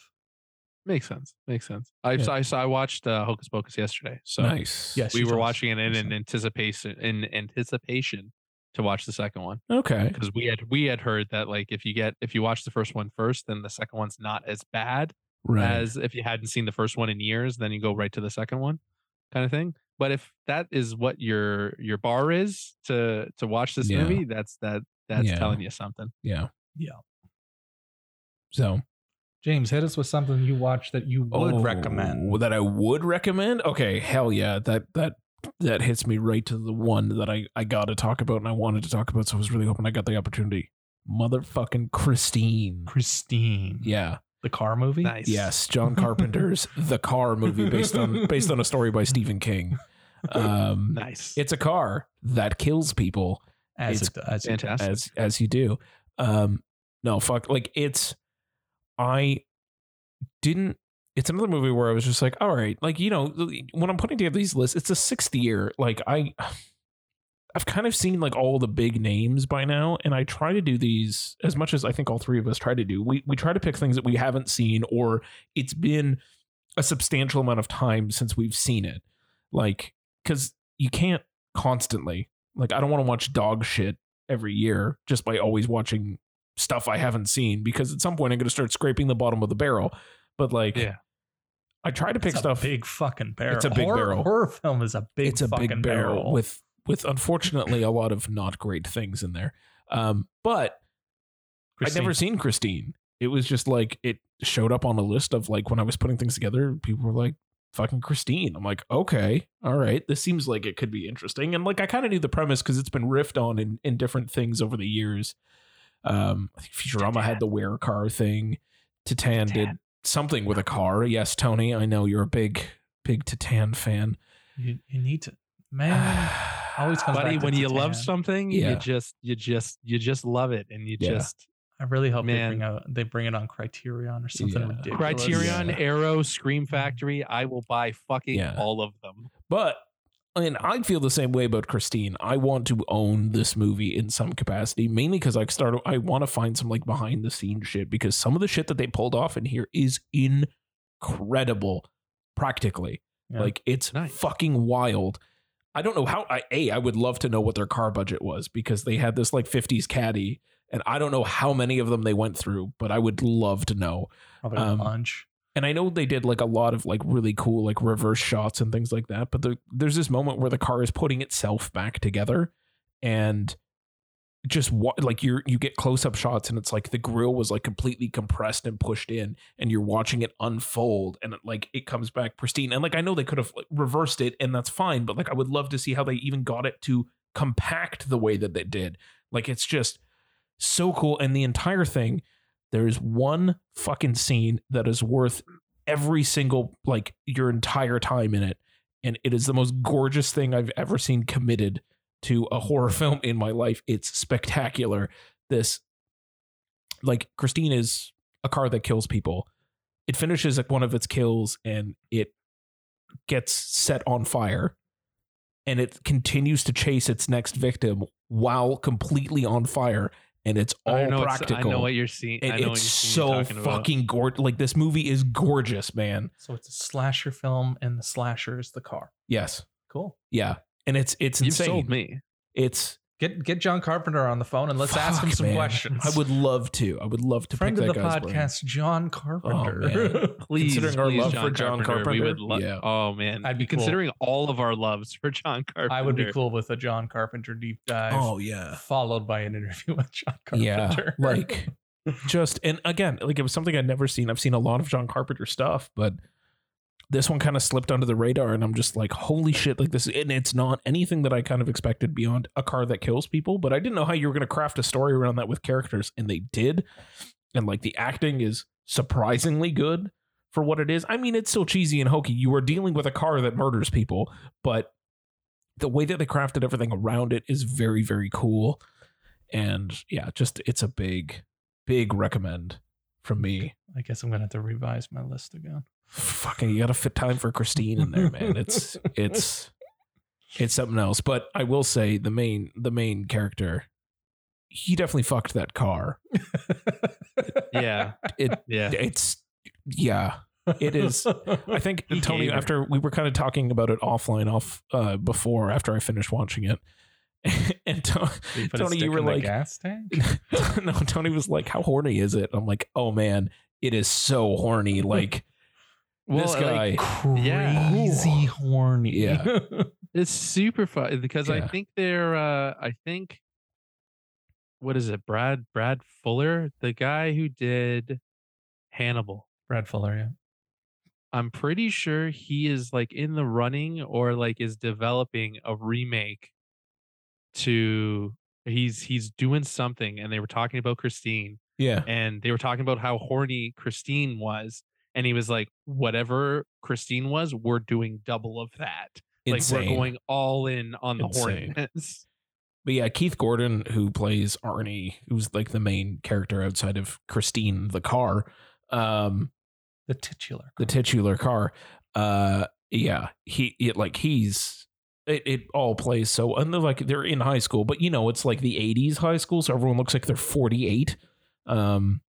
[SPEAKER 2] Makes sense. Makes sense. I
[SPEAKER 3] Yeah.
[SPEAKER 2] I, saw, I watched uh, Hocus Pocus yesterday. So
[SPEAKER 3] nice.
[SPEAKER 1] Yes,
[SPEAKER 2] we
[SPEAKER 1] you
[SPEAKER 2] were
[SPEAKER 1] told us.
[SPEAKER 2] watching it in,
[SPEAKER 1] Makes
[SPEAKER 2] in anticipation in anticipation to watch the second one
[SPEAKER 3] Okay.
[SPEAKER 2] because we had we had heard that like if you get if you watch the first one first, then the second one's not as bad
[SPEAKER 3] Right.
[SPEAKER 2] as if you hadn't seen the first one in years, then you go right to the second one, kind of thing. But if that is what your your bar is to to watch this
[SPEAKER 3] Yeah.
[SPEAKER 2] movie, that's that that's
[SPEAKER 3] Yeah.
[SPEAKER 2] telling you something.
[SPEAKER 3] yeah.
[SPEAKER 1] Yeah.
[SPEAKER 3] So
[SPEAKER 1] James, hit us with something you watched that you would
[SPEAKER 3] Oh,
[SPEAKER 1] recommend.
[SPEAKER 3] that I would recommend. Okay, hell yeah, that that that hits me right to the one that I I got to talk about and I wanted to talk about, so I was really hoping I got the opportunity. Motherfucking Christine.
[SPEAKER 1] Christine.
[SPEAKER 3] Yeah.
[SPEAKER 1] The car movie?
[SPEAKER 2] Nice.
[SPEAKER 3] Yes, John Carpenter's The Car movie based on based on a story by Stephen King. Um
[SPEAKER 2] Nice.
[SPEAKER 3] it's a car that kills people
[SPEAKER 1] As
[SPEAKER 3] It's
[SPEAKER 1] it does.
[SPEAKER 2] fantastic.
[SPEAKER 3] as as you do. Um no, fuck like it's I didn't it's another movie where I was just like, all right, like you know, when I'm putting together these lists, it's the sixth year. Like I I've kind of seen like all the big names by now, and I try to do these as much as I think all three of us try to do. We we try to pick things that we haven't seen or it's been a substantial amount of time since we've seen it. Like, cause you can't constantly like I don't want to watch dog shit every year just by always watching stuff I haven't seen because at some point I'm going to start scraping the bottom of the barrel. But like,
[SPEAKER 2] Yeah.
[SPEAKER 3] I try to pick
[SPEAKER 1] It's a
[SPEAKER 3] stuff.
[SPEAKER 1] big fucking barrel.
[SPEAKER 3] It's a big
[SPEAKER 1] horror,
[SPEAKER 3] barrel.
[SPEAKER 1] Horror film is a big
[SPEAKER 3] it's a
[SPEAKER 1] fucking
[SPEAKER 3] big barrel,
[SPEAKER 1] barrel.
[SPEAKER 3] with with unfortunately a lot of not great things in there. Um, but I'd never
[SPEAKER 1] Christine.
[SPEAKER 3] seen Christine. It was just like it showed up on a list of like when I was putting things together, people were like, fucking Christine. I'm like, okay, all right. This seems like it could be interesting. And like I kind of knew the premise because it's been riffed on in, in different things over the years. Um, I think Futurama had the wear car thing. Titan did something with a car. Yes, Tony, I know you're a big, big Titan fan.
[SPEAKER 1] You, you need to. Man. Always comes
[SPEAKER 2] Buddy,
[SPEAKER 1] back to
[SPEAKER 2] when you love
[SPEAKER 1] Titan.
[SPEAKER 2] something,
[SPEAKER 3] Yeah.
[SPEAKER 2] you just you just you just love it and you
[SPEAKER 3] Yeah.
[SPEAKER 2] just
[SPEAKER 1] I really hope
[SPEAKER 2] Man.
[SPEAKER 1] they bring out they bring it on Criterion or something
[SPEAKER 3] Yeah.
[SPEAKER 1] ridiculous.
[SPEAKER 2] Criterion,
[SPEAKER 3] Yeah. Mm-hmm.
[SPEAKER 2] Arrow, Scream Factory, I will buy fucking
[SPEAKER 3] Yeah.
[SPEAKER 2] all of them.
[SPEAKER 3] But and I feel the same way about Christine. I want to own this movie in some capacity, mainly because I start. I want to find some like behind the scenes shit because some of the shit that they pulled off in here is incredible, practically.
[SPEAKER 1] Yeah.
[SPEAKER 3] Like it's
[SPEAKER 2] Nice.
[SPEAKER 3] fucking wild. I don't know how. I a I would love to know what their car budget was because they had this like '50s caddy, and I don't know how many of them they went through, but I would love to know.
[SPEAKER 1] Probably
[SPEAKER 3] Um,
[SPEAKER 1] a bunch.
[SPEAKER 3] And I know they did like a lot of like really cool like reverse shots and things like that, but there, there's this moment where the car is putting itself back together and just what like you're you get close up shots and it's like the grill was like completely compressed and pushed in and you're watching it unfold and it, like it comes back pristine and like I know they could have like, reversed it and that's fine but like I would love to see how they even got it to compact the way that they did like it's just so cool and the entire thing there is one fucking scene that is worth every single like your entire time in it and it is the most gorgeous thing i've ever seen committed to a horror film in my life it's spectacular this like christine is a car that kills people it finishes like one of its kills and it gets set on fire and it continues to chase its next victim while completely on fire and it's all
[SPEAKER 2] I know it's-
[SPEAKER 3] practical
[SPEAKER 2] I know what you're seeing. I
[SPEAKER 3] and
[SPEAKER 2] know what
[SPEAKER 3] it's
[SPEAKER 2] you're seeing you're
[SPEAKER 3] so
[SPEAKER 2] talking about.
[SPEAKER 3] fucking gorgeous. Like this movie is gorgeous, man.
[SPEAKER 1] So it's a slasher film, and the slasher is the car.
[SPEAKER 3] Yes,
[SPEAKER 1] Cool.
[SPEAKER 3] yeah, and it's it's
[SPEAKER 2] You've
[SPEAKER 3] insane.
[SPEAKER 2] sold me.
[SPEAKER 3] It's
[SPEAKER 1] Get get John Carpenter on the phone and let's ask him
[SPEAKER 3] fuck,
[SPEAKER 1] some
[SPEAKER 3] man.
[SPEAKER 1] questions.
[SPEAKER 3] I would love to. I would love to
[SPEAKER 1] friend
[SPEAKER 3] pick
[SPEAKER 1] of the
[SPEAKER 3] that guy's brain. Oh,
[SPEAKER 1] podcast, John Carpenter.
[SPEAKER 2] please,
[SPEAKER 3] Considering our
[SPEAKER 2] please,
[SPEAKER 3] love for John
[SPEAKER 2] we
[SPEAKER 3] Carpenter,
[SPEAKER 2] would love.
[SPEAKER 3] yeah.
[SPEAKER 2] Oh man,
[SPEAKER 1] I'd be cool.
[SPEAKER 2] considering all of our loves for John Carpenter.
[SPEAKER 1] I would be cool with a John Carpenter deep dive,
[SPEAKER 3] Oh yeah,
[SPEAKER 1] followed by an interview with John
[SPEAKER 3] yeah.
[SPEAKER 1] Carpenter.
[SPEAKER 3] Like just and again, like it was something I'd never seen. I've seen a lot of John Carpenter stuff, but this one kind of slipped under the radar, and I'm just like, holy shit! Like this, and it's not anything that I kind of expected beyond a car that kills people. But I didn't know how you were going to craft a story around that with characters, and they did. And like the acting is surprisingly good for what it is. I mean, it's still cheesy and hokey. You are dealing with a car that murders people, but the way that they crafted everything around it is very, very cool. And yeah, just it's a big, big recommend from me.
[SPEAKER 1] I guess I'm gonna have to revise my list again.
[SPEAKER 3] Fucking, you gotta fit time for Christine in there, man. It's it's it's something else. But I will say the main the main character, he definitely fucked that car.
[SPEAKER 2] Yeah,
[SPEAKER 3] It-
[SPEAKER 2] yeah.
[SPEAKER 3] It's yeah, it is. I think
[SPEAKER 2] He
[SPEAKER 3] Tony,
[SPEAKER 2] gave her.
[SPEAKER 3] after we were kind of talking about it offline, off uh, before after I finished watching it, and Tony,
[SPEAKER 1] You put
[SPEAKER 3] Tony,
[SPEAKER 1] a stick
[SPEAKER 3] you were
[SPEAKER 1] in the
[SPEAKER 3] like,
[SPEAKER 1] gas tank.
[SPEAKER 3] no, Tony was like, "How horny is it?" I'm like, "Oh man, it is so horny." Like
[SPEAKER 2] Well,
[SPEAKER 3] this
[SPEAKER 2] like,
[SPEAKER 3] guy,
[SPEAKER 1] Crazy
[SPEAKER 2] Yeah.
[SPEAKER 1] horny.
[SPEAKER 3] Yeah.
[SPEAKER 2] It's super fun because I
[SPEAKER 3] Yeah.
[SPEAKER 2] think they're uh I think what is it? Brad Brad Fuller, the guy who did Hannibal.
[SPEAKER 1] Brad Fuller. Yeah.
[SPEAKER 2] I'm pretty sure he is like in the running or like is developing a remake to he's he's doing something and they were talking about Christine
[SPEAKER 3] yeah,
[SPEAKER 2] and they were talking about how horny Christine was and he was like whatever Christine was we're doing double of that like we're
[SPEAKER 3] insane.
[SPEAKER 2] going all in on the
[SPEAKER 3] Insane.
[SPEAKER 2] horniness.
[SPEAKER 3] But yeah, Keith Gordon, who plays Arnie, who's like the main character outside of Christine the car, um,
[SPEAKER 1] The titular.
[SPEAKER 3] the titular car, uh, yeah, he it like he's it, it all plays so and they're like they're in high school, but you know it's like the '80s high school, so everyone looks like they're 48, um,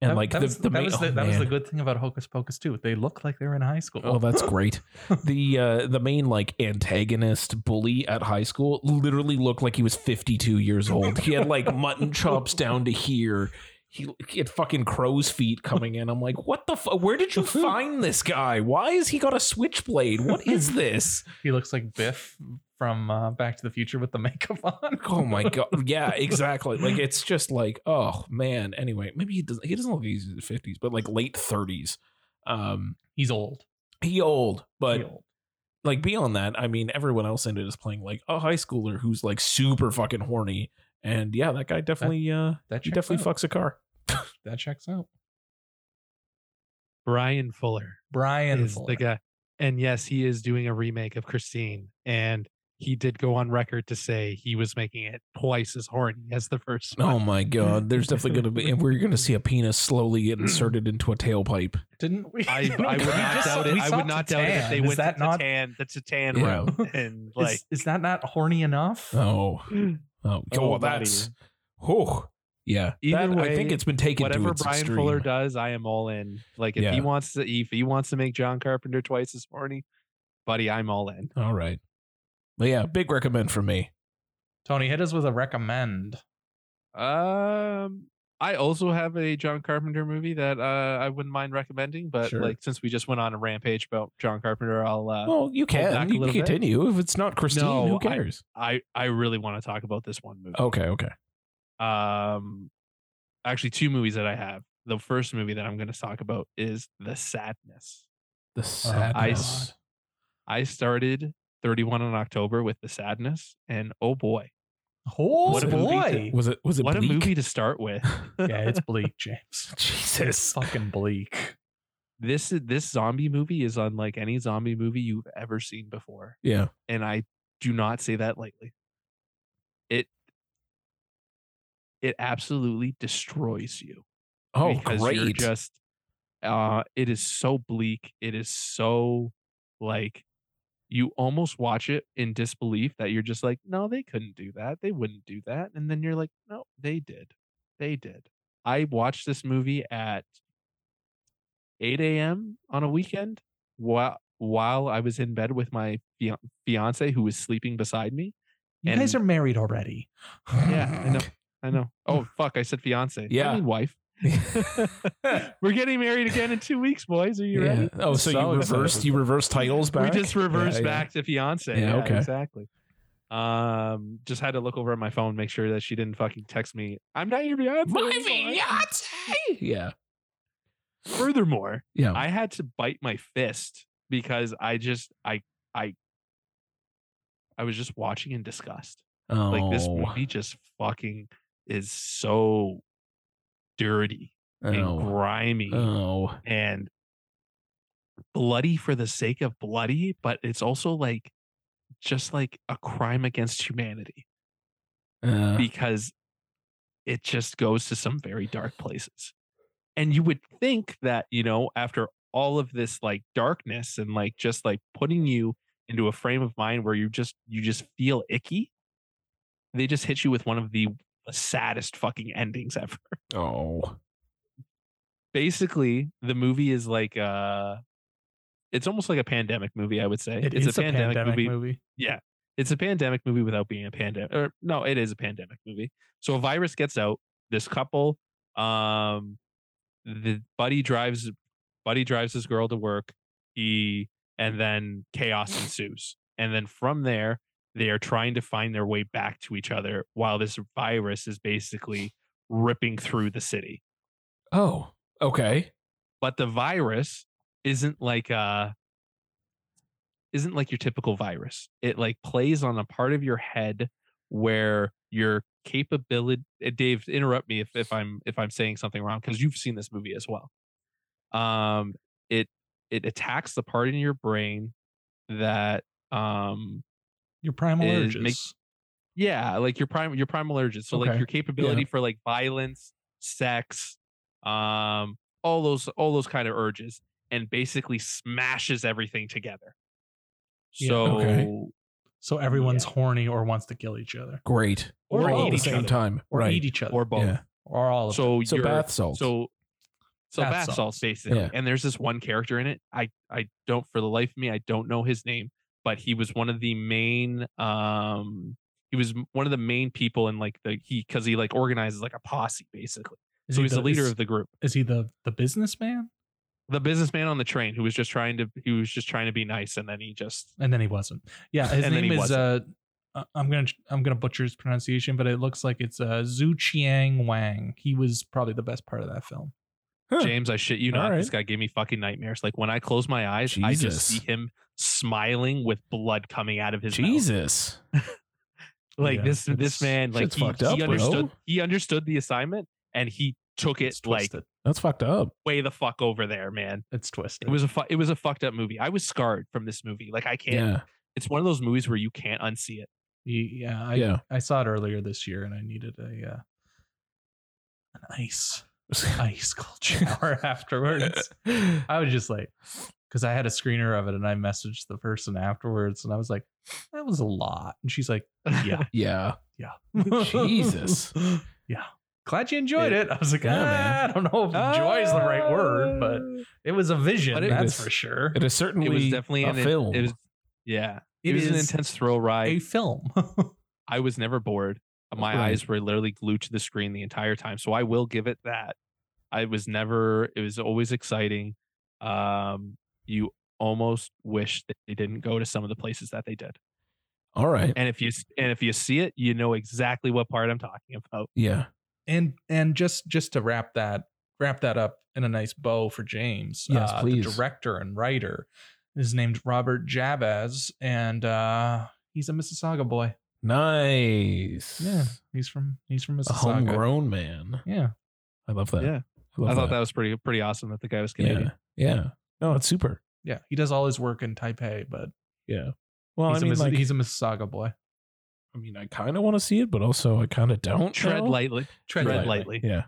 [SPEAKER 3] and
[SPEAKER 1] That-
[SPEAKER 3] like
[SPEAKER 1] that
[SPEAKER 3] the,
[SPEAKER 1] was,
[SPEAKER 3] the
[SPEAKER 1] that,
[SPEAKER 3] main-
[SPEAKER 1] was
[SPEAKER 3] oh,
[SPEAKER 1] the, that was the
[SPEAKER 3] man.
[SPEAKER 1] good thing about Hocus Pocus too. They look like they're in high school.
[SPEAKER 3] Oh, that's great. the uh, the main like antagonist bully at high school literally looked like he was 52 years old. He had like mutton chops down to here. He, he had fucking crow's feet coming in. I'm like, what the fu- Where did you find this guy? Why has he got a switchblade? What is this?
[SPEAKER 1] he looks like Biff from uh, Back to the Future with the makeup on.
[SPEAKER 3] Oh my god. Yeah, exactly. Like it's just like, oh man. Anyway, maybe he doesn't. He doesn't look like he's in his 50s, but like late 30s. Um,
[SPEAKER 1] He's old.
[SPEAKER 3] he old, but
[SPEAKER 1] He old.
[SPEAKER 3] like beyond that, I mean, everyone else ended is playing like a high schooler who's like super fucking horny, and yeah, that guy definitely uh
[SPEAKER 1] that
[SPEAKER 3] he
[SPEAKER 1] checks
[SPEAKER 3] definitely
[SPEAKER 1] out.
[SPEAKER 3] fucks a car.
[SPEAKER 1] That checks out.
[SPEAKER 2] Brian Fuller
[SPEAKER 1] Brian
[SPEAKER 2] is
[SPEAKER 1] Fuller.
[SPEAKER 2] the guy, and yes, he is doing a remake of Christine, and he did go on record to say he was making it twice as horny as the first one.
[SPEAKER 3] Oh my god, there's definitely gonna be, and we're gonna see a penis slowly get inserted into a tailpipe.
[SPEAKER 1] Didn't we?
[SPEAKER 2] I, I would
[SPEAKER 1] we
[SPEAKER 2] not
[SPEAKER 1] just saw-
[SPEAKER 2] doubt it.
[SPEAKER 1] we
[SPEAKER 2] I
[SPEAKER 1] saw
[SPEAKER 2] would not doubt it if
[SPEAKER 1] Titan.
[SPEAKER 2] they
[SPEAKER 1] Is
[SPEAKER 2] went
[SPEAKER 1] that
[SPEAKER 2] to
[SPEAKER 1] not
[SPEAKER 2] Titan, the Titan
[SPEAKER 3] Yeah.
[SPEAKER 2] route, and like
[SPEAKER 1] is, is that not horny enough?
[SPEAKER 3] Oh,
[SPEAKER 2] Mm.
[SPEAKER 3] oh,
[SPEAKER 2] Oh,
[SPEAKER 3] oh that's oh yeah.
[SPEAKER 2] Either
[SPEAKER 3] That- I think
[SPEAKER 2] way,
[SPEAKER 3] it's been taken to
[SPEAKER 2] whatever
[SPEAKER 3] its
[SPEAKER 2] Brian
[SPEAKER 3] extreme.
[SPEAKER 2] Fuller does, I am all in. Like if
[SPEAKER 3] Yeah.
[SPEAKER 2] he wants to, if he wants to make John Carpenter twice as horny, buddy, I'm all in.
[SPEAKER 3] All right, but yeah, big recommend from me.
[SPEAKER 1] Tony, hit us with a recommend.
[SPEAKER 2] Um, I also have a John Carpenter movie that uh, I wouldn't mind recommending, but
[SPEAKER 1] Sure.
[SPEAKER 2] like since we just went on a rampage about John Carpenter, I'll uh,
[SPEAKER 3] well, you
[SPEAKER 2] back
[SPEAKER 3] can
[SPEAKER 2] a
[SPEAKER 3] you can
[SPEAKER 2] little bit.
[SPEAKER 3] continue if it's not Christine.
[SPEAKER 2] No,
[SPEAKER 3] who
[SPEAKER 2] I-
[SPEAKER 3] cares?
[SPEAKER 2] I I really want to talk about this one movie.
[SPEAKER 3] okay, okay.
[SPEAKER 2] Um, actually, two movies that I have. The first movie that I'm going to talk about is The Sadness.
[SPEAKER 3] The sadness.
[SPEAKER 2] s- I started 31 on October with The Sadness, and oh boy,
[SPEAKER 1] Oh
[SPEAKER 2] What a
[SPEAKER 1] boy.
[SPEAKER 2] movie
[SPEAKER 3] was it was it
[SPEAKER 2] what
[SPEAKER 3] bleak?
[SPEAKER 2] a movie to start with.
[SPEAKER 1] yeah, it's bleak, James. It's
[SPEAKER 3] Jesus.
[SPEAKER 1] fucking bleak.
[SPEAKER 2] this is- this zombie movie is unlike any zombie movie you've ever seen before.
[SPEAKER 3] Yeah.
[SPEAKER 2] and I do not say that lightly. It it absolutely destroys you.
[SPEAKER 3] Oh,
[SPEAKER 2] because
[SPEAKER 3] great.
[SPEAKER 2] You're just uh it is so bleak. It is so like you almost watch it in disbelief that you're just like, no, they couldn't do that. They wouldn't do that. And then you're like, no, they did. They did. I watched this movie at 8 a.m. on a weekend while while I was in bed with my fian- fiance who was sleeping beside me.
[SPEAKER 1] You
[SPEAKER 2] And-
[SPEAKER 1] guys are married already.
[SPEAKER 2] Yeah, I know. I know. Oh fuck, I said fiance. I
[SPEAKER 3] Mm. Yeah.
[SPEAKER 2] mean wife. We're getting married again in two weeks, boys. Are you
[SPEAKER 3] Yeah.
[SPEAKER 2] ready?
[SPEAKER 3] Oh, so you
[SPEAKER 1] Solid
[SPEAKER 3] reversed
[SPEAKER 1] episode.
[SPEAKER 3] you reversed titles back.
[SPEAKER 2] We just reverse
[SPEAKER 3] Yeah, yeah.
[SPEAKER 2] back to fiance.
[SPEAKER 3] Yeah, okay.
[SPEAKER 2] exactly. Um, just had to look over at my phone, make sure that she didn't fucking text me. I'm not your fiance.
[SPEAKER 3] My
[SPEAKER 2] boy."
[SPEAKER 3] fiance. Yeah.
[SPEAKER 2] Furthermore,
[SPEAKER 3] Yeah.
[SPEAKER 2] I had to bite my fist because I just I I I was just watching in disgust.
[SPEAKER 3] oh.
[SPEAKER 2] Like this movie just fucking is so dirty and
[SPEAKER 3] Oh.
[SPEAKER 2] grimy.
[SPEAKER 3] Oh.
[SPEAKER 2] and bloody for the sake of bloody, but it's also like just like a crime against humanity
[SPEAKER 3] Uh,
[SPEAKER 2] because it just goes to some very dark places. And you would think that, you know, after all of this like darkness and like just like putting you into a frame of mind where you just you just feel icky, they just hit you with one of the saddest fucking endings ever
[SPEAKER 3] oh.
[SPEAKER 2] basically the movie is like uh it's almost like a pandemic movie i would say
[SPEAKER 1] It
[SPEAKER 2] it's
[SPEAKER 1] is a pandemic, movie.
[SPEAKER 2] yeah It's a pandemic movie without being a pandemic. Or no, it is a pandemic movie. So a virus gets out. This couple, um, the buddy drives, buddy drives his girl to work. He and then chaos ensues. And then from there, they are trying to find their way back to each other while this virus is basically ripping through the city.
[SPEAKER 3] Oh, okay.
[SPEAKER 2] But the virus isn't like uh isn't like your typical virus. It like plays on a part of your head where your capability uh, Dave interrupt me if, if I'm if I'm saying something wrong because you've seen this movie as well. Um it it attacks the part in your brain that um
[SPEAKER 1] Your primal
[SPEAKER 2] Is-
[SPEAKER 1] urges.
[SPEAKER 2] make- yeah like your prime your primal urges so like
[SPEAKER 3] Okay,
[SPEAKER 2] your capability for like violence sex um all those all those kind of urges and basically smashes everything together
[SPEAKER 1] Yeah,
[SPEAKER 2] so
[SPEAKER 3] okay.
[SPEAKER 1] so everyone's horny or wants to kill each other.
[SPEAKER 3] Great.
[SPEAKER 1] Or
[SPEAKER 3] Right,
[SPEAKER 1] all
[SPEAKER 3] at the
[SPEAKER 1] each
[SPEAKER 3] same
[SPEAKER 1] other.
[SPEAKER 3] time.
[SPEAKER 1] Or
[SPEAKER 3] right.
[SPEAKER 1] eat each other.
[SPEAKER 2] or
[SPEAKER 1] Or,
[SPEAKER 2] both
[SPEAKER 3] Yeah.
[SPEAKER 1] all of them.
[SPEAKER 2] so
[SPEAKER 3] So
[SPEAKER 2] you're
[SPEAKER 3] bath salts.
[SPEAKER 2] so so
[SPEAKER 1] Bath
[SPEAKER 2] bath salts,
[SPEAKER 1] salts.
[SPEAKER 2] basically
[SPEAKER 3] Yeah.
[SPEAKER 2] and there's this one character in it i i don't for the life of me i don't know his name but he was one of the main um he was m- one of the main people in like the he because he like organizes like a posse basically
[SPEAKER 1] Is
[SPEAKER 2] so
[SPEAKER 1] he
[SPEAKER 2] he's the leader
[SPEAKER 1] is,
[SPEAKER 2] of the group
[SPEAKER 1] Is he the the businessman?
[SPEAKER 2] the businessman on the train who was just trying to he was just trying to be nice and then he just
[SPEAKER 1] And then he wasn't. Yeah, his
[SPEAKER 2] And then
[SPEAKER 1] name
[SPEAKER 2] he
[SPEAKER 1] is uh, uh, I'm gonna I'm gonna butcher his pronunciation, but it looks like it's uh, Zhu Qiang Wang. He was probably the best part of that film.
[SPEAKER 3] Huh.
[SPEAKER 2] James, I shit you
[SPEAKER 3] All
[SPEAKER 2] not. This
[SPEAKER 3] right.
[SPEAKER 2] guy gave me fucking nightmares. Like when I close my eyes, I just see
[SPEAKER 3] Jesus.
[SPEAKER 2] him smiling with blood coming out of his mouth.
[SPEAKER 3] Jesus.
[SPEAKER 2] like
[SPEAKER 1] Yeah,
[SPEAKER 2] this
[SPEAKER 1] it's-
[SPEAKER 2] this man like
[SPEAKER 3] shit's
[SPEAKER 2] he,
[SPEAKER 3] fucked
[SPEAKER 2] he
[SPEAKER 3] up,
[SPEAKER 2] understood
[SPEAKER 3] bro.
[SPEAKER 2] he understood the assignment and he took it
[SPEAKER 1] It's
[SPEAKER 2] like
[SPEAKER 1] twisted.
[SPEAKER 3] That's fucked up.
[SPEAKER 2] way the fuck over there man
[SPEAKER 1] it's twisted.
[SPEAKER 2] it was a fu- it was a fucked up movie i was scarred from this movie like i can't
[SPEAKER 3] Yeah.
[SPEAKER 2] it's one of those movies where you can't unsee it
[SPEAKER 1] Ye- yeah, I,
[SPEAKER 3] yeah.
[SPEAKER 1] I saw it earlier this year, and I needed a uh, an ice ice cold shower afterwards. I was just like, because I had a screener of it, and I messaged the person afterwards, and I was like, that was a lot, and she's like, yeah,
[SPEAKER 3] yeah.
[SPEAKER 1] yeah,
[SPEAKER 3] Jesus.
[SPEAKER 1] yeah. Glad you enjoyed
[SPEAKER 2] Yeah.
[SPEAKER 1] it. I was like,
[SPEAKER 3] Yeah,
[SPEAKER 1] ah,
[SPEAKER 3] man.
[SPEAKER 1] I don't know if enjoy is the right word, but it was a vision,
[SPEAKER 2] But it
[SPEAKER 1] that's
[SPEAKER 3] was-
[SPEAKER 1] for sure.
[SPEAKER 3] It is certainly
[SPEAKER 2] it was definitely
[SPEAKER 3] a
[SPEAKER 2] an,
[SPEAKER 3] film.
[SPEAKER 2] it was yeah it, was an
[SPEAKER 1] is
[SPEAKER 2] intense thrill
[SPEAKER 1] a
[SPEAKER 2] ride
[SPEAKER 1] film.
[SPEAKER 2] i was never bored uh, my
[SPEAKER 3] Right.
[SPEAKER 2] eyes were literally glued to the screen the entire time so i will give it that i was never it was always exciting um you almost wish that they didn't go to some of the places that they did
[SPEAKER 3] All right.
[SPEAKER 2] and if you and if you see it, you know exactly what part I'm talking about.
[SPEAKER 3] yeah.
[SPEAKER 1] and and just just to wrap that wrap that up in a nice bow for James, uh,
[SPEAKER 3] Yes, please.
[SPEAKER 1] the director and writer is named Robert Jabez, and uh, he's a Mississauga boy.
[SPEAKER 3] Nice.
[SPEAKER 1] Yeah, he's from he's from
[SPEAKER 3] A
[SPEAKER 1] Mississauga.
[SPEAKER 3] homegrown man.
[SPEAKER 1] Yeah,
[SPEAKER 3] I love that.
[SPEAKER 2] Yeah.
[SPEAKER 3] I, love
[SPEAKER 2] I thought that was pretty pretty awesome that the guy was Canadian.
[SPEAKER 3] Yeah. Yeah. No, it's super.
[SPEAKER 1] yeah, he does all his work in Taipei, but
[SPEAKER 3] Yeah. Well,
[SPEAKER 1] he's,
[SPEAKER 3] Oh, I
[SPEAKER 1] a
[SPEAKER 3] mean,
[SPEAKER 1] Missi-
[SPEAKER 3] like,
[SPEAKER 1] he's a Mississauga boy.
[SPEAKER 3] I mean, I kind of want to see it, but also I kind of don't.
[SPEAKER 2] Tread
[SPEAKER 3] now.
[SPEAKER 2] lightly.
[SPEAKER 1] Tread
[SPEAKER 2] Tread
[SPEAKER 1] lightly.
[SPEAKER 2] lightly.
[SPEAKER 3] Yeah.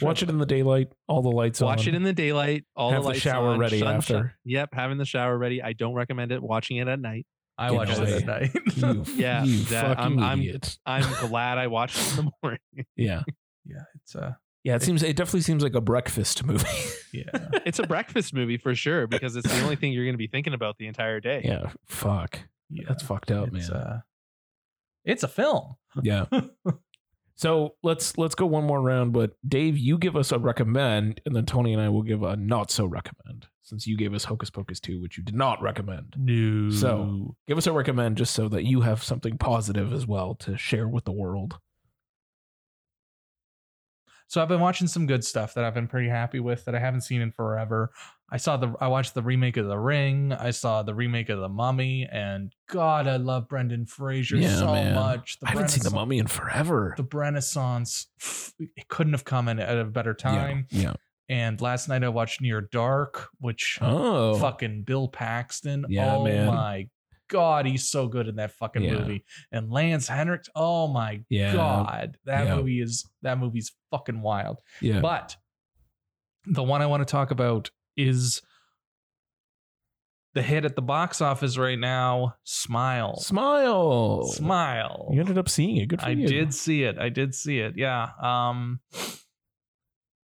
[SPEAKER 3] Watch it in the daylight. All the lights on.
[SPEAKER 2] Watch it in the daylight. All
[SPEAKER 3] Have
[SPEAKER 2] the
[SPEAKER 3] the
[SPEAKER 2] lights
[SPEAKER 3] shower
[SPEAKER 2] on,
[SPEAKER 3] ready
[SPEAKER 2] sunshine-
[SPEAKER 3] after.
[SPEAKER 2] Yep, having the shower ready. I don't recommend it. Watching it at night.
[SPEAKER 1] I
[SPEAKER 3] Get
[SPEAKER 1] watched it
[SPEAKER 2] away.
[SPEAKER 1] at night.
[SPEAKER 3] You,
[SPEAKER 2] Yeah,
[SPEAKER 3] You
[SPEAKER 2] that-
[SPEAKER 3] fucking
[SPEAKER 2] I'm- I'm-
[SPEAKER 3] idiot.
[SPEAKER 2] I'm glad I watched it in the morning.
[SPEAKER 3] yeah.
[SPEAKER 1] yeah, it's uh,
[SPEAKER 3] Yeah. It seems. It definitely seems like a breakfast movie.
[SPEAKER 1] yeah.
[SPEAKER 2] It's a breakfast movie for sure because it's the only thing you're going to be thinking about the entire day.
[SPEAKER 3] yeah. Fuck.
[SPEAKER 1] yeah.
[SPEAKER 3] That's fucked up,
[SPEAKER 1] it's,
[SPEAKER 3] man.
[SPEAKER 1] Uh, it's a film.
[SPEAKER 3] yeah. So let's let's go one more round. But Dave, you give us a recommend, and then Tony and I will give a not so recommend. Since you gave us Hocus Pocus two, which you did not recommend,
[SPEAKER 1] No.
[SPEAKER 3] So- give us a recommend just so that you have something positive as well to share with the world.
[SPEAKER 1] So I've been watching some good stuff that I've been pretty happy with that I haven't seen in forever. I saw the I watched the remake of The Ring. I saw the remake of The Mummy, and God, I love Brendan Fraser
[SPEAKER 3] Yeah,
[SPEAKER 1] so
[SPEAKER 3] man.
[SPEAKER 1] much. The
[SPEAKER 3] I haven't seen the
[SPEAKER 1] Renaissance-
[SPEAKER 3] Mummy in forever.
[SPEAKER 1] The Renaissance. pff, It couldn't have come in at a better time.
[SPEAKER 3] Yeah. yeah.
[SPEAKER 1] And last night I watched Near Dark, which
[SPEAKER 3] Oh.
[SPEAKER 1] fucking Bill Paxton.
[SPEAKER 3] Yeah,
[SPEAKER 1] oh
[SPEAKER 3] man.
[SPEAKER 1] my god, he's so good in that fucking
[SPEAKER 3] Yeah.
[SPEAKER 1] movie. And Lance Henriksen. Oh my
[SPEAKER 3] Yeah.
[SPEAKER 1] god, that
[SPEAKER 3] Yeah.
[SPEAKER 1] movie is that movie's fucking wild.
[SPEAKER 3] Yeah.
[SPEAKER 1] But the one I want to talk about is the hit at the box office right now, Smile.
[SPEAKER 3] Smile.
[SPEAKER 1] Smile.
[SPEAKER 3] You ended up seeing it. Good for
[SPEAKER 1] I
[SPEAKER 3] you.
[SPEAKER 1] did see it. I did see it. Yeah. Um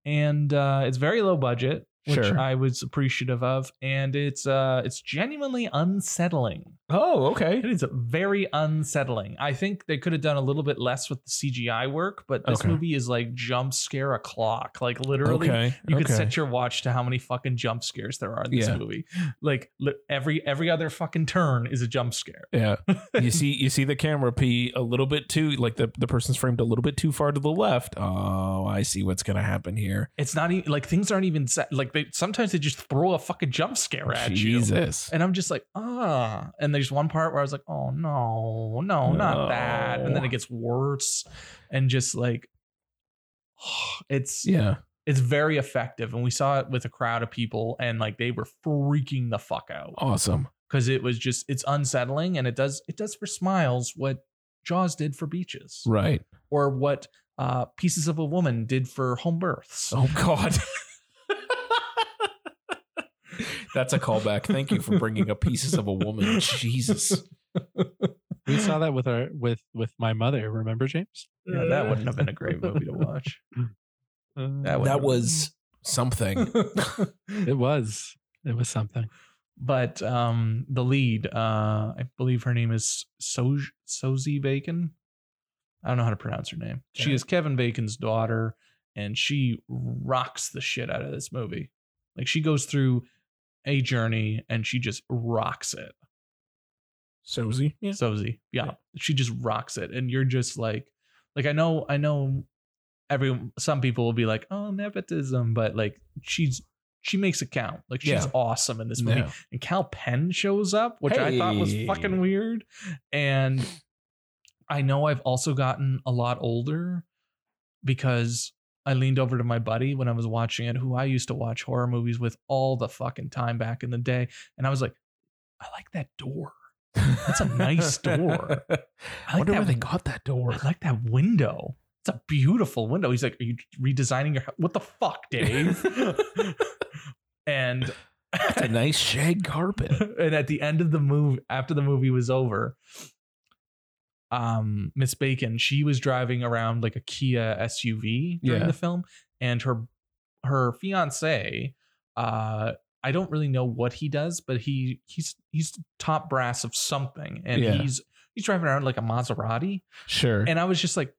[SPEAKER 1] and uh it's very low budget, which
[SPEAKER 3] Sure.
[SPEAKER 1] I was appreciative of, and it's uh it's genuinely unsettling.
[SPEAKER 3] Oh, okay.
[SPEAKER 1] It is very unsettling. I think they could have done a little bit less with the CGI work, but this
[SPEAKER 3] Okay.
[SPEAKER 1] movie is like jump scare a clock. Like literally,
[SPEAKER 3] okay.
[SPEAKER 1] you
[SPEAKER 3] okay.
[SPEAKER 1] could set your watch to how many fucking jump scares there are in this
[SPEAKER 3] Yeah.
[SPEAKER 1] movie. Like li- every every other fucking turn is a jump scare.
[SPEAKER 3] yeah. You see you see the camera P a little bit too like the, the person's framed a little bit too far to the left. Oh, I see what's gonna happen here.
[SPEAKER 1] It's not even like things aren't even set. Like they sometimes they just throw a fucking jump scare at you.
[SPEAKER 3] Jesus.
[SPEAKER 1] And I'm just like, ah. And there's one part where I was like, oh no, no, not that. And then
[SPEAKER 3] No.
[SPEAKER 1] it gets worse, and just like, it's
[SPEAKER 3] Yeah.
[SPEAKER 1] it's very effective and we saw it with a crowd of people and like they were freaking the fuck out
[SPEAKER 3] Awesome.
[SPEAKER 1] because it was just it's unsettling and it does it does for smiles what jaws did for beaches
[SPEAKER 3] Right.
[SPEAKER 1] or what uh pieces of a woman did for home births
[SPEAKER 3] Oh God. That's a callback. Thank you for bringing up pieces of a woman. Jesus.
[SPEAKER 2] We saw that with our with with my mother. Remember, James?
[SPEAKER 1] yeah, that wouldn't have been a great movie to watch
[SPEAKER 2] Uh,
[SPEAKER 1] wouldn't
[SPEAKER 3] That
[SPEAKER 1] have-
[SPEAKER 3] was something.
[SPEAKER 2] it was it was something.
[SPEAKER 1] Mm-hmm. but um the lead uh i believe her name is Soj- sozi bacon i don't know how to pronounce her name she
[SPEAKER 3] Okay.
[SPEAKER 1] is kevin bacon's daughter and she rocks the shit out of this movie like she goes through a journey and she just rocks it
[SPEAKER 3] Sozy. Yeah.
[SPEAKER 1] sozi yeah,
[SPEAKER 3] Yeah.
[SPEAKER 1] she just rocks it and you're just like like i know i know every some people will be like oh nepotism but like she's she makes it count like she's
[SPEAKER 3] Yeah.
[SPEAKER 1] awesome in this movie
[SPEAKER 3] Yeah.
[SPEAKER 1] and Cal Penn shows up, which I thought was
[SPEAKER 3] Hey.
[SPEAKER 1] fucking weird. And I know I've also gotten a lot older because I leaned over to my buddy when I was watching it, who I used to watch horror movies with all the fucking time back in the day. And I was like, I like that door. That's a nice door. I
[SPEAKER 3] I
[SPEAKER 1] like
[SPEAKER 3] wonder
[SPEAKER 1] that
[SPEAKER 3] where they
[SPEAKER 1] one.
[SPEAKER 3] got that door.
[SPEAKER 1] I like that window. It's a beautiful window. He's like, Are you redesigning your house? What the fuck, Dave? and
[SPEAKER 3] It's a nice shag carpet.
[SPEAKER 1] and at the end of the movie, after the movie was over, um, Miss Bacon, she was driving around like a Kia SUV during
[SPEAKER 3] Yeah.
[SPEAKER 1] the film, and her her fiance, uh, I don't really know what he does, but he he's he's top brass of something, and
[SPEAKER 3] Yeah.
[SPEAKER 1] he's he's driving around like a Maserati,
[SPEAKER 3] Sure.
[SPEAKER 1] and I was just like.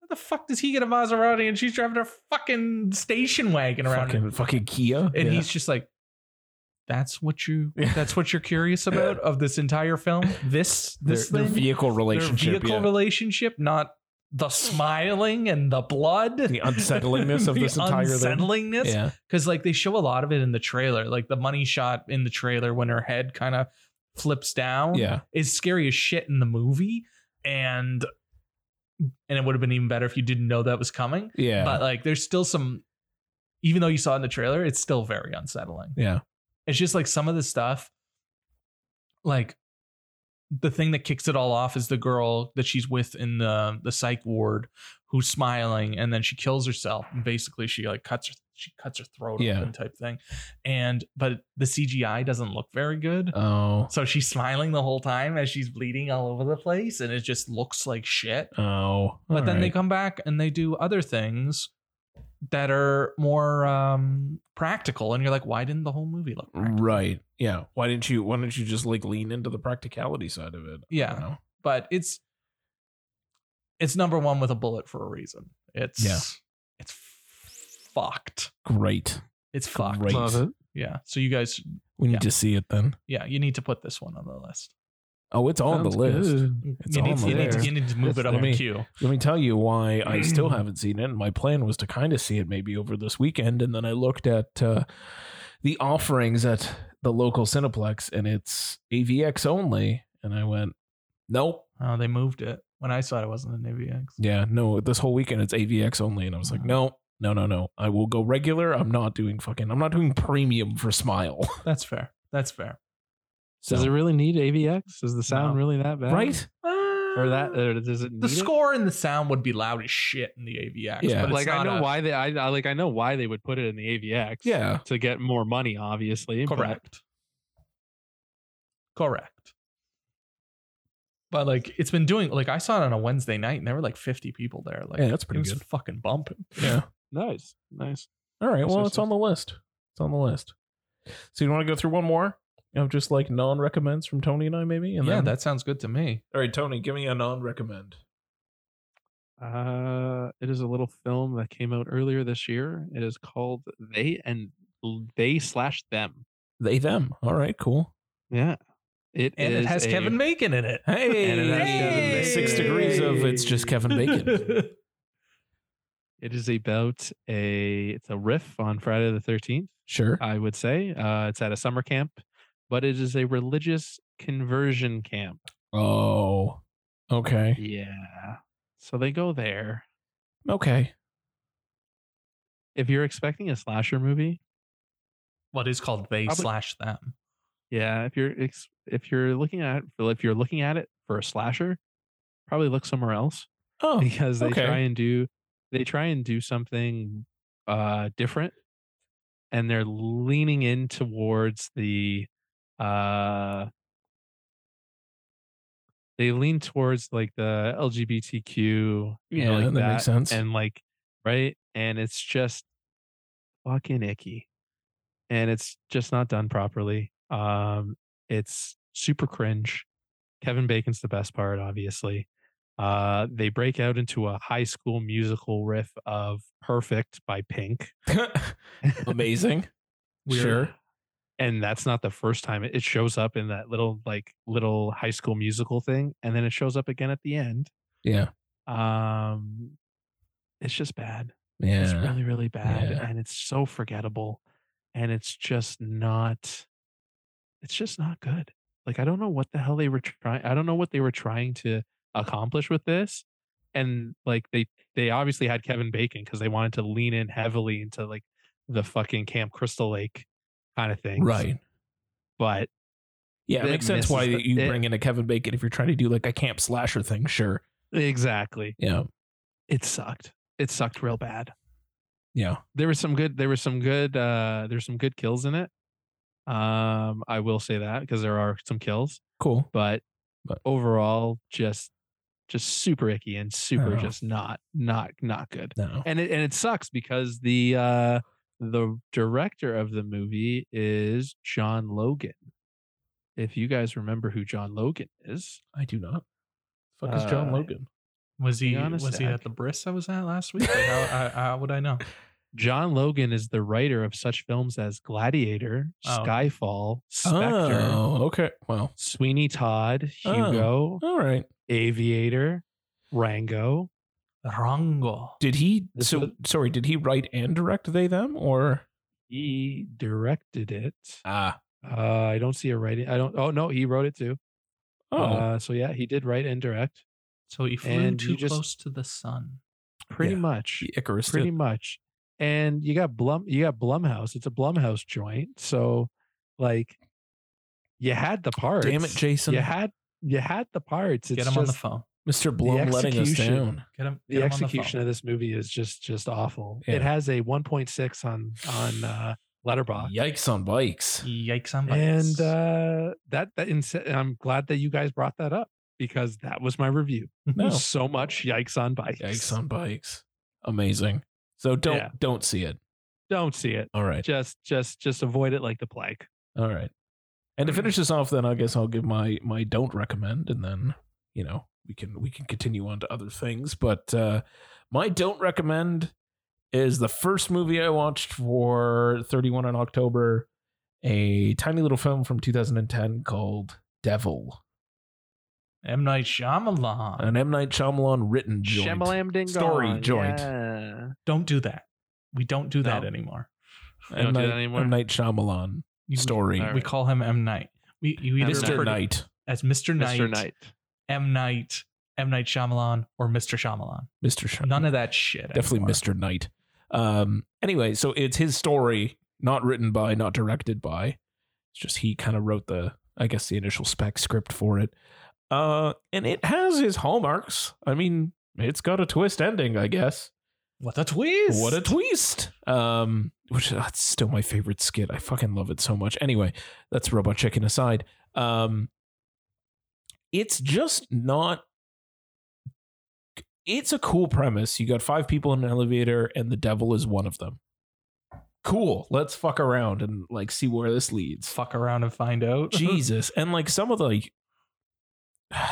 [SPEAKER 1] How the fuck does he get a Maserati and she's driving a fucking station wagon around?
[SPEAKER 3] fucking fucking Kia.
[SPEAKER 1] and
[SPEAKER 3] Yeah.
[SPEAKER 1] he's just like that's what you
[SPEAKER 3] Yeah.
[SPEAKER 1] that's what you're curious about of this entire film this
[SPEAKER 3] their,
[SPEAKER 1] this
[SPEAKER 3] their
[SPEAKER 1] thing?
[SPEAKER 3] vehicle
[SPEAKER 1] Their
[SPEAKER 3] relationship.
[SPEAKER 1] vehicle
[SPEAKER 3] yeah.
[SPEAKER 1] relationship not the smiling and the blood
[SPEAKER 3] The unsettlingness of
[SPEAKER 1] The
[SPEAKER 3] this entire thing.
[SPEAKER 1] unsettlingness
[SPEAKER 3] Yeah.
[SPEAKER 1] because like they show a lot of it in the trailer like the money shot in the trailer when her head kind of flips down
[SPEAKER 3] Yeah.
[SPEAKER 1] is scary as shit in the movie and and it would have been even better if you didn't know that was coming
[SPEAKER 3] Yeah.
[SPEAKER 1] but like there's still some even though you saw it in the trailer it's still very unsettling
[SPEAKER 3] yeah.
[SPEAKER 1] it's just like some of the stuff like the thing that kicks it all off is the girl that she's with in the the psych ward who's smiling and then she kills herself and basically she like cuts her she cuts her throat
[SPEAKER 3] Yeah.
[SPEAKER 1] open type thing and but the cgi doesn't look very good
[SPEAKER 3] Oh.
[SPEAKER 1] so she's smiling the whole time as she's bleeding all over the place and it just looks like shit
[SPEAKER 3] Oh. All
[SPEAKER 1] but then they
[SPEAKER 3] right.
[SPEAKER 1] come back and they do other things that are more um practical and you're like why didn't the whole movie look practical?
[SPEAKER 3] Right. Yeah. Why didn't you? Why don't you just like lean into the practicality side of it? I
[SPEAKER 1] Yeah,
[SPEAKER 3] don't know.
[SPEAKER 1] but it's it's number one with a bullet for a reason. It's
[SPEAKER 3] Yeah.
[SPEAKER 1] it's fucked.
[SPEAKER 3] Great.
[SPEAKER 1] It's fucked.
[SPEAKER 3] Great. Love it.
[SPEAKER 1] Yeah. So you guys,
[SPEAKER 3] We need
[SPEAKER 1] Yeah.
[SPEAKER 3] to see it then.
[SPEAKER 1] yeah, you need to put this one on the list.
[SPEAKER 3] Oh, it's all on the
[SPEAKER 2] Sounds
[SPEAKER 3] list.
[SPEAKER 2] good.
[SPEAKER 3] It's
[SPEAKER 1] you,
[SPEAKER 3] all
[SPEAKER 1] need
[SPEAKER 3] on
[SPEAKER 1] to,
[SPEAKER 3] the
[SPEAKER 1] you, need to,
[SPEAKER 3] list.
[SPEAKER 1] you need to move
[SPEAKER 3] It's
[SPEAKER 1] it up
[SPEAKER 3] there.
[SPEAKER 1] in queue.
[SPEAKER 3] Let me tell you why I still haven't seen it. And my plan was to kind of see it maybe over this weekend, and then I looked at uh, the offerings at the local Cineplex, and it's AVX only. And I went, nope.
[SPEAKER 1] Oh, they moved it. When I saw it, it wasn't an AVX.
[SPEAKER 3] Yeah, no. This whole weekend it's AVX only, and I was like, no, no, no, no. I will go regular. I'm not doing fucking. I'm not doing premium for Smile.
[SPEAKER 1] That's fair. That's fair.
[SPEAKER 3] So,
[SPEAKER 2] Does it really need AVX? Is the sound
[SPEAKER 1] No.
[SPEAKER 2] really that bad?
[SPEAKER 3] right?
[SPEAKER 2] Or that? Or does it?
[SPEAKER 1] Ah, the
[SPEAKER 2] need it?
[SPEAKER 1] score and the sound would be loud as shit in the AVX.
[SPEAKER 3] Yeah.
[SPEAKER 1] but it's
[SPEAKER 2] like I
[SPEAKER 1] not
[SPEAKER 2] know
[SPEAKER 1] a-
[SPEAKER 2] why they I, I like I know why they would put it in the AVX.
[SPEAKER 3] Yeah.
[SPEAKER 2] To get more money, obviously. but-
[SPEAKER 1] Correct. Correct. But like it's been doing like I saw it on a Wednesday night and there were like 50 people there. Like
[SPEAKER 3] Yeah, that's pretty
[SPEAKER 1] it was
[SPEAKER 3] good.
[SPEAKER 1] Fucking bumping.
[SPEAKER 3] Yeah.
[SPEAKER 2] Nice. Nice.
[SPEAKER 3] All right.
[SPEAKER 2] So
[SPEAKER 3] Well,
[SPEAKER 2] it's
[SPEAKER 3] it's on the list. It's on the list. So you want to go through one more? know, just like non recommends from Tony and I, maybe. And
[SPEAKER 1] yeah,
[SPEAKER 3] then,
[SPEAKER 1] that sounds good to me.
[SPEAKER 3] all right, Tony, give me a non recommend.
[SPEAKER 2] Uh, it is a little film that came out earlier this year. It is called They and They slash Them.
[SPEAKER 3] They them. All right, cool.
[SPEAKER 2] Yeah, it
[SPEAKER 1] And it
[SPEAKER 2] is
[SPEAKER 1] has
[SPEAKER 2] a-
[SPEAKER 1] Kevin Bacon in it.
[SPEAKER 3] Hey,
[SPEAKER 2] And it has Kevin Bacon.
[SPEAKER 3] six degrees of it's just Kevin Bacon.
[SPEAKER 2] It is about a it's a riff on Friday the Thirteenth.
[SPEAKER 3] sure.
[SPEAKER 2] I would say uh, it's at a summer camp, but it is a religious conversion camp.
[SPEAKER 3] Oh, okay,
[SPEAKER 2] Yeah, so they go there.
[SPEAKER 3] okay.
[SPEAKER 2] If you're expecting a slasher movie,
[SPEAKER 1] what is called they
[SPEAKER 2] Probably-
[SPEAKER 1] slash them.
[SPEAKER 2] Yeah, if you're ex- if you're looking at well, if you're looking at it for a slasher, probably look somewhere else
[SPEAKER 3] Oh,
[SPEAKER 2] because they
[SPEAKER 3] okay.
[SPEAKER 2] try and do they try and do something uh different and they're leaning in towards the uh they lean towards like the LGBTQ you know,
[SPEAKER 3] Yeah,
[SPEAKER 2] like
[SPEAKER 3] that makes sense.
[SPEAKER 2] and like right and it's just fucking icky and it's just not done properly um it's super cringe kevin bacon's the best part obviously uh they break out into a high school musical riff of perfect by pink
[SPEAKER 3] amazing. Sure.
[SPEAKER 2] and that's not the first time it, it shows up in that little like little high school musical thing and then it shows up again at the end
[SPEAKER 3] Yeah,
[SPEAKER 2] um it's just bad It's
[SPEAKER 3] yeah.
[SPEAKER 2] really, really bad.
[SPEAKER 3] Yeah.
[SPEAKER 2] And it's so forgettable. And it's just not it's just not good. Like I don't know what the hell they were trying I don't know what they were trying to accomplish with this. And like they they obviously had Kevin Bacon because they wanted to lean in heavily into like the fucking Camp Crystal Lake kind of thing.
[SPEAKER 3] Right.
[SPEAKER 2] But
[SPEAKER 3] Yeah, it
[SPEAKER 2] It
[SPEAKER 3] makes sense why
[SPEAKER 2] misses the-
[SPEAKER 3] you
[SPEAKER 2] it-
[SPEAKER 3] bring in a Kevin Bacon if you're trying to do like a camp slasher thing. Sure.
[SPEAKER 2] exactly.
[SPEAKER 3] Yeah.
[SPEAKER 2] It sucked. It sucked real bad.
[SPEAKER 3] Yeah.
[SPEAKER 2] there was some good there was some good uh there's some good kills in it um i will say that because there are some kills
[SPEAKER 3] Cool.
[SPEAKER 2] but,
[SPEAKER 3] But-
[SPEAKER 2] overall just just super icky and super
[SPEAKER 3] Oh.
[SPEAKER 2] just not not not good
[SPEAKER 3] No.
[SPEAKER 2] and it and it sucks because the uh the director of the movie is john logan if you guys remember who john logan is
[SPEAKER 3] I do not. Fuck is John
[SPEAKER 2] Uh,
[SPEAKER 3] Logan?
[SPEAKER 1] Was he
[SPEAKER 2] on a
[SPEAKER 1] was he at
[SPEAKER 2] sec.
[SPEAKER 1] the Briss I was at last week? Like, how, I, how would I know?
[SPEAKER 2] john logan is the writer of such films as gladiator
[SPEAKER 1] Oh.
[SPEAKER 2] skyfall spectre
[SPEAKER 3] Oh, okay. Well,
[SPEAKER 2] Sweeney Todd,
[SPEAKER 3] Oh.
[SPEAKER 2] Hugo,
[SPEAKER 3] all right.
[SPEAKER 2] Aviator, Rango.
[SPEAKER 1] Rango.
[SPEAKER 3] Did he?
[SPEAKER 2] This
[SPEAKER 3] so
[SPEAKER 2] was-
[SPEAKER 3] sorry. Did he write and direct they them or?
[SPEAKER 2] He directed it.
[SPEAKER 3] Ah.
[SPEAKER 2] Uh, I don't see a writing. I don't. Oh no, he wrote it too.
[SPEAKER 3] Oh.
[SPEAKER 2] Uh, so yeah, he did write and direct.
[SPEAKER 1] So he flew
[SPEAKER 2] And
[SPEAKER 1] too
[SPEAKER 2] you just-
[SPEAKER 1] close to the sun.
[SPEAKER 2] Pretty
[SPEAKER 3] Yeah.
[SPEAKER 2] much.
[SPEAKER 3] the Icarus.
[SPEAKER 2] Pretty
[SPEAKER 3] did.
[SPEAKER 2] much. And you got Blum. You got Blumhouse. It's a Blumhouse joint. So, like, you had the parts.
[SPEAKER 3] Damn it, Jason.
[SPEAKER 2] You had you had the parts. It's
[SPEAKER 1] Get him on the
[SPEAKER 2] just-
[SPEAKER 1] phone.
[SPEAKER 3] Mr. Blum letting us
[SPEAKER 2] execution.
[SPEAKER 3] down.
[SPEAKER 1] Get him.
[SPEAKER 2] the
[SPEAKER 1] get him
[SPEAKER 2] execution
[SPEAKER 1] on
[SPEAKER 2] of this movie is just just awful.
[SPEAKER 3] Yeah.
[SPEAKER 2] It has a 1.6 on on uh, Letterbox,
[SPEAKER 3] Yikes on bikes.
[SPEAKER 1] the phone. Yikes on
[SPEAKER 2] and uh, that that inse- I'm glad that you guys brought that up because that was my review.
[SPEAKER 3] No.
[SPEAKER 2] So much yikes on bikes.
[SPEAKER 3] Yikes on bikes. Amazing. So don't
[SPEAKER 2] Yeah.
[SPEAKER 3] don't see it.
[SPEAKER 2] Don't see it.
[SPEAKER 3] All right.
[SPEAKER 2] Just just just avoid it like the plague.
[SPEAKER 3] All right. And to finish this off, then I guess I'll give my my don't recommend, and then you know we can we can continue on to other things. But uh, my don't recommend is the first movie I watched for 31 in October, a tiny little film from 2010 called Devil,
[SPEAKER 1] M Night Shyamalan.
[SPEAKER 3] an M Night Shyamalan written joint.
[SPEAKER 2] Shemalam ding
[SPEAKER 3] Story
[SPEAKER 2] dong,
[SPEAKER 3] joint.
[SPEAKER 2] Yeah.
[SPEAKER 1] don't do that. We don't do that
[SPEAKER 2] No.
[SPEAKER 1] anymore.
[SPEAKER 2] You
[SPEAKER 3] M.
[SPEAKER 2] don't do
[SPEAKER 3] Night,
[SPEAKER 2] that anymore?
[SPEAKER 3] M. Night Shyamalan
[SPEAKER 1] You-
[SPEAKER 3] story.
[SPEAKER 1] We
[SPEAKER 2] All right.
[SPEAKER 1] call him M Night. We you either
[SPEAKER 2] Mr.
[SPEAKER 1] refer
[SPEAKER 3] Mr.
[SPEAKER 1] to-
[SPEAKER 3] Knight,
[SPEAKER 1] as Mr. Knight,
[SPEAKER 2] Mr. Knight.
[SPEAKER 1] M Night, M Night Shyamalan, or Mr. Shyamalan.
[SPEAKER 3] Mr. Shyamalan.
[SPEAKER 1] None of that shit.
[SPEAKER 3] definitely
[SPEAKER 1] anymore.
[SPEAKER 3] Mr. Knight. Um, anyway, so it's his story, not written by, not directed by. It's just he kind of wrote the, I guess, the initial spec script for it. Uh, and it has his hallmarks. I mean, it's got a twist ending, I guess.
[SPEAKER 1] What a twist!
[SPEAKER 3] What a twist! Um, which that's still my favorite skit. I fucking love it so much. Anyway, that's robot chicken aside. Um, it's just not. It's a cool premise. You got five people in an elevator, and the devil is one of them. cool, let's fuck around and like see where this leads.
[SPEAKER 1] Fuck around and find out.
[SPEAKER 3] Jesus. And like some of the like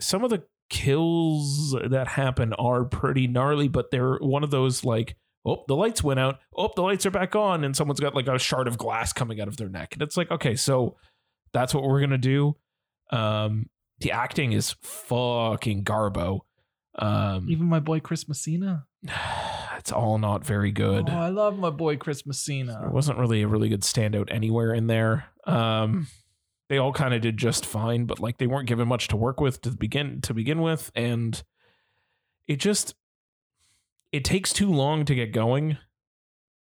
[SPEAKER 3] some of the kills that happen are pretty gnarly, but they're one of those like, oh, the lights went out. Oh, the lights are back on, and someone's got like a shard of glass coming out of their neck. And it's like, okay, so that's what we're gonna do. Um the acting is fucking garbo. Um
[SPEAKER 1] Even my boy Chris Messina.
[SPEAKER 3] it's all not very good.
[SPEAKER 1] Oh, I love my boy Chris
[SPEAKER 3] There
[SPEAKER 1] Messina.
[SPEAKER 3] wasn't really a really good standout anywhere in there. Um, they all kind of did just fine, but like they weren't given much to work with to begin to begin with, and it just it takes too long to get going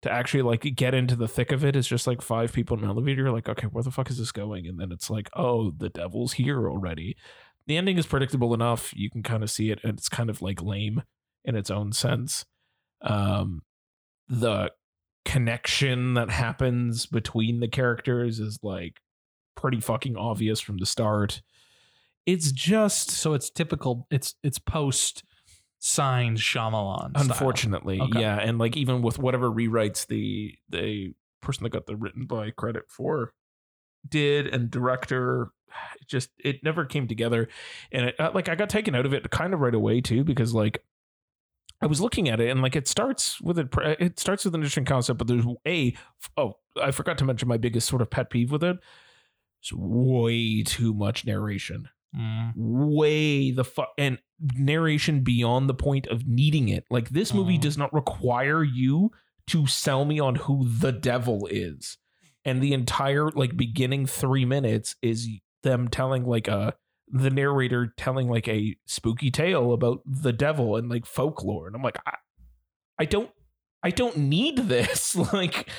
[SPEAKER 3] to actually like get into the thick of it. It's just like five people in an elevator, you're like, okay, where the fuck is this going? And then it's like, oh, the devil's here already. The ending is predictable enough; you can kind of see it, and it's kind of like lame in its own sense. Um, the connection that happens between the characters is like pretty fucking obvious from the start. It's just
[SPEAKER 1] So it's typical. It's it's post signed Shyamalan. style.
[SPEAKER 3] unfortunately,
[SPEAKER 1] Okay.
[SPEAKER 3] yeah, and like even with whatever rewrites the the person that got the written by credit for did and director it just it never came together and it, uh, like I got taken out of it kind of right away too because like I was looking at it and like it starts with it it starts with an interesting concept but there's a oh I forgot to mention my biggest sort of pet peeve with it it's way too much narration
[SPEAKER 1] Mm.
[SPEAKER 3] way the fuck and narration beyond the point of needing it. Like this movie
[SPEAKER 1] Mhm.
[SPEAKER 3] does not require you to sell me on who the devil is. And the entire like beginning 3 minutes is them telling like a the narrator telling like a spooky tale about the devil and like folklore and I'm like I, I don't I don't need this like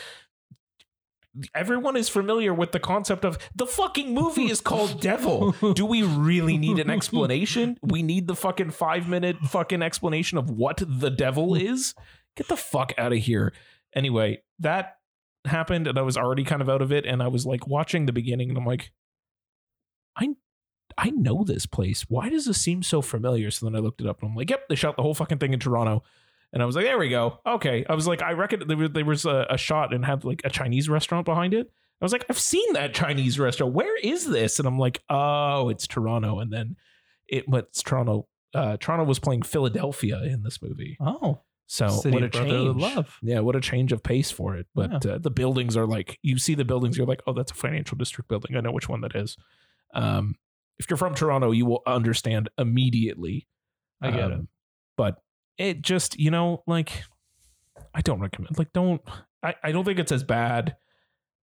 [SPEAKER 3] everyone is familiar with the concept of the fucking movie is called Devil do we really need an explanation? We need the fucking five minute fucking explanation of what the devil is. Get the fuck out of here. Anyway, that happened and I was already kind of out of it. And I was like watching the beginning and I'm like, I I know this place. Why does this seem so familiar? So then I looked it up and I'm like, yep, they shot the whole fucking thing in Toronto. And I was like, there we go. Okay. I was like, I reckon there was, there was a, a shot and had like a Chinese restaurant behind it. I was like, I've seen that Chinese restaurant. Where is this? And I'm like, oh, it's Toronto. And then it what's Toronto. Uh, Toronto was playing Philadelphia in this movie.
[SPEAKER 1] Oh,
[SPEAKER 3] So
[SPEAKER 1] City
[SPEAKER 3] what a
[SPEAKER 1] of Brotherly
[SPEAKER 3] change.
[SPEAKER 1] Love.
[SPEAKER 3] Yeah, what a change of pace for it. But uh, the buildings are like you see the buildings, you're like, oh, that's a financial district building. I know which one that is. Um, if you're from Toronto, you will understand immediately.
[SPEAKER 1] I get it.
[SPEAKER 3] Um, But it just, you know, like I don't recommend. Like, don't. I, I don't think it's as bad.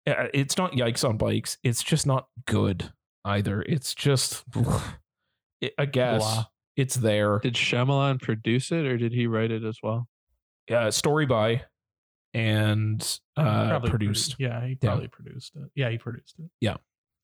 [SPEAKER 3] Uh, It's not yikes on bikes. It's just not good either. It's just, I guess
[SPEAKER 1] Blah.
[SPEAKER 3] it's there.
[SPEAKER 2] Did Shyamalan produce it or did he write it as well?
[SPEAKER 3] uh, story by and uh, produced.
[SPEAKER 1] Yeah, he probably produced it. Yeah, he produced it.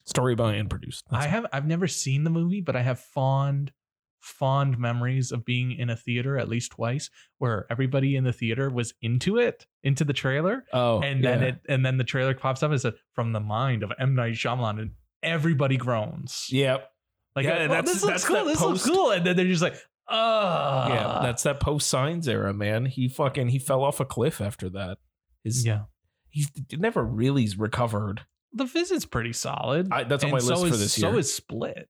[SPEAKER 3] Story by and produced. That's
[SPEAKER 1] I have I've never seen the movie, but I have fond fond memories of being in a theater at least twice where everybody in the theater was into it, into the trailer,
[SPEAKER 3] it. oh,
[SPEAKER 1] and then
[SPEAKER 3] yeah.
[SPEAKER 1] it and then the trailer pops up and said from the mind of M Night Shyamalan and everybody groans.
[SPEAKER 3] Yep.
[SPEAKER 1] Like
[SPEAKER 3] Yeah,
[SPEAKER 1] oh,
[SPEAKER 3] that's-
[SPEAKER 1] this looks
[SPEAKER 3] that's
[SPEAKER 1] cool,
[SPEAKER 3] that
[SPEAKER 1] this looks
[SPEAKER 3] post-
[SPEAKER 1] cool and then they're just like uh
[SPEAKER 3] yeah, that's that post signs era, man. He fucking he fell off a cliff after that. His
[SPEAKER 1] yeah.
[SPEAKER 3] he's never really recovered.
[SPEAKER 1] The visit's pretty solid.
[SPEAKER 3] I, that's on
[SPEAKER 1] And
[SPEAKER 3] my list
[SPEAKER 1] so
[SPEAKER 3] for
[SPEAKER 1] is-
[SPEAKER 3] this year.
[SPEAKER 1] So is Split.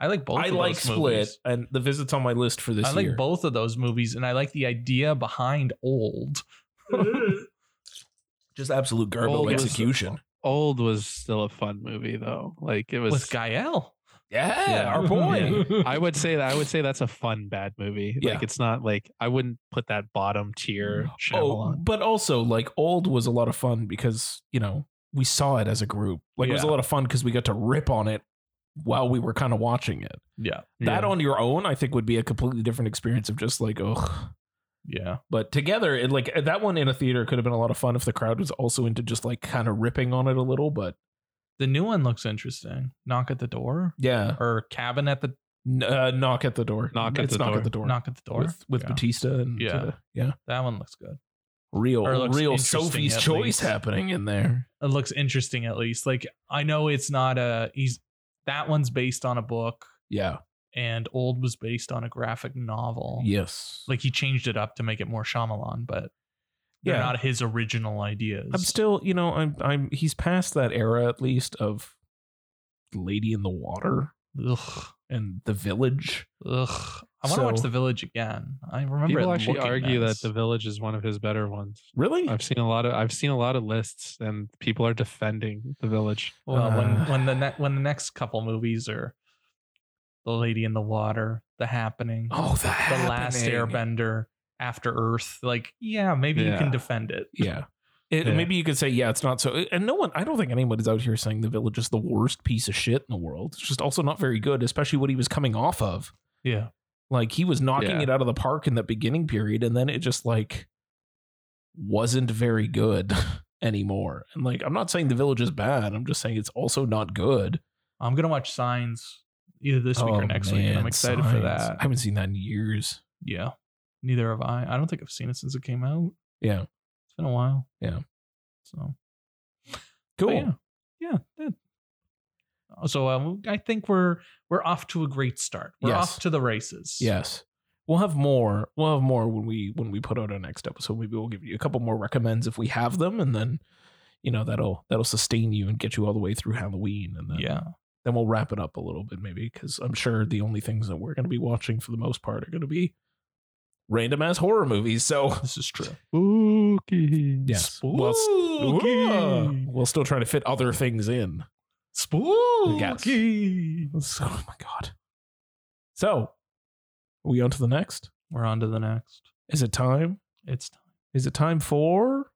[SPEAKER 1] I like both
[SPEAKER 3] I
[SPEAKER 1] of
[SPEAKER 3] like
[SPEAKER 1] those
[SPEAKER 3] Split,
[SPEAKER 1] movies.
[SPEAKER 3] and the visit's on my list for this
[SPEAKER 1] I like
[SPEAKER 3] year.
[SPEAKER 1] both of those movies, and I like the idea behind old.
[SPEAKER 3] Mm-hmm. Just
[SPEAKER 2] Old
[SPEAKER 3] absolute garbo
[SPEAKER 2] was-
[SPEAKER 3] execution.
[SPEAKER 2] Old was still a fun movie though. Like it was.
[SPEAKER 1] with Gael.
[SPEAKER 3] Yeah,
[SPEAKER 2] Yeah.
[SPEAKER 3] our boy.
[SPEAKER 2] I would say that I would say that's a fun bad movie.
[SPEAKER 3] Yeah.
[SPEAKER 2] Like it's not like I wouldn't put that bottom tier
[SPEAKER 3] Oh,
[SPEAKER 2] Shyamalan.
[SPEAKER 3] but also like old was a lot of fun because you know we saw it as a group. Like it was a
[SPEAKER 2] Yeah.
[SPEAKER 3] lot of fun because we got to rip on it while we were kind of watching it.
[SPEAKER 1] Yeah,
[SPEAKER 3] That on your own, I think, would be a completely different experience of just like ugh.
[SPEAKER 1] yeah.
[SPEAKER 3] But together, it like that one in a theater could have been a lot of fun if the crowd was also into just like kind of ripping on it a little. But
[SPEAKER 1] The new one looks interesting. Knock at the door
[SPEAKER 3] yeah,
[SPEAKER 1] or cabin at the
[SPEAKER 3] N- uh, knock at the door.
[SPEAKER 2] Knock at
[SPEAKER 3] it's
[SPEAKER 2] the
[SPEAKER 3] knock
[SPEAKER 2] door.
[SPEAKER 3] at the door.
[SPEAKER 1] knock at the door
[SPEAKER 3] with with
[SPEAKER 1] Yeah.
[SPEAKER 3] Batista and
[SPEAKER 1] Yeah.
[SPEAKER 3] uh, yeah,
[SPEAKER 1] That one looks good.
[SPEAKER 3] real
[SPEAKER 1] Or it looks
[SPEAKER 3] real
[SPEAKER 1] interesting,
[SPEAKER 3] Sophie's
[SPEAKER 1] at
[SPEAKER 3] choice
[SPEAKER 1] least.
[SPEAKER 3] happening in there.
[SPEAKER 1] It looks interesting at least. Like I know it's not a he's that one's based on a book,
[SPEAKER 3] Yeah.
[SPEAKER 1] and old was based on a graphic novel.
[SPEAKER 3] Yes.
[SPEAKER 1] like he changed it up to make it more Shyamalan, but They're
[SPEAKER 3] Yeah.
[SPEAKER 1] not his original ideas.
[SPEAKER 3] I'm still, you know, I'm I'm he's past that era at least of Lady in the Water
[SPEAKER 1] Ugh.
[SPEAKER 3] and The Village.
[SPEAKER 1] Ugh. I want to watch
[SPEAKER 3] So-
[SPEAKER 1] The Village again. I remember
[SPEAKER 2] People
[SPEAKER 1] it
[SPEAKER 2] actually
[SPEAKER 1] looking
[SPEAKER 2] argue
[SPEAKER 1] nice.
[SPEAKER 2] that The Village is one of his better ones.
[SPEAKER 3] Really?
[SPEAKER 2] I've seen a lot of I've seen a lot of lists, and people are defending The Village.
[SPEAKER 1] Well,
[SPEAKER 3] Uh.
[SPEAKER 1] when when the ne- when the next couple movies are The Lady in the Water, The Happening,
[SPEAKER 3] oh, the,
[SPEAKER 1] The Last Airbender, After Earth, like yeah, maybe you
[SPEAKER 2] Yeah.
[SPEAKER 1] can defend it.
[SPEAKER 3] Yeah. It,
[SPEAKER 2] Yeah.
[SPEAKER 3] Maybe you could say, yeah, it's not so. And no one, I don't think anybody's out here saying The Village is the worst piece of shit in the world. It's just also not very good, especially what he was coming off of.
[SPEAKER 1] Yeah.
[SPEAKER 3] Like he was knocking
[SPEAKER 2] Yeah.
[SPEAKER 3] it out of the park in that beginning period, and then it just like wasn't very good anymore. And like, I'm not saying The Village is bad. I'm just saying it's also not good.
[SPEAKER 1] I'm gonna watch Signs either this week or
[SPEAKER 3] Oh,
[SPEAKER 1] next week, and I'm
[SPEAKER 3] man,
[SPEAKER 1] excited for
[SPEAKER 3] Signs.
[SPEAKER 1] that.
[SPEAKER 3] I haven't seen that in years.
[SPEAKER 1] yeah. Neither have I. I don't think I've seen it since it came out.
[SPEAKER 3] Yeah.
[SPEAKER 1] It's been a while.
[SPEAKER 3] Yeah.
[SPEAKER 1] So but
[SPEAKER 3] Cool.
[SPEAKER 1] yeah. Yeah. that- So um, I think we're we're off to a great start. We're
[SPEAKER 3] Yes.
[SPEAKER 1] off to the races.
[SPEAKER 3] Yes. We'll have more. We'll have more when we when we put out our next episode. Maybe we'll give you a couple more recommends if we have them, and then you know that'll that'll sustain you and get you all the way through Halloween, and then
[SPEAKER 1] Yeah.
[SPEAKER 3] then we'll wrap it up a little bit maybe because I'm sure the only things that we're going to be watching for the most part are going to be random ass horror movies. So
[SPEAKER 1] This is true.
[SPEAKER 2] Spooky.
[SPEAKER 3] yes, we'll, s- Ooh, we'll still try to fit other things in.
[SPEAKER 1] Spooky.
[SPEAKER 3] So, oh my god. So, are we on to the next?
[SPEAKER 1] We're on to the next.
[SPEAKER 3] Is it time?
[SPEAKER 1] It's time.
[SPEAKER 3] Is it time for?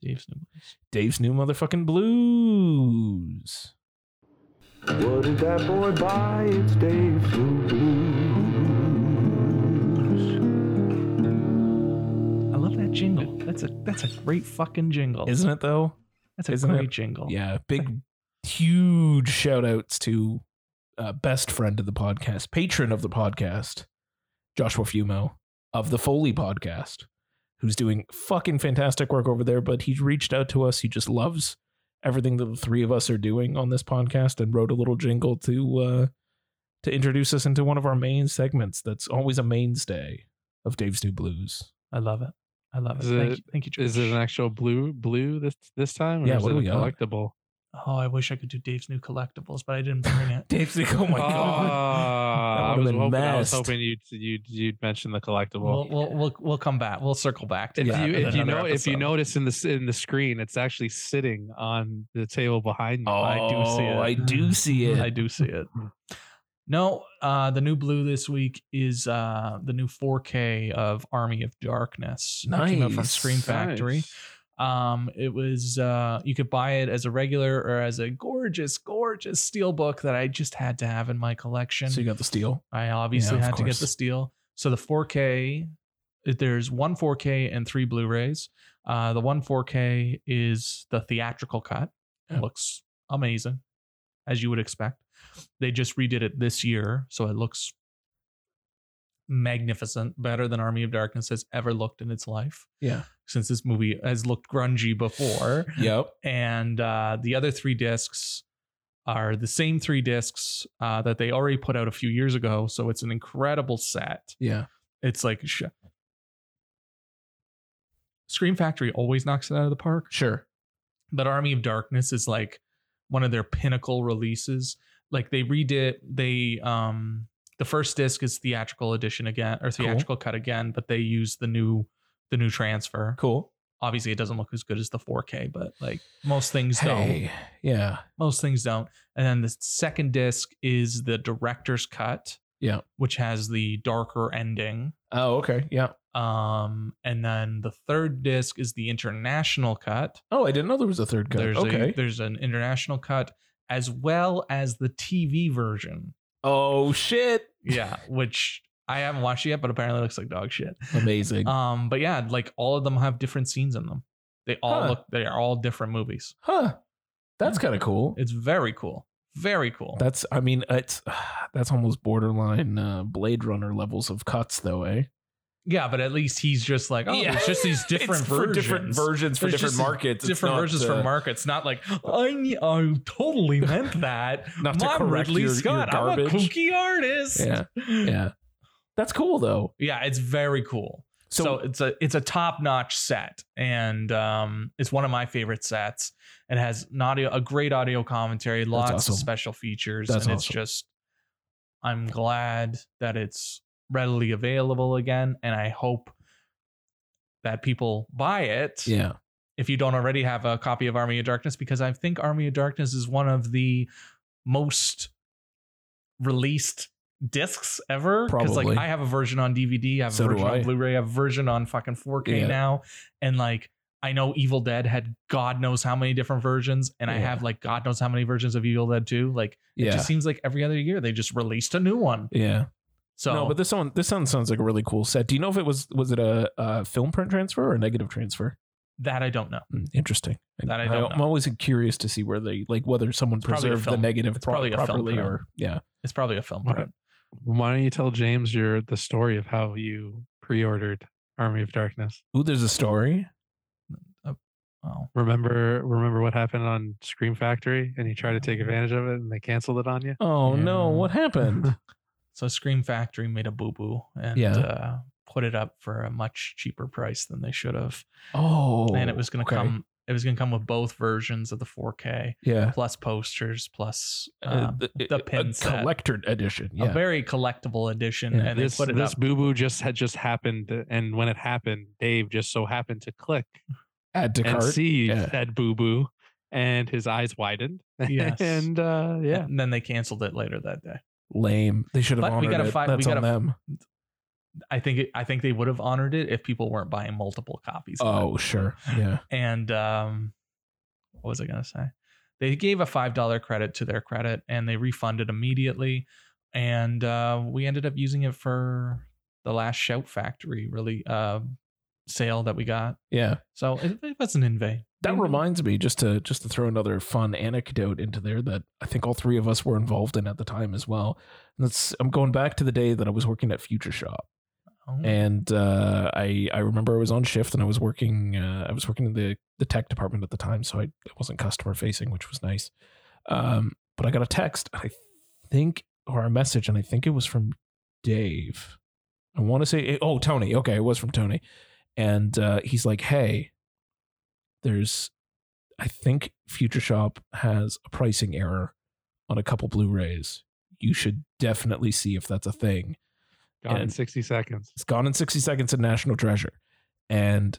[SPEAKER 1] Dave's new.
[SPEAKER 3] Dave's new motherfucking blues.
[SPEAKER 4] What did that boy buy? It's Dave's Blue Blues.
[SPEAKER 1] I love that jingle. That's a that's a great fucking jingle.
[SPEAKER 3] Isn't it though?
[SPEAKER 1] that's a
[SPEAKER 3] isn't
[SPEAKER 1] great
[SPEAKER 3] it?
[SPEAKER 1] jingle.
[SPEAKER 3] Yeah. Big, huge shout outs to uh, best friend of the podcast, patron of the podcast, Joshua Fumo of the Foley podcast, who's doing fucking fantastic work over there. But he's reached out to us. He just loves everything that the three of us are doing on this podcast and wrote a little jingle to, uh, to introduce us into one of our main segments that's always a mainstay of Dave's New Blues.
[SPEAKER 1] I love it. I love it.
[SPEAKER 2] Is
[SPEAKER 1] Thank
[SPEAKER 2] it-
[SPEAKER 1] you. Thank you, George.
[SPEAKER 2] Is it an actual blue blue this this time? Or
[SPEAKER 3] Yeah,
[SPEAKER 2] is
[SPEAKER 3] what
[SPEAKER 2] it
[SPEAKER 3] do
[SPEAKER 2] a
[SPEAKER 3] we got?
[SPEAKER 2] collectible?
[SPEAKER 1] oh, I wish I could do Dave's new collectibles, but I didn't bring it.
[SPEAKER 3] Dave's like, oh my god. That
[SPEAKER 2] Ah, I
[SPEAKER 3] would've
[SPEAKER 2] was
[SPEAKER 3] been
[SPEAKER 2] hoping I was
[SPEAKER 3] messed.
[SPEAKER 2] hoping you'd you'd you'd mention the collectible.
[SPEAKER 1] We'll, we'll we'll we'll come back. We'll circle back to
[SPEAKER 2] if
[SPEAKER 1] that.
[SPEAKER 2] you
[SPEAKER 1] in
[SPEAKER 2] if you know
[SPEAKER 1] another
[SPEAKER 2] if you
[SPEAKER 1] episode.
[SPEAKER 2] notice in the s- in the screen, it's actually sitting on the table behind me.
[SPEAKER 3] Oh,
[SPEAKER 1] I do see it.
[SPEAKER 3] I do see it.
[SPEAKER 1] I do see it. No, uh, the new blue this week is uh, the new 4K of Army of Darkness. It came out from
[SPEAKER 3] Nice.
[SPEAKER 1] Screen Factory. Um, it was uh, you could buy it as a regular or as a gorgeous, gorgeous steel book that I just had to have in my collection.
[SPEAKER 3] So you got the steel.
[SPEAKER 1] I obviously
[SPEAKER 3] Yeah, of
[SPEAKER 1] had to get the
[SPEAKER 3] course.
[SPEAKER 1] steel. So the 4K, there's one 4K and three Blu-rays. Uh, the one 4K is the theatrical cut. It
[SPEAKER 3] Yeah.
[SPEAKER 1] looks amazing, as you would expect. They just redid it this year, so it looks magnificent, better than Army of Darkness has ever looked in its life.
[SPEAKER 3] Yeah.
[SPEAKER 1] Since this movie has looked grungy before
[SPEAKER 3] Yep.
[SPEAKER 1] and uh, the other three discs are the same three discs uh, that they already put out a few years ago. So it's an incredible set.
[SPEAKER 3] Yeah.
[SPEAKER 1] It's like sh- Scream Factory always knocks it out of the park,
[SPEAKER 3] Sure.
[SPEAKER 1] but Army of Darkness is like one of their pinnacle releases. Like they redid they um the first disc is theatrical edition again or theatrical cut again, but they use the new the new transfer.
[SPEAKER 3] Cool.
[SPEAKER 1] Obviously, it doesn't look as good as the 4K, but like most things don't
[SPEAKER 3] Hey. Yeah.
[SPEAKER 1] most things don't. And then the second disc is the director's cut,
[SPEAKER 3] Yeah.
[SPEAKER 1] which has the darker ending.
[SPEAKER 3] Oh, okay. Yeah.
[SPEAKER 1] Um, and then the third disc is the international cut.
[SPEAKER 3] Oh, I didn't know there was a third cut.
[SPEAKER 1] There's
[SPEAKER 3] okay.
[SPEAKER 1] a, there's an international cut as well as the TV version.
[SPEAKER 3] oh shit.
[SPEAKER 1] Yeah, which I haven't watched yet, but apparently looks like dog shit.
[SPEAKER 3] Amazing.
[SPEAKER 1] Um, but yeah, like all of them have different scenes in them. They all
[SPEAKER 3] Huh.
[SPEAKER 1] look they are all different movies.
[SPEAKER 3] huh. That's kind of cool.
[SPEAKER 1] It's very cool. Very cool.
[SPEAKER 3] That's. I mean, it's. That's almost borderline uh, Blade Runner levels of cuts, though, eh?
[SPEAKER 1] Yeah, but at least he's just like, oh,
[SPEAKER 3] Yeah.
[SPEAKER 1] it's just these different
[SPEAKER 3] It's
[SPEAKER 1] versions.
[SPEAKER 3] for different versions for
[SPEAKER 1] There's
[SPEAKER 3] different
[SPEAKER 1] just
[SPEAKER 3] markets. It's
[SPEAKER 1] different
[SPEAKER 3] not,
[SPEAKER 1] versions
[SPEAKER 3] uh,
[SPEAKER 1] for markets, not like I ne- I totally meant that.
[SPEAKER 3] Not to
[SPEAKER 1] I'm
[SPEAKER 3] correct
[SPEAKER 1] Ridley
[SPEAKER 3] your, your
[SPEAKER 1] Scott. I'm a
[SPEAKER 3] garbage.
[SPEAKER 1] kooky artist.
[SPEAKER 3] Yeah. Yeah. That's cool though.
[SPEAKER 1] Yeah, it's very cool. So, it's a it's a top notch set, and um, it's one of my favorite sets. It has an audio, a great audio commentary, lots
[SPEAKER 3] awesome.
[SPEAKER 1] of special features,
[SPEAKER 3] That's
[SPEAKER 1] and it's
[SPEAKER 3] awesome.
[SPEAKER 1] just. I'm glad that it's readily available again, and I hope that people buy it
[SPEAKER 3] yeah,
[SPEAKER 1] if you don't already have a copy of Army of Darkness, because I think Army of Darkness is one of the most released discs ever. Because like
[SPEAKER 3] Probably.
[SPEAKER 1] I have a version on DVD, I have
[SPEAKER 3] So
[SPEAKER 1] a
[SPEAKER 3] do
[SPEAKER 1] version
[SPEAKER 3] I.
[SPEAKER 1] on Blu-ray, I have a version on fucking 4K
[SPEAKER 3] Yeah.
[SPEAKER 1] now. And like I know Evil Dead had God knows how many different versions, and I
[SPEAKER 3] Yeah.
[SPEAKER 1] have like God knows how many versions of Evil Dead too. Like it
[SPEAKER 3] yeah,
[SPEAKER 1] just seems like every other year they just released a new one.
[SPEAKER 3] yeah.
[SPEAKER 1] So
[SPEAKER 3] no, but this one, this one sounds like a really cool set. Do you know if it was was it a, a film print transfer or a negative transfer?
[SPEAKER 1] that I don't know.
[SPEAKER 3] Hmm, Interesting.
[SPEAKER 1] That I don't
[SPEAKER 3] I'm
[SPEAKER 1] know.
[SPEAKER 3] always curious to see where they like whether someone
[SPEAKER 1] probably a
[SPEAKER 3] preserved the
[SPEAKER 1] film.
[SPEAKER 3] negative
[SPEAKER 1] It's
[SPEAKER 3] pro-
[SPEAKER 1] probably a film
[SPEAKER 3] properly
[SPEAKER 1] print.
[SPEAKER 3] or yeah.
[SPEAKER 1] It's probably a film
[SPEAKER 3] Okay.
[SPEAKER 1] print.
[SPEAKER 2] Why don't you tell James your the story of how you pre-ordered Army of Darkness?
[SPEAKER 3] Ooh, there's a story.
[SPEAKER 1] Oh.
[SPEAKER 2] Remember, remember what happened on Scream Factory, and you tried to
[SPEAKER 1] Mm-hmm.
[SPEAKER 2] take advantage of it, and they canceled it on you.
[SPEAKER 3] Oh no,
[SPEAKER 1] Yeah.
[SPEAKER 3] what happened?
[SPEAKER 1] So Scream Factory made a boo boo and
[SPEAKER 3] Yeah.
[SPEAKER 1] uh, put it up for a much cheaper price than they should have,
[SPEAKER 3] oh,
[SPEAKER 1] and it was going to
[SPEAKER 3] okay.
[SPEAKER 1] come. It was going to come with both versions of the 4K
[SPEAKER 3] Yeah,
[SPEAKER 1] plus posters plus
[SPEAKER 3] Uh,
[SPEAKER 1] um,
[SPEAKER 3] the,
[SPEAKER 1] the
[SPEAKER 3] a
[SPEAKER 1] pin set.
[SPEAKER 3] collector edition.
[SPEAKER 1] a
[SPEAKER 3] Yeah,
[SPEAKER 1] very collectible edition,
[SPEAKER 3] Yeah.
[SPEAKER 1] and
[SPEAKER 2] this
[SPEAKER 1] they put it
[SPEAKER 2] this
[SPEAKER 1] up.
[SPEAKER 2] boo boo just had just happened, and when it happened, Dave just so happened to click
[SPEAKER 3] add to
[SPEAKER 2] and
[SPEAKER 3] cart.
[SPEAKER 2] see
[SPEAKER 3] yeah.
[SPEAKER 2] that boo boo, and his eyes widened.
[SPEAKER 1] Yes.
[SPEAKER 2] and uh, yeah,
[SPEAKER 1] and then they canceled it later that day.
[SPEAKER 3] Lame. They should have
[SPEAKER 1] But we
[SPEAKER 3] honored
[SPEAKER 1] gotta
[SPEAKER 3] it.
[SPEAKER 1] fi- we
[SPEAKER 3] That's
[SPEAKER 1] gotta
[SPEAKER 3] on them.
[SPEAKER 1] I think it, I think they would have honored it if people weren't buying multiple copies. of it.
[SPEAKER 3] Oh sure. Yeah.
[SPEAKER 1] and um what was i going to say they gave a five dollar credit to their credit and they refunded immediately and uh we ended up using it for the last shout factory really uh sale that we got
[SPEAKER 3] Yeah.
[SPEAKER 1] so it, it wasn't in vain
[SPEAKER 3] That
[SPEAKER 1] We-
[SPEAKER 3] reminds me, just to just to throw another fun anecdote into there that I think all three of us were involved in at the time as well. And that's I'm going back to the day that I was working at Future Shop,
[SPEAKER 1] Oh,
[SPEAKER 3] and uh, I I remember I was on shift and I was working uh, I was working in the the tech department at the time, so I, I wasn't customer facing, which was nice. Um, but I got a text, I think, or a message, and I think it was from Dave. I want to say, oh, Tony. Okay, it was from Tony, and uh, he's like, "Hey, there's, I think Future Shop has a pricing error on a couple Blu-rays. You should definitely see if that's a thing."
[SPEAKER 2] gone in
[SPEAKER 3] And-
[SPEAKER 2] sixty seconds.
[SPEAKER 3] It's gone in sixty seconds in National Treasure, and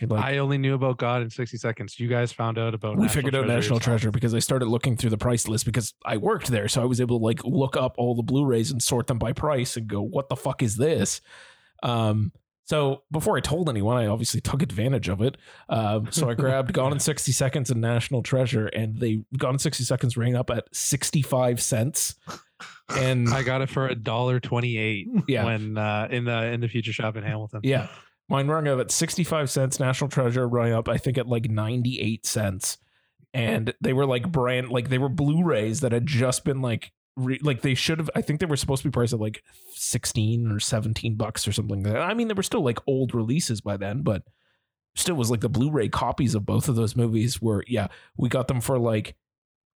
[SPEAKER 3] you're like,
[SPEAKER 2] I only knew about God in 60 seconds. You guys found out about.
[SPEAKER 3] we figured out National
[SPEAKER 2] yourself.
[SPEAKER 3] Treasure because I started looking through the price list because I worked there, so I was able to like look up all the Blu-rays and sort them by price and go, "What the fuck is this?" Um, so before I told anyone, I obviously took advantage of it. Um, so I grabbed Gone in sixty seconds and National Treasure, and they Gone in sixty seconds rang up at sixty-five cents, and
[SPEAKER 2] I got it for a dollar twenty-eight
[SPEAKER 3] yeah,
[SPEAKER 2] when uh, in the in the future shop in Hamilton.
[SPEAKER 3] Yeah. Mine rung up at 65 cents. National Treasure rung up, I think, at like 98 cents. And they were like brand, like they were Blu rays that had just been like, re, like they should have, I think they were supposed to be priced at like 16 or 17 bucks or something. like that. I mean, they were still like old releases by then, but still was like the Blu ray copies of both of those movies were, yeah, we got them for like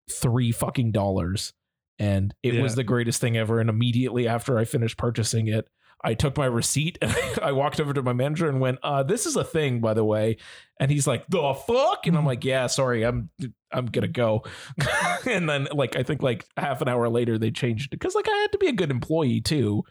[SPEAKER 3] three fucking dollars. And it was
[SPEAKER 2] Yeah.
[SPEAKER 3] the greatest thing ever. And immediately after I finished purchasing it, I took my receipt and I walked over to my manager and went, uh, "This is a thing, by the way." And he's like, "The fuck?" And I'm like, "Yeah, sorry, I'm I'm gonna go." and then, like, I think like half an hour later, they changed it because like I had to be a good employee too,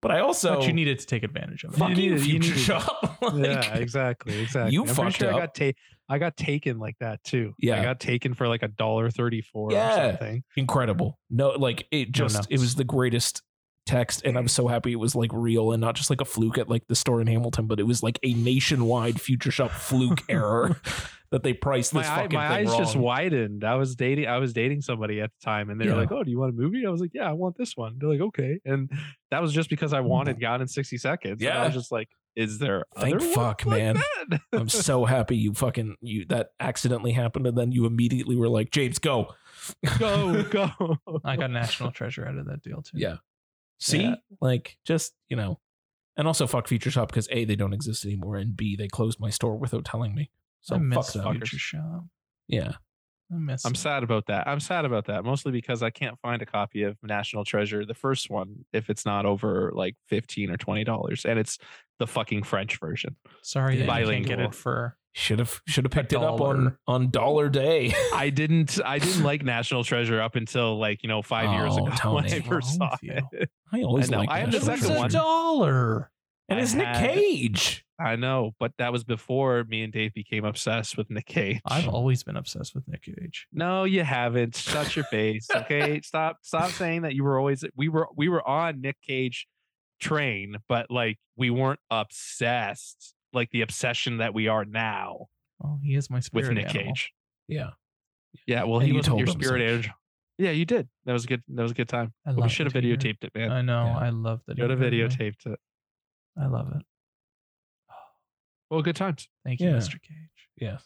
[SPEAKER 3] but I also
[SPEAKER 1] but you needed to take advantage of it
[SPEAKER 3] fuck
[SPEAKER 2] You
[SPEAKER 3] you,
[SPEAKER 2] needed- you
[SPEAKER 3] future
[SPEAKER 2] needed-
[SPEAKER 3] shop. like,
[SPEAKER 2] yeah, exactly, exactly.
[SPEAKER 3] You
[SPEAKER 2] I'm pretty
[SPEAKER 3] fucked
[SPEAKER 2] sure I
[SPEAKER 3] up.
[SPEAKER 2] got ta- I got taken like that too.
[SPEAKER 3] Yeah.
[SPEAKER 2] I got taken for like a dollar thirty-four or
[SPEAKER 3] Yeah.
[SPEAKER 2] something.
[SPEAKER 3] incredible. No, like it
[SPEAKER 2] No,
[SPEAKER 3] just
[SPEAKER 2] no.
[SPEAKER 3] it was the greatest text and I'm so happy it was like real and not just like a fluke at like the store in Hamilton, but it was like a nationwide future shop fluke error that they priced
[SPEAKER 2] My,
[SPEAKER 3] this
[SPEAKER 2] eye,
[SPEAKER 3] fucking
[SPEAKER 2] my
[SPEAKER 3] thing
[SPEAKER 2] eyes just
[SPEAKER 3] wrong.
[SPEAKER 2] widened. I was dating I was dating somebody at the time, and they
[SPEAKER 3] Yeah.
[SPEAKER 2] were like, "Oh, do you want a movie?" I was like, "Yeah, I want this one." They're like, "Okay," and that was just because I wanted God in sixty seconds. and I
[SPEAKER 3] Oh Yeah.
[SPEAKER 2] was just like, "Is there?"
[SPEAKER 3] Thank
[SPEAKER 2] other ones
[SPEAKER 3] fuck,
[SPEAKER 2] like
[SPEAKER 3] man.
[SPEAKER 2] that?"
[SPEAKER 3] I'm so happy you fucking you that accidentally happened and then you immediately were like, James, go.
[SPEAKER 2] go go.
[SPEAKER 1] i got national treasure out of that deal too
[SPEAKER 3] Yeah. See?
[SPEAKER 1] Yeah.
[SPEAKER 3] Like just, you know. And also fuck Future Shop because A, they don't exist anymore, and B, they closed my store without telling me.
[SPEAKER 1] so
[SPEAKER 3] So
[SPEAKER 1] I
[SPEAKER 3] fuck
[SPEAKER 1] miss
[SPEAKER 3] them.
[SPEAKER 1] future shop
[SPEAKER 3] Yeah.
[SPEAKER 1] I miss.
[SPEAKER 2] I'm sad about that. I'm sad about that, mostly because I can't find a copy of National Treasure, the first one, if it's not over like fifteen or twenty dollars, and it's the fucking French version.
[SPEAKER 1] sorry that you can't get
[SPEAKER 2] bilingual.
[SPEAKER 1] it for.
[SPEAKER 3] Should have should have picked it up on
[SPEAKER 1] dollar.
[SPEAKER 3] on Dollar Day.
[SPEAKER 2] I didn't. I didn't like National Treasure up until like you know five years ago
[SPEAKER 3] Oh,
[SPEAKER 2] when I
[SPEAKER 3] Tony.
[SPEAKER 2] first
[SPEAKER 1] Wrong
[SPEAKER 2] saw
[SPEAKER 1] with you.
[SPEAKER 2] it.
[SPEAKER 3] I always
[SPEAKER 2] I know,
[SPEAKER 3] like
[SPEAKER 2] I have the
[SPEAKER 1] It
[SPEAKER 3] National
[SPEAKER 1] was
[SPEAKER 2] second
[SPEAKER 1] a
[SPEAKER 3] Treasure.
[SPEAKER 2] one.
[SPEAKER 1] dollar.
[SPEAKER 3] and
[SPEAKER 2] I
[SPEAKER 3] it's Nick
[SPEAKER 2] had-
[SPEAKER 3] Cage.
[SPEAKER 2] I know, but that was before me and Dave became obsessed with Nick Cage.
[SPEAKER 1] I've always been obsessed with Nick Cage.
[SPEAKER 2] No, you haven't. Shut your face. Okay. stop stop saying that you were always we were we were on Nick Cage train, but like we weren't obsessed like the obsession that we are now
[SPEAKER 1] Well, he is my
[SPEAKER 2] with
[SPEAKER 1] spirit
[SPEAKER 2] Nick
[SPEAKER 1] animal.
[SPEAKER 2] Cage.
[SPEAKER 3] Yeah.
[SPEAKER 2] Yeah, well
[SPEAKER 3] And
[SPEAKER 2] he
[SPEAKER 3] you
[SPEAKER 2] was
[SPEAKER 3] told
[SPEAKER 2] your
[SPEAKER 3] him
[SPEAKER 2] spirit
[SPEAKER 3] so.
[SPEAKER 2] angel. Yeah, you did. That was a good that was a good time.
[SPEAKER 1] I
[SPEAKER 2] But
[SPEAKER 1] love
[SPEAKER 2] we should have
[SPEAKER 1] it here.
[SPEAKER 2] videotaped it, man.
[SPEAKER 1] I know.
[SPEAKER 3] Yeah.
[SPEAKER 1] I love that.
[SPEAKER 2] You would have videotaped it.
[SPEAKER 1] I love it.
[SPEAKER 2] Well, good times.
[SPEAKER 1] Thank you,
[SPEAKER 3] Yeah.
[SPEAKER 1] Mr. Cage.
[SPEAKER 3] Yes.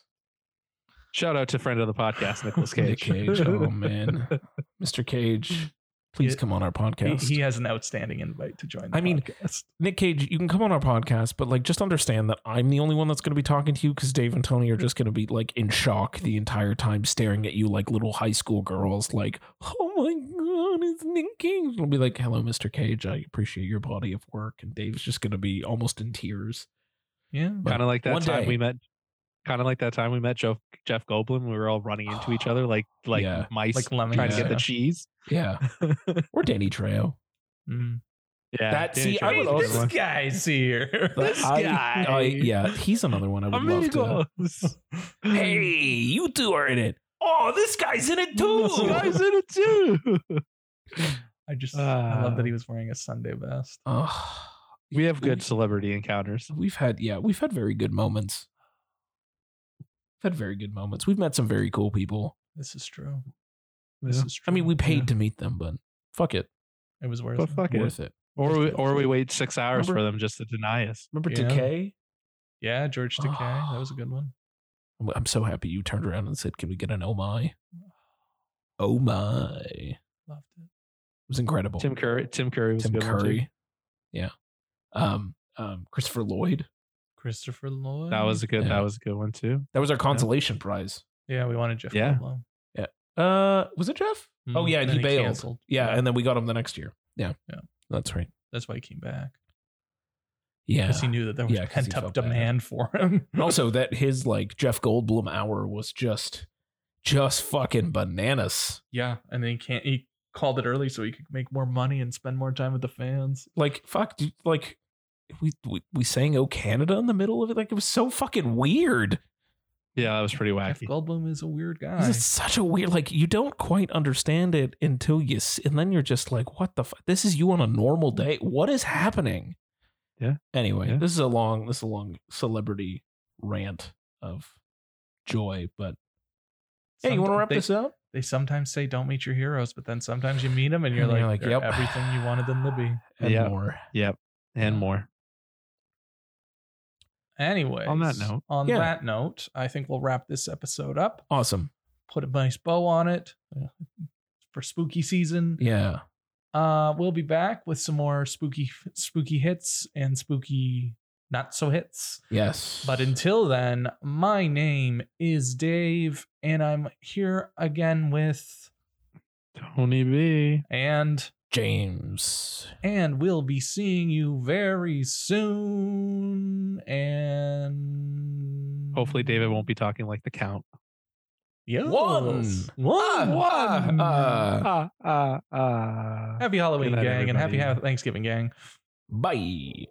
[SPEAKER 2] Shout out to friend of the podcast, Nicholas Cage.
[SPEAKER 3] Nick Cage. Oh man. Mr. Cage, please
[SPEAKER 1] Yeah.
[SPEAKER 3] come on our
[SPEAKER 1] He,
[SPEAKER 3] podcast.
[SPEAKER 1] he has an outstanding invite to join. The
[SPEAKER 3] I mean,
[SPEAKER 1] podcast.
[SPEAKER 3] Nick Cage, you can come on our podcast, but like just understand that I'm the only one that's going to be talking to you because Dave and Tony are just going to be like in shock the entire time, staring at you like little high school girls, like, oh my God, it's Nick Cage. And I'll be like, hello, Mr. Cage. I appreciate your body of work. And Dave's just going to be almost in tears.
[SPEAKER 1] yeah.
[SPEAKER 2] kind of like that
[SPEAKER 3] one
[SPEAKER 2] time
[SPEAKER 3] day.
[SPEAKER 2] we met kind of like that time we met Jeff Jeff Goldblum. We were all running into each other like like
[SPEAKER 3] Yeah.
[SPEAKER 2] mice
[SPEAKER 1] Like lemons,
[SPEAKER 2] trying to get
[SPEAKER 1] yeah.
[SPEAKER 2] the cheese.
[SPEAKER 3] Yeah. or Danny Trejo.
[SPEAKER 1] Mm.
[SPEAKER 2] Yeah,
[SPEAKER 3] That-
[SPEAKER 2] Danny
[SPEAKER 3] see,
[SPEAKER 2] Trejo
[SPEAKER 3] I would
[SPEAKER 2] was another
[SPEAKER 3] also-
[SPEAKER 1] this
[SPEAKER 2] one.
[SPEAKER 1] guy's here.
[SPEAKER 3] But
[SPEAKER 2] This
[SPEAKER 3] I-
[SPEAKER 2] guy.
[SPEAKER 3] I- yeah, he's another one I would love
[SPEAKER 2] amigos.
[SPEAKER 3] to. Hey, you two are in it. Oh, this guy's in it too.
[SPEAKER 2] this guy's in it too.
[SPEAKER 1] I just I love
[SPEAKER 2] Ah.
[SPEAKER 1] that he was wearing a Sunday vest.
[SPEAKER 3] Ugh.
[SPEAKER 2] we have good
[SPEAKER 3] We-
[SPEAKER 2] celebrity encounters.
[SPEAKER 3] we've had yeah we've had very good moments we've had very good moments we've met some very cool people
[SPEAKER 1] This is true. This
[SPEAKER 2] Yeah.
[SPEAKER 1] is true.
[SPEAKER 3] i mean we paid
[SPEAKER 1] Yeah.
[SPEAKER 3] to meet them but fuck it
[SPEAKER 1] It was worth
[SPEAKER 2] But
[SPEAKER 1] it.
[SPEAKER 2] fuck it.
[SPEAKER 3] worth it
[SPEAKER 2] Or we, or we wait six hours
[SPEAKER 3] Remember-
[SPEAKER 2] for them just to deny us.
[SPEAKER 3] remember
[SPEAKER 1] Yeah.
[SPEAKER 3] decay
[SPEAKER 1] Yeah, George Takei. that was a good one.
[SPEAKER 3] I'm- i'm so happy you turned around and said can we get an oh my oh my it
[SPEAKER 1] Loved it.
[SPEAKER 3] was incredible
[SPEAKER 2] Tim Curry. Tim Curry was a
[SPEAKER 3] Tim
[SPEAKER 2] good one, too.
[SPEAKER 3] curry yeah um um christopher lloyd
[SPEAKER 1] Christopher Lloyd.
[SPEAKER 2] That was a good.
[SPEAKER 3] Yeah.
[SPEAKER 2] That was a good one too.
[SPEAKER 3] that was our consolation prize
[SPEAKER 1] yeah. We wanted Jeff.
[SPEAKER 2] Yeah.
[SPEAKER 1] Goldblum.
[SPEAKER 3] uh was it jeff oh
[SPEAKER 1] Mm,
[SPEAKER 3] yeah
[SPEAKER 1] and
[SPEAKER 3] and
[SPEAKER 1] then
[SPEAKER 3] he
[SPEAKER 1] he
[SPEAKER 3] bailed
[SPEAKER 1] canceled.
[SPEAKER 3] yeah
[SPEAKER 1] Yeah.
[SPEAKER 3] and then we got him the next year yeah
[SPEAKER 1] Yeah.
[SPEAKER 3] that's right
[SPEAKER 1] That's why he came back
[SPEAKER 3] yeah
[SPEAKER 1] because he knew that there was
[SPEAKER 3] Yeah, 'cause he
[SPEAKER 1] pent up
[SPEAKER 3] felt bad.
[SPEAKER 1] demand for him.
[SPEAKER 3] And also that his like Jeff Goldblum hour was just just fucking bananas.
[SPEAKER 1] yeah, and then he can't. He called it early so he could make more money and spend more time with the fans.
[SPEAKER 3] Like fuck dude, like we, we we sang "Oh Canada" in the middle of it. Like it was so fucking weird.
[SPEAKER 2] Yeah, that was pretty
[SPEAKER 1] Jeff
[SPEAKER 2] wacky.
[SPEAKER 1] Goldblum is a weird guy.
[SPEAKER 3] This is such a weird. Like you don't quite understand it until you, s- and then you're just like, "What the? Fu- this is you on a normal day. What is happening?"
[SPEAKER 2] Yeah.
[SPEAKER 3] Anyway,
[SPEAKER 2] Yeah.
[SPEAKER 3] this is a long, this is a long celebrity rant of joy. But hey, you want to
[SPEAKER 1] Somet-
[SPEAKER 3] wrap
[SPEAKER 1] they-
[SPEAKER 3] this up?
[SPEAKER 1] They sometimes say don't meet your heroes, but then sometimes you meet them and you're
[SPEAKER 3] And
[SPEAKER 1] like,
[SPEAKER 3] you're
[SPEAKER 1] they're
[SPEAKER 3] like, yep.
[SPEAKER 1] everything you wanted them to be.
[SPEAKER 3] And
[SPEAKER 2] Yeah.
[SPEAKER 3] more.
[SPEAKER 2] Yep, and more.
[SPEAKER 1] Anyway,
[SPEAKER 2] note.
[SPEAKER 1] on
[SPEAKER 3] Yeah.
[SPEAKER 1] that note, I think we'll wrap this episode up.
[SPEAKER 3] Awesome.
[SPEAKER 1] Put a nice bow on it uh, for spooky season.
[SPEAKER 3] Yeah.
[SPEAKER 1] Uh, we'll be back with some more spooky, spooky hits and spooky not so hits.
[SPEAKER 3] Yes.
[SPEAKER 1] But until then, my name is Dave, and I'm here again with
[SPEAKER 2] Tony B.
[SPEAKER 1] and
[SPEAKER 3] James.
[SPEAKER 1] and we'll be seeing you very soon. And
[SPEAKER 2] Hopefully, David won't be talking like the count.
[SPEAKER 1] Yes.
[SPEAKER 3] One.
[SPEAKER 1] one,
[SPEAKER 3] Ah,
[SPEAKER 1] one.
[SPEAKER 3] ah,
[SPEAKER 2] Ah, ah, ah.
[SPEAKER 1] happy Halloween,
[SPEAKER 2] Good night,
[SPEAKER 1] gang, and happy
[SPEAKER 2] everybody.
[SPEAKER 1] Thanksgiving, gang.
[SPEAKER 3] Bye.